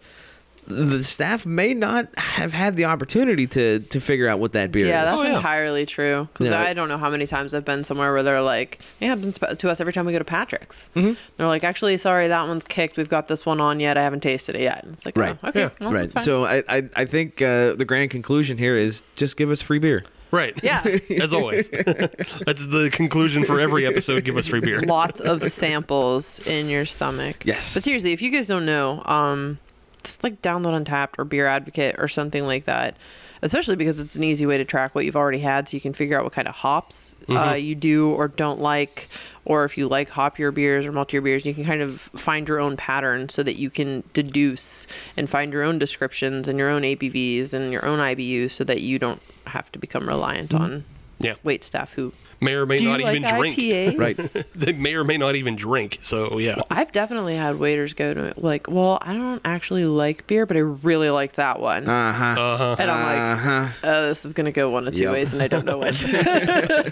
Speaker 3: the staff may not have had the opportunity to to figure out what that beer
Speaker 4: Yeah,
Speaker 3: is.
Speaker 4: that's
Speaker 5: Oh, yeah.
Speaker 4: entirely true. 'Cause
Speaker 3: Yeah.
Speaker 4: I don't know how many times I've been somewhere where they're like, "Yeah, it happens to us every time we go to Patrick's."
Speaker 5: Mm-hmm.
Speaker 4: They're like, "Actually, sorry, that one's kicked. We've got this one on yet. I haven't tasted it yet." And it's like,
Speaker 3: Right.
Speaker 4: "Oh, okay,
Speaker 5: Yeah.
Speaker 4: well,
Speaker 3: right.
Speaker 4: that's fine."
Speaker 3: So I I, I think uh, the grand conclusion here is just give us free beer.
Speaker 5: right.
Speaker 4: yeah,
Speaker 5: As always, that's the conclusion for every episode. Give us free beer.
Speaker 4: lots of samples in your stomach.
Speaker 3: Yes.
Speaker 4: But seriously, if you guys don't know, um, just like download Untapped or Beer Advocate or something like that. especially because it's an easy way to track what you've already had, so you can figure out what kind of hops uh,
Speaker 3: Mm-hmm.
Speaker 4: you do or don't like, or if you like hop-year beers or multi-year beers, you can kind of find your own pattern so that you can deduce and find your own descriptions and your own ABVs and your own IBU, so that you don't have to become reliant
Speaker 3: Mm-hmm.
Speaker 4: on
Speaker 5: Yeah.
Speaker 4: wait staff who
Speaker 5: May or may
Speaker 4: do
Speaker 5: not
Speaker 4: you like
Speaker 5: even drink.
Speaker 4: IPAs?
Speaker 3: Right.
Speaker 5: they may or may not even drink. So yeah,
Speaker 4: I've definitely had waiters go to me like, well, I don't actually like beer, but I really like that one.
Speaker 3: Uh
Speaker 5: Uh-huh.
Speaker 3: huh.
Speaker 4: and I'm like,
Speaker 3: Uh-huh.
Speaker 4: oh, this is going to go one of two
Speaker 3: Yep.
Speaker 4: ways, and I don't know which.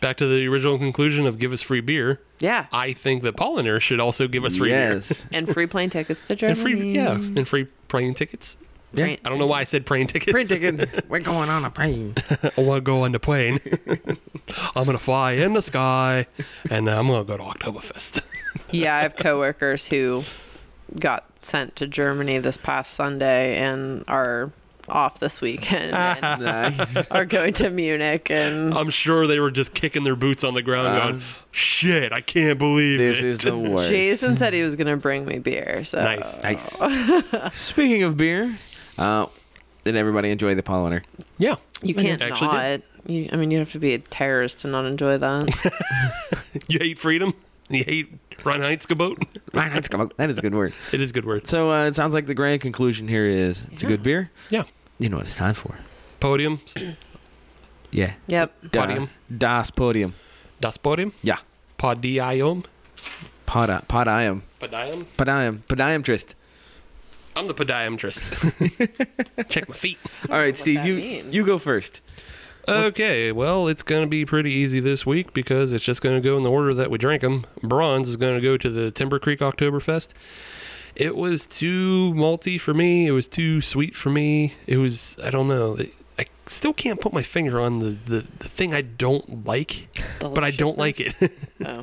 Speaker 5: back to the original conclusion of give us free beer.
Speaker 4: yeah.
Speaker 5: I think that Polliner should also give us free beer.
Speaker 3: Yes.
Speaker 4: and free plane tickets to Germany.
Speaker 5: and free yes, and free plane tickets.
Speaker 3: Yeah.
Speaker 5: I don't know why I said plane tickets.
Speaker 3: Pretty good. We're going on a plane.
Speaker 5: I want to go on the plane. I'm gonna fly in the sky, and I'm gonna go to Oktoberfest.
Speaker 4: yeah, I have coworkers who got sent to Germany this past Sunday and are off this weekend and
Speaker 3: Nice.
Speaker 4: are going to Munich and
Speaker 5: I'm sure they were just kicking their boots on the ground, going, "Shit, I can't believe
Speaker 3: Uh-huh. This
Speaker 5: it."
Speaker 3: is the worst.
Speaker 4: Jason said he was going to bring me beer. So
Speaker 5: nice.
Speaker 3: Nice. Speaking of beer, uh, did everybody enjoy the pollinator?
Speaker 5: Yeah,
Speaker 4: you
Speaker 5: I
Speaker 4: can't
Speaker 5: actually did.
Speaker 4: not. You, I mean, you have to be a terrorist to not enjoy that.
Speaker 5: You hate freedom. You hate Ryan Heitzgebot.
Speaker 3: Right, that's come- That is a good word.
Speaker 5: It is good words.
Speaker 3: So uh, it sounds like the grand conclusion here is it's a good beer.
Speaker 5: Yeah,
Speaker 3: You know what it's time for.
Speaker 5: podium,
Speaker 3: Yeah.
Speaker 4: Yep.
Speaker 3: Da-
Speaker 5: Podium.
Speaker 3: Das Podium.
Speaker 5: das podium,
Speaker 3: Yeah.
Speaker 5: podium,
Speaker 3: Poda, podium.
Speaker 5: podium.
Speaker 3: Podium. Podium trist.
Speaker 5: I'm the podiatrist. Check my feet.
Speaker 3: All right, Steve,
Speaker 4: that
Speaker 3: you
Speaker 4: means.
Speaker 3: you go first.
Speaker 5: Okay, well, it's going to be pretty easy this week because it's just going to go in the order that we drank them. Bronze is going to go to the Timber Creek Oktoberfest. It was too malty for me. It was too sweet for me. It was, I don't know. It- I still can't put my finger on the, the, the thing I don't like, but I don't like it.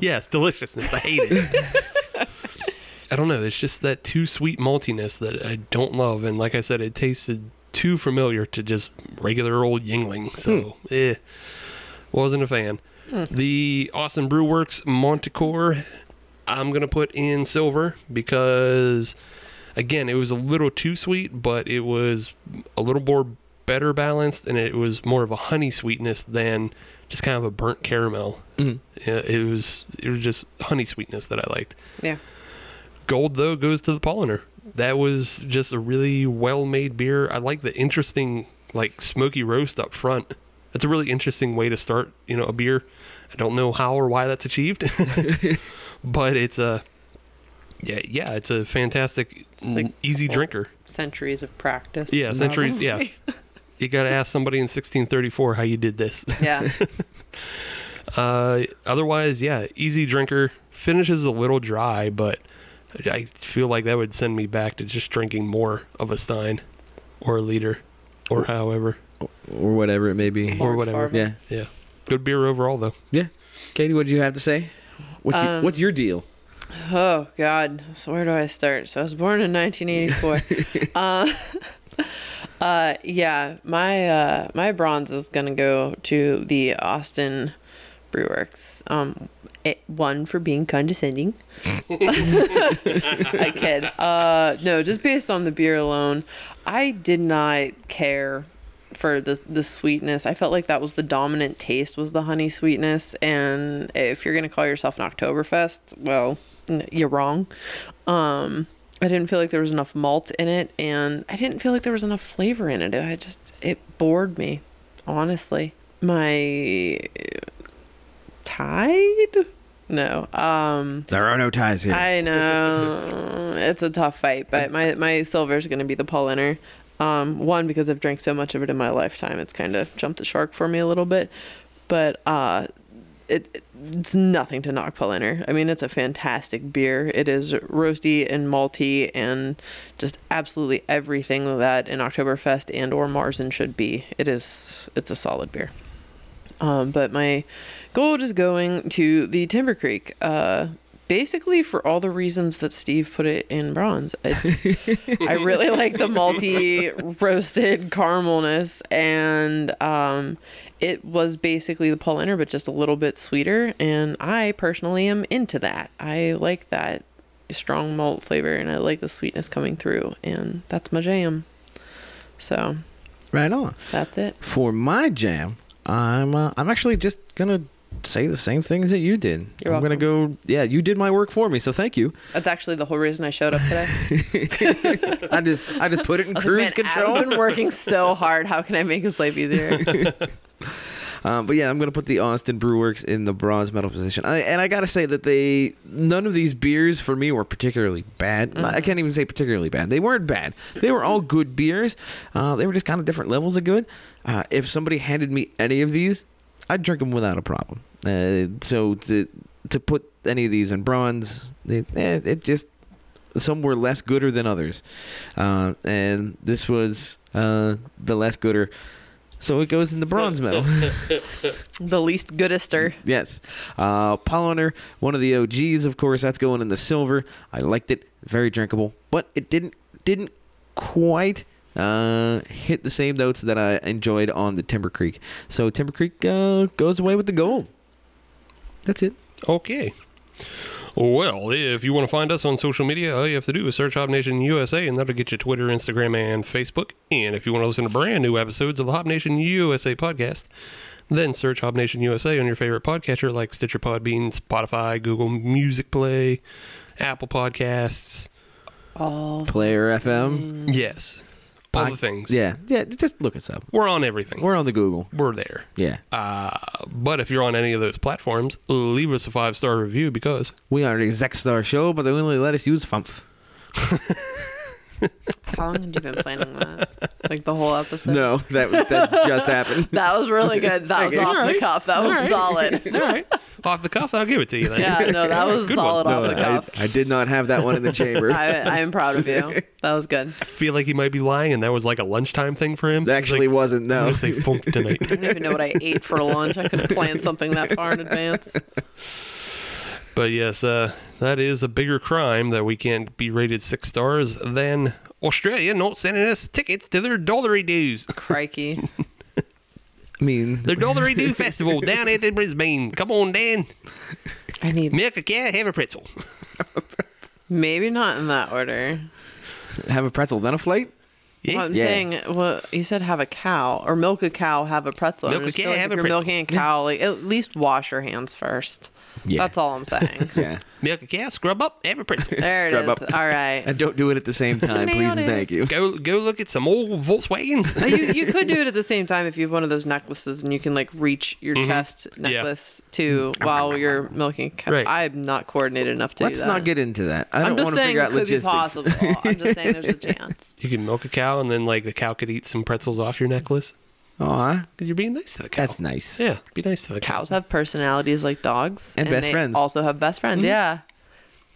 Speaker 5: yes, deliciousness. I hate it. I don't know. It's just that too sweet maltiness that I don't love. And like I said, it tasted too familiar to just regular old Yingling. So, eh, wasn't a fan. The Austin Brew Works Montecore, I'm going to put in silver because, again, it was a little too sweet, but it was a little more better balanced and it was more of a honey sweetness than just kind of a burnt caramel. Yeah, it was it was just honey sweetness that I liked.
Speaker 4: Yeah.
Speaker 5: Gold though goes to the Polliner. That was just a really well made beer. I like the interesting like smoky roast up front. That's a really interesting way to start, you know, a beer. I don't know how or why that's achieved, but it's a yeah, yeah, it's a fantastic
Speaker 4: like-
Speaker 5: easy drinker.
Speaker 4: Centuries of practice.
Speaker 5: Yeah, centuries, yeah. You got to ask somebody in 1634 how you did this.
Speaker 4: Yeah.
Speaker 5: Uh, otherwise, yeah, easy drinker. Finishes a little dry, but I feel like that would send me back to just drinking more of a stein or a liter or however
Speaker 3: Or whatever it may be.
Speaker 5: or whatever.
Speaker 4: Farber.
Speaker 3: Yeah.
Speaker 5: Yeah. Good beer overall though.
Speaker 3: Yeah. Katie, what do you have to say? What's, your,
Speaker 4: Um,
Speaker 3: what's your deal?
Speaker 4: Oh God, so where do I start? So I was born in 1984. uh, uh, yeah, my uh, my bronze is gonna go to the Austin Brewworks. Um, it, one for being condescending. I kid. Uh, no, just based on the beer alone, I did not care for the the sweetness. I felt like that was the dominant taste was the honey sweetness. And if you're gonna call yourself an Oktoberfest, well, n- you're wrong. Um, I didn't feel like there was enough malt in it, and I didn't feel like there was enough flavor in it. I just it bored me, honestly. My uh, tide. No. Um
Speaker 3: There are no ties here.
Speaker 4: I know it's a tough fight, but my my silver is going to be the Pauliner. Um, one because I've drank so much of it in my lifetime, it's kind of jumped the shark for me a little bit. But uh, it it's nothing to knock Pauliner. I mean, it's a fantastic beer. It is roasty and malty and just absolutely everything that an Oktoberfest and or Marzen should be. It is it's a solid beer. Um, but my gold is going to the Timber Creek. Uh, basically for all the reasons that Steve put it in bronze. It's, I really like the malty roasted caramelness, and um, it was basically the Paul Inner, but just a little bit sweeter. And I personally am into that. I like that strong malt flavor, and I like the sweetness coming through, and that's my jam. So
Speaker 3: Right on.
Speaker 4: That's it.
Speaker 3: For my jam, I'm uh, I'm actually just gonna say the same things that you did.
Speaker 4: You're
Speaker 3: I'm gonna go. Yeah, you did my work for me, so thank you.
Speaker 4: That's actually the whole reason I showed up today.
Speaker 3: I just I just put it in
Speaker 4: I was
Speaker 3: cruise
Speaker 4: like, "Man,
Speaker 3: control.
Speaker 4: Adam's been working so hard. How can I make his life easier?
Speaker 3: Um, but yeah, I'm gonna put the Austin Brew Works in the bronze medal position. I, and I gotta say that they none of these beers for me were particularly bad. Not- I can't even say particularly bad. They weren't bad. They were all good beers. Uh, they were just kind of different levels of good. Uh, if somebody handed me any of these, I'd drink them without a problem. Uh, so to to put any of these in bronze, it, eh, it just some were less gooder than others, uh, and this was uh, the less gooder. So it goes in the bronze medal.
Speaker 4: the least goodester.
Speaker 3: Yes. Uh, Polliner, one of the OGs, of course. That's going in the silver. I liked it. Very drinkable, but it didn't didn't quite uh, hit the same notes that I enjoyed on the Timber Creek. So Timber Creek uh, goes away with the gold. That's it.
Speaker 5: Okay. Well, if you want to find us on social media, all you have to do is search Hop Nation USA, and that'll get you Twitter, Instagram, and Facebook. And if you want to listen to brand new episodes of the Hop Nation USA podcast, then search Hop Nation USA on your favorite podcatcher like Stitcher Podbean, Spotify, Google Music Play, Apple Podcasts.
Speaker 4: Oh,
Speaker 3: Player FM.
Speaker 5: Yes. All the things.
Speaker 3: Yeah, yeah. Just look us up.
Speaker 5: We're on everything.
Speaker 3: We're on the Google.
Speaker 5: We're there.
Speaker 3: Yeah,
Speaker 5: Uh, but if you're on any of those platforms, leave us a five star review because
Speaker 3: we are the Zek Star Show, but they only let us use Fumph.
Speaker 4: how long had you been planning that? Like the whole episode?
Speaker 3: No, that was- that just happened.
Speaker 4: That was really good. That was
Speaker 5: Okay.
Speaker 4: off the
Speaker 5: Alright.
Speaker 4: cuff. That was
Speaker 5: Alright.
Speaker 4: solid.
Speaker 5: All right. Off the cuff, I'll give it to you then.
Speaker 4: Yeah, no, that was
Speaker 5: Good
Speaker 4: solid
Speaker 5: one.
Speaker 4: off the
Speaker 3: I,
Speaker 4: cuff.
Speaker 3: I did not have that one in the chamber.
Speaker 4: I, I am proud of you. That was good.
Speaker 5: I feel like he might be lying, and that was like a lunchtime thing for him.
Speaker 3: That
Speaker 5: He's
Speaker 3: actually
Speaker 5: like,
Speaker 3: wasn't.
Speaker 5: I'm
Speaker 3: No.
Speaker 5: gonna say funked
Speaker 4: I
Speaker 5: tonight.
Speaker 4: don't even know what I ate for lunch. I couldn't plan something that far in advance.
Speaker 5: but yes, uh, that is a bigger crime that we can't be rated six stars than Australia not sending us tickets to their dollary dues,
Speaker 4: Crikey.
Speaker 3: I mean,
Speaker 5: their dollary do festival down at in Brisbane. Come on, Dan,
Speaker 4: I need
Speaker 5: milk a cow, have a pretzel.
Speaker 4: maybe not in that order.
Speaker 3: have a pretzel then a flight.
Speaker 5: Eh, Yeah.
Speaker 4: Well, I'm
Speaker 3: Yeah.
Speaker 4: saying, well, you said have a cow or milk a cow, have a pretzel.
Speaker 5: Milk
Speaker 4: I
Speaker 5: a
Speaker 4: just
Speaker 5: cow,
Speaker 4: feel like
Speaker 5: have
Speaker 4: if
Speaker 5: a
Speaker 4: you're
Speaker 5: pretzel.
Speaker 4: milking a cow, like at least wash your hands first.
Speaker 3: Yeah.
Speaker 4: That's all I'm saying.
Speaker 3: Yeah.
Speaker 5: Milk a cow, scrub up, have a pretzel.
Speaker 4: There it is.
Speaker 3: Scrub up.
Speaker 4: All right.
Speaker 3: And don't do it at the same time, please
Speaker 4: Nailed
Speaker 3: and
Speaker 4: it.
Speaker 3: thank you.
Speaker 5: go go look at some old Volkswagens.
Speaker 4: But you, you could do it at the same time if you have one of those necklaces and you can like reach your
Speaker 3: Mm-hmm.
Speaker 4: chest necklace to while you're milking. a cow.
Speaker 5: Right.
Speaker 4: I'm not coordinated enough to
Speaker 3: Let's
Speaker 4: do that.
Speaker 3: not get into that. I
Speaker 4: I'm
Speaker 3: don't
Speaker 4: just
Speaker 3: want to
Speaker 4: saying
Speaker 3: figure
Speaker 4: it
Speaker 3: out
Speaker 4: could
Speaker 3: logistics.
Speaker 4: be possible. I'm just saying there's a chance.
Speaker 5: You can milk a cow, and then like the cow could eat some pretzels off your necklace.
Speaker 3: Aw,
Speaker 5: Cause you're being nice to the cow.
Speaker 3: Oh, that's nice.
Speaker 5: Yeah, be nice to the cow.
Speaker 4: Cows have personalities like dogs,
Speaker 3: And best
Speaker 4: they
Speaker 3: friends. Mm-hmm.
Speaker 4: Also have best friends. Yeah.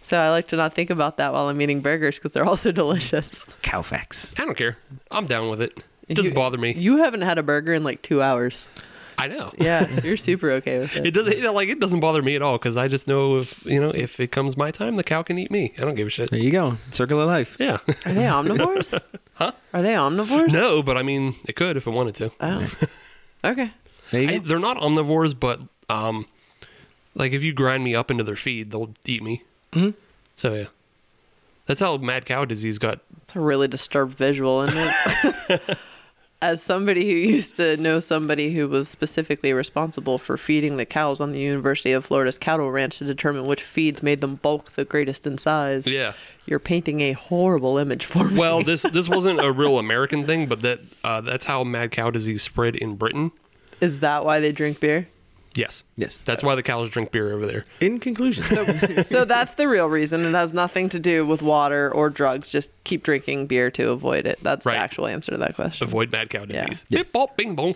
Speaker 4: So I like to not think about that while I'm eating burgers because they're also delicious.
Speaker 3: Cow facts.
Speaker 5: I don't care. I'm down with it. It doesn't
Speaker 4: You-
Speaker 5: bother me.
Speaker 4: You haven't had a burger in like two hours.
Speaker 5: I know.
Speaker 4: Yeah, you're super okay with it.
Speaker 5: It doesn't it, like it doesn't bother me at all because I just know if you know if it comes my time, the cow can eat me. I don't give a shit.
Speaker 3: There you go. Circle of life.
Speaker 5: Yeah.
Speaker 4: Are they omnivores? huh? Are they omnivores?
Speaker 5: no, but I mean, it could if it wanted to.
Speaker 4: Oh. Okay.
Speaker 3: There
Speaker 5: I,
Speaker 3: you go.
Speaker 5: they're not omnivores, but um, like if you grind me up into their feed, they'll eat me. Mm-hmm. So yeah, that's how mad cow disease got.
Speaker 4: It's a really disturbed visual, isn't it? As somebody who used to know somebody who was specifically responsible for feeding the cows on the University of Florida's cattle ranch to determine which feeds made them bulk the greatest in size.
Speaker 5: Yeah.
Speaker 4: You're painting a horrible image for me.
Speaker 5: Well, this this wasn't a real American thing, but that uh, that's how mad cow disease spread in Britain.
Speaker 4: Is that why they drink beer?
Speaker 5: Yes.
Speaker 3: Yes.
Speaker 5: That's why the cows drink beer over there.
Speaker 3: In conclusion,
Speaker 4: so that's the real reason. It has nothing to do with water or drugs. Just keep drinking beer to avoid it. That's
Speaker 5: Right.
Speaker 4: the actual answer to that question.
Speaker 5: Avoid mad cow
Speaker 4: Yeah.
Speaker 5: disease. Bip bop bing bong.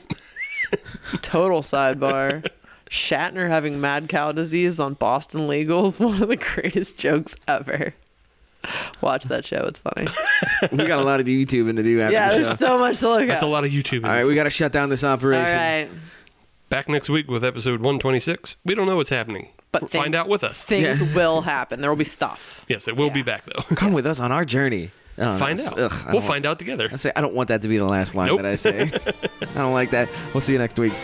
Speaker 4: Total sidebar. Shatner having mad cow disease on Boston Legals, one of the greatest jokes ever. Watch that show, it's funny.
Speaker 3: we got a lot of YouTube to do after
Speaker 4: yeah,
Speaker 3: the show.
Speaker 4: there's so much to look
Speaker 5: That's
Speaker 4: at.
Speaker 5: a lot of YouTube.
Speaker 3: All right, we got to shut down this
Speaker 4: All
Speaker 3: operation.
Speaker 4: right.
Speaker 5: Back next week with episode 126. We don't know what's happening.
Speaker 4: But
Speaker 5: find
Speaker 4: think-
Speaker 5: out with us.
Speaker 4: Things will happen. There will be stuff.
Speaker 5: yes, it will be back though.
Speaker 3: Come with us on our journey. Oh,
Speaker 5: find
Speaker 3: that's-
Speaker 5: out.
Speaker 3: ugh, I
Speaker 5: we'll
Speaker 3: don't-
Speaker 5: find out together.
Speaker 3: I say I don't want that to be the last line
Speaker 5: Nope.
Speaker 3: that I say. I don't like that. We'll see you next week.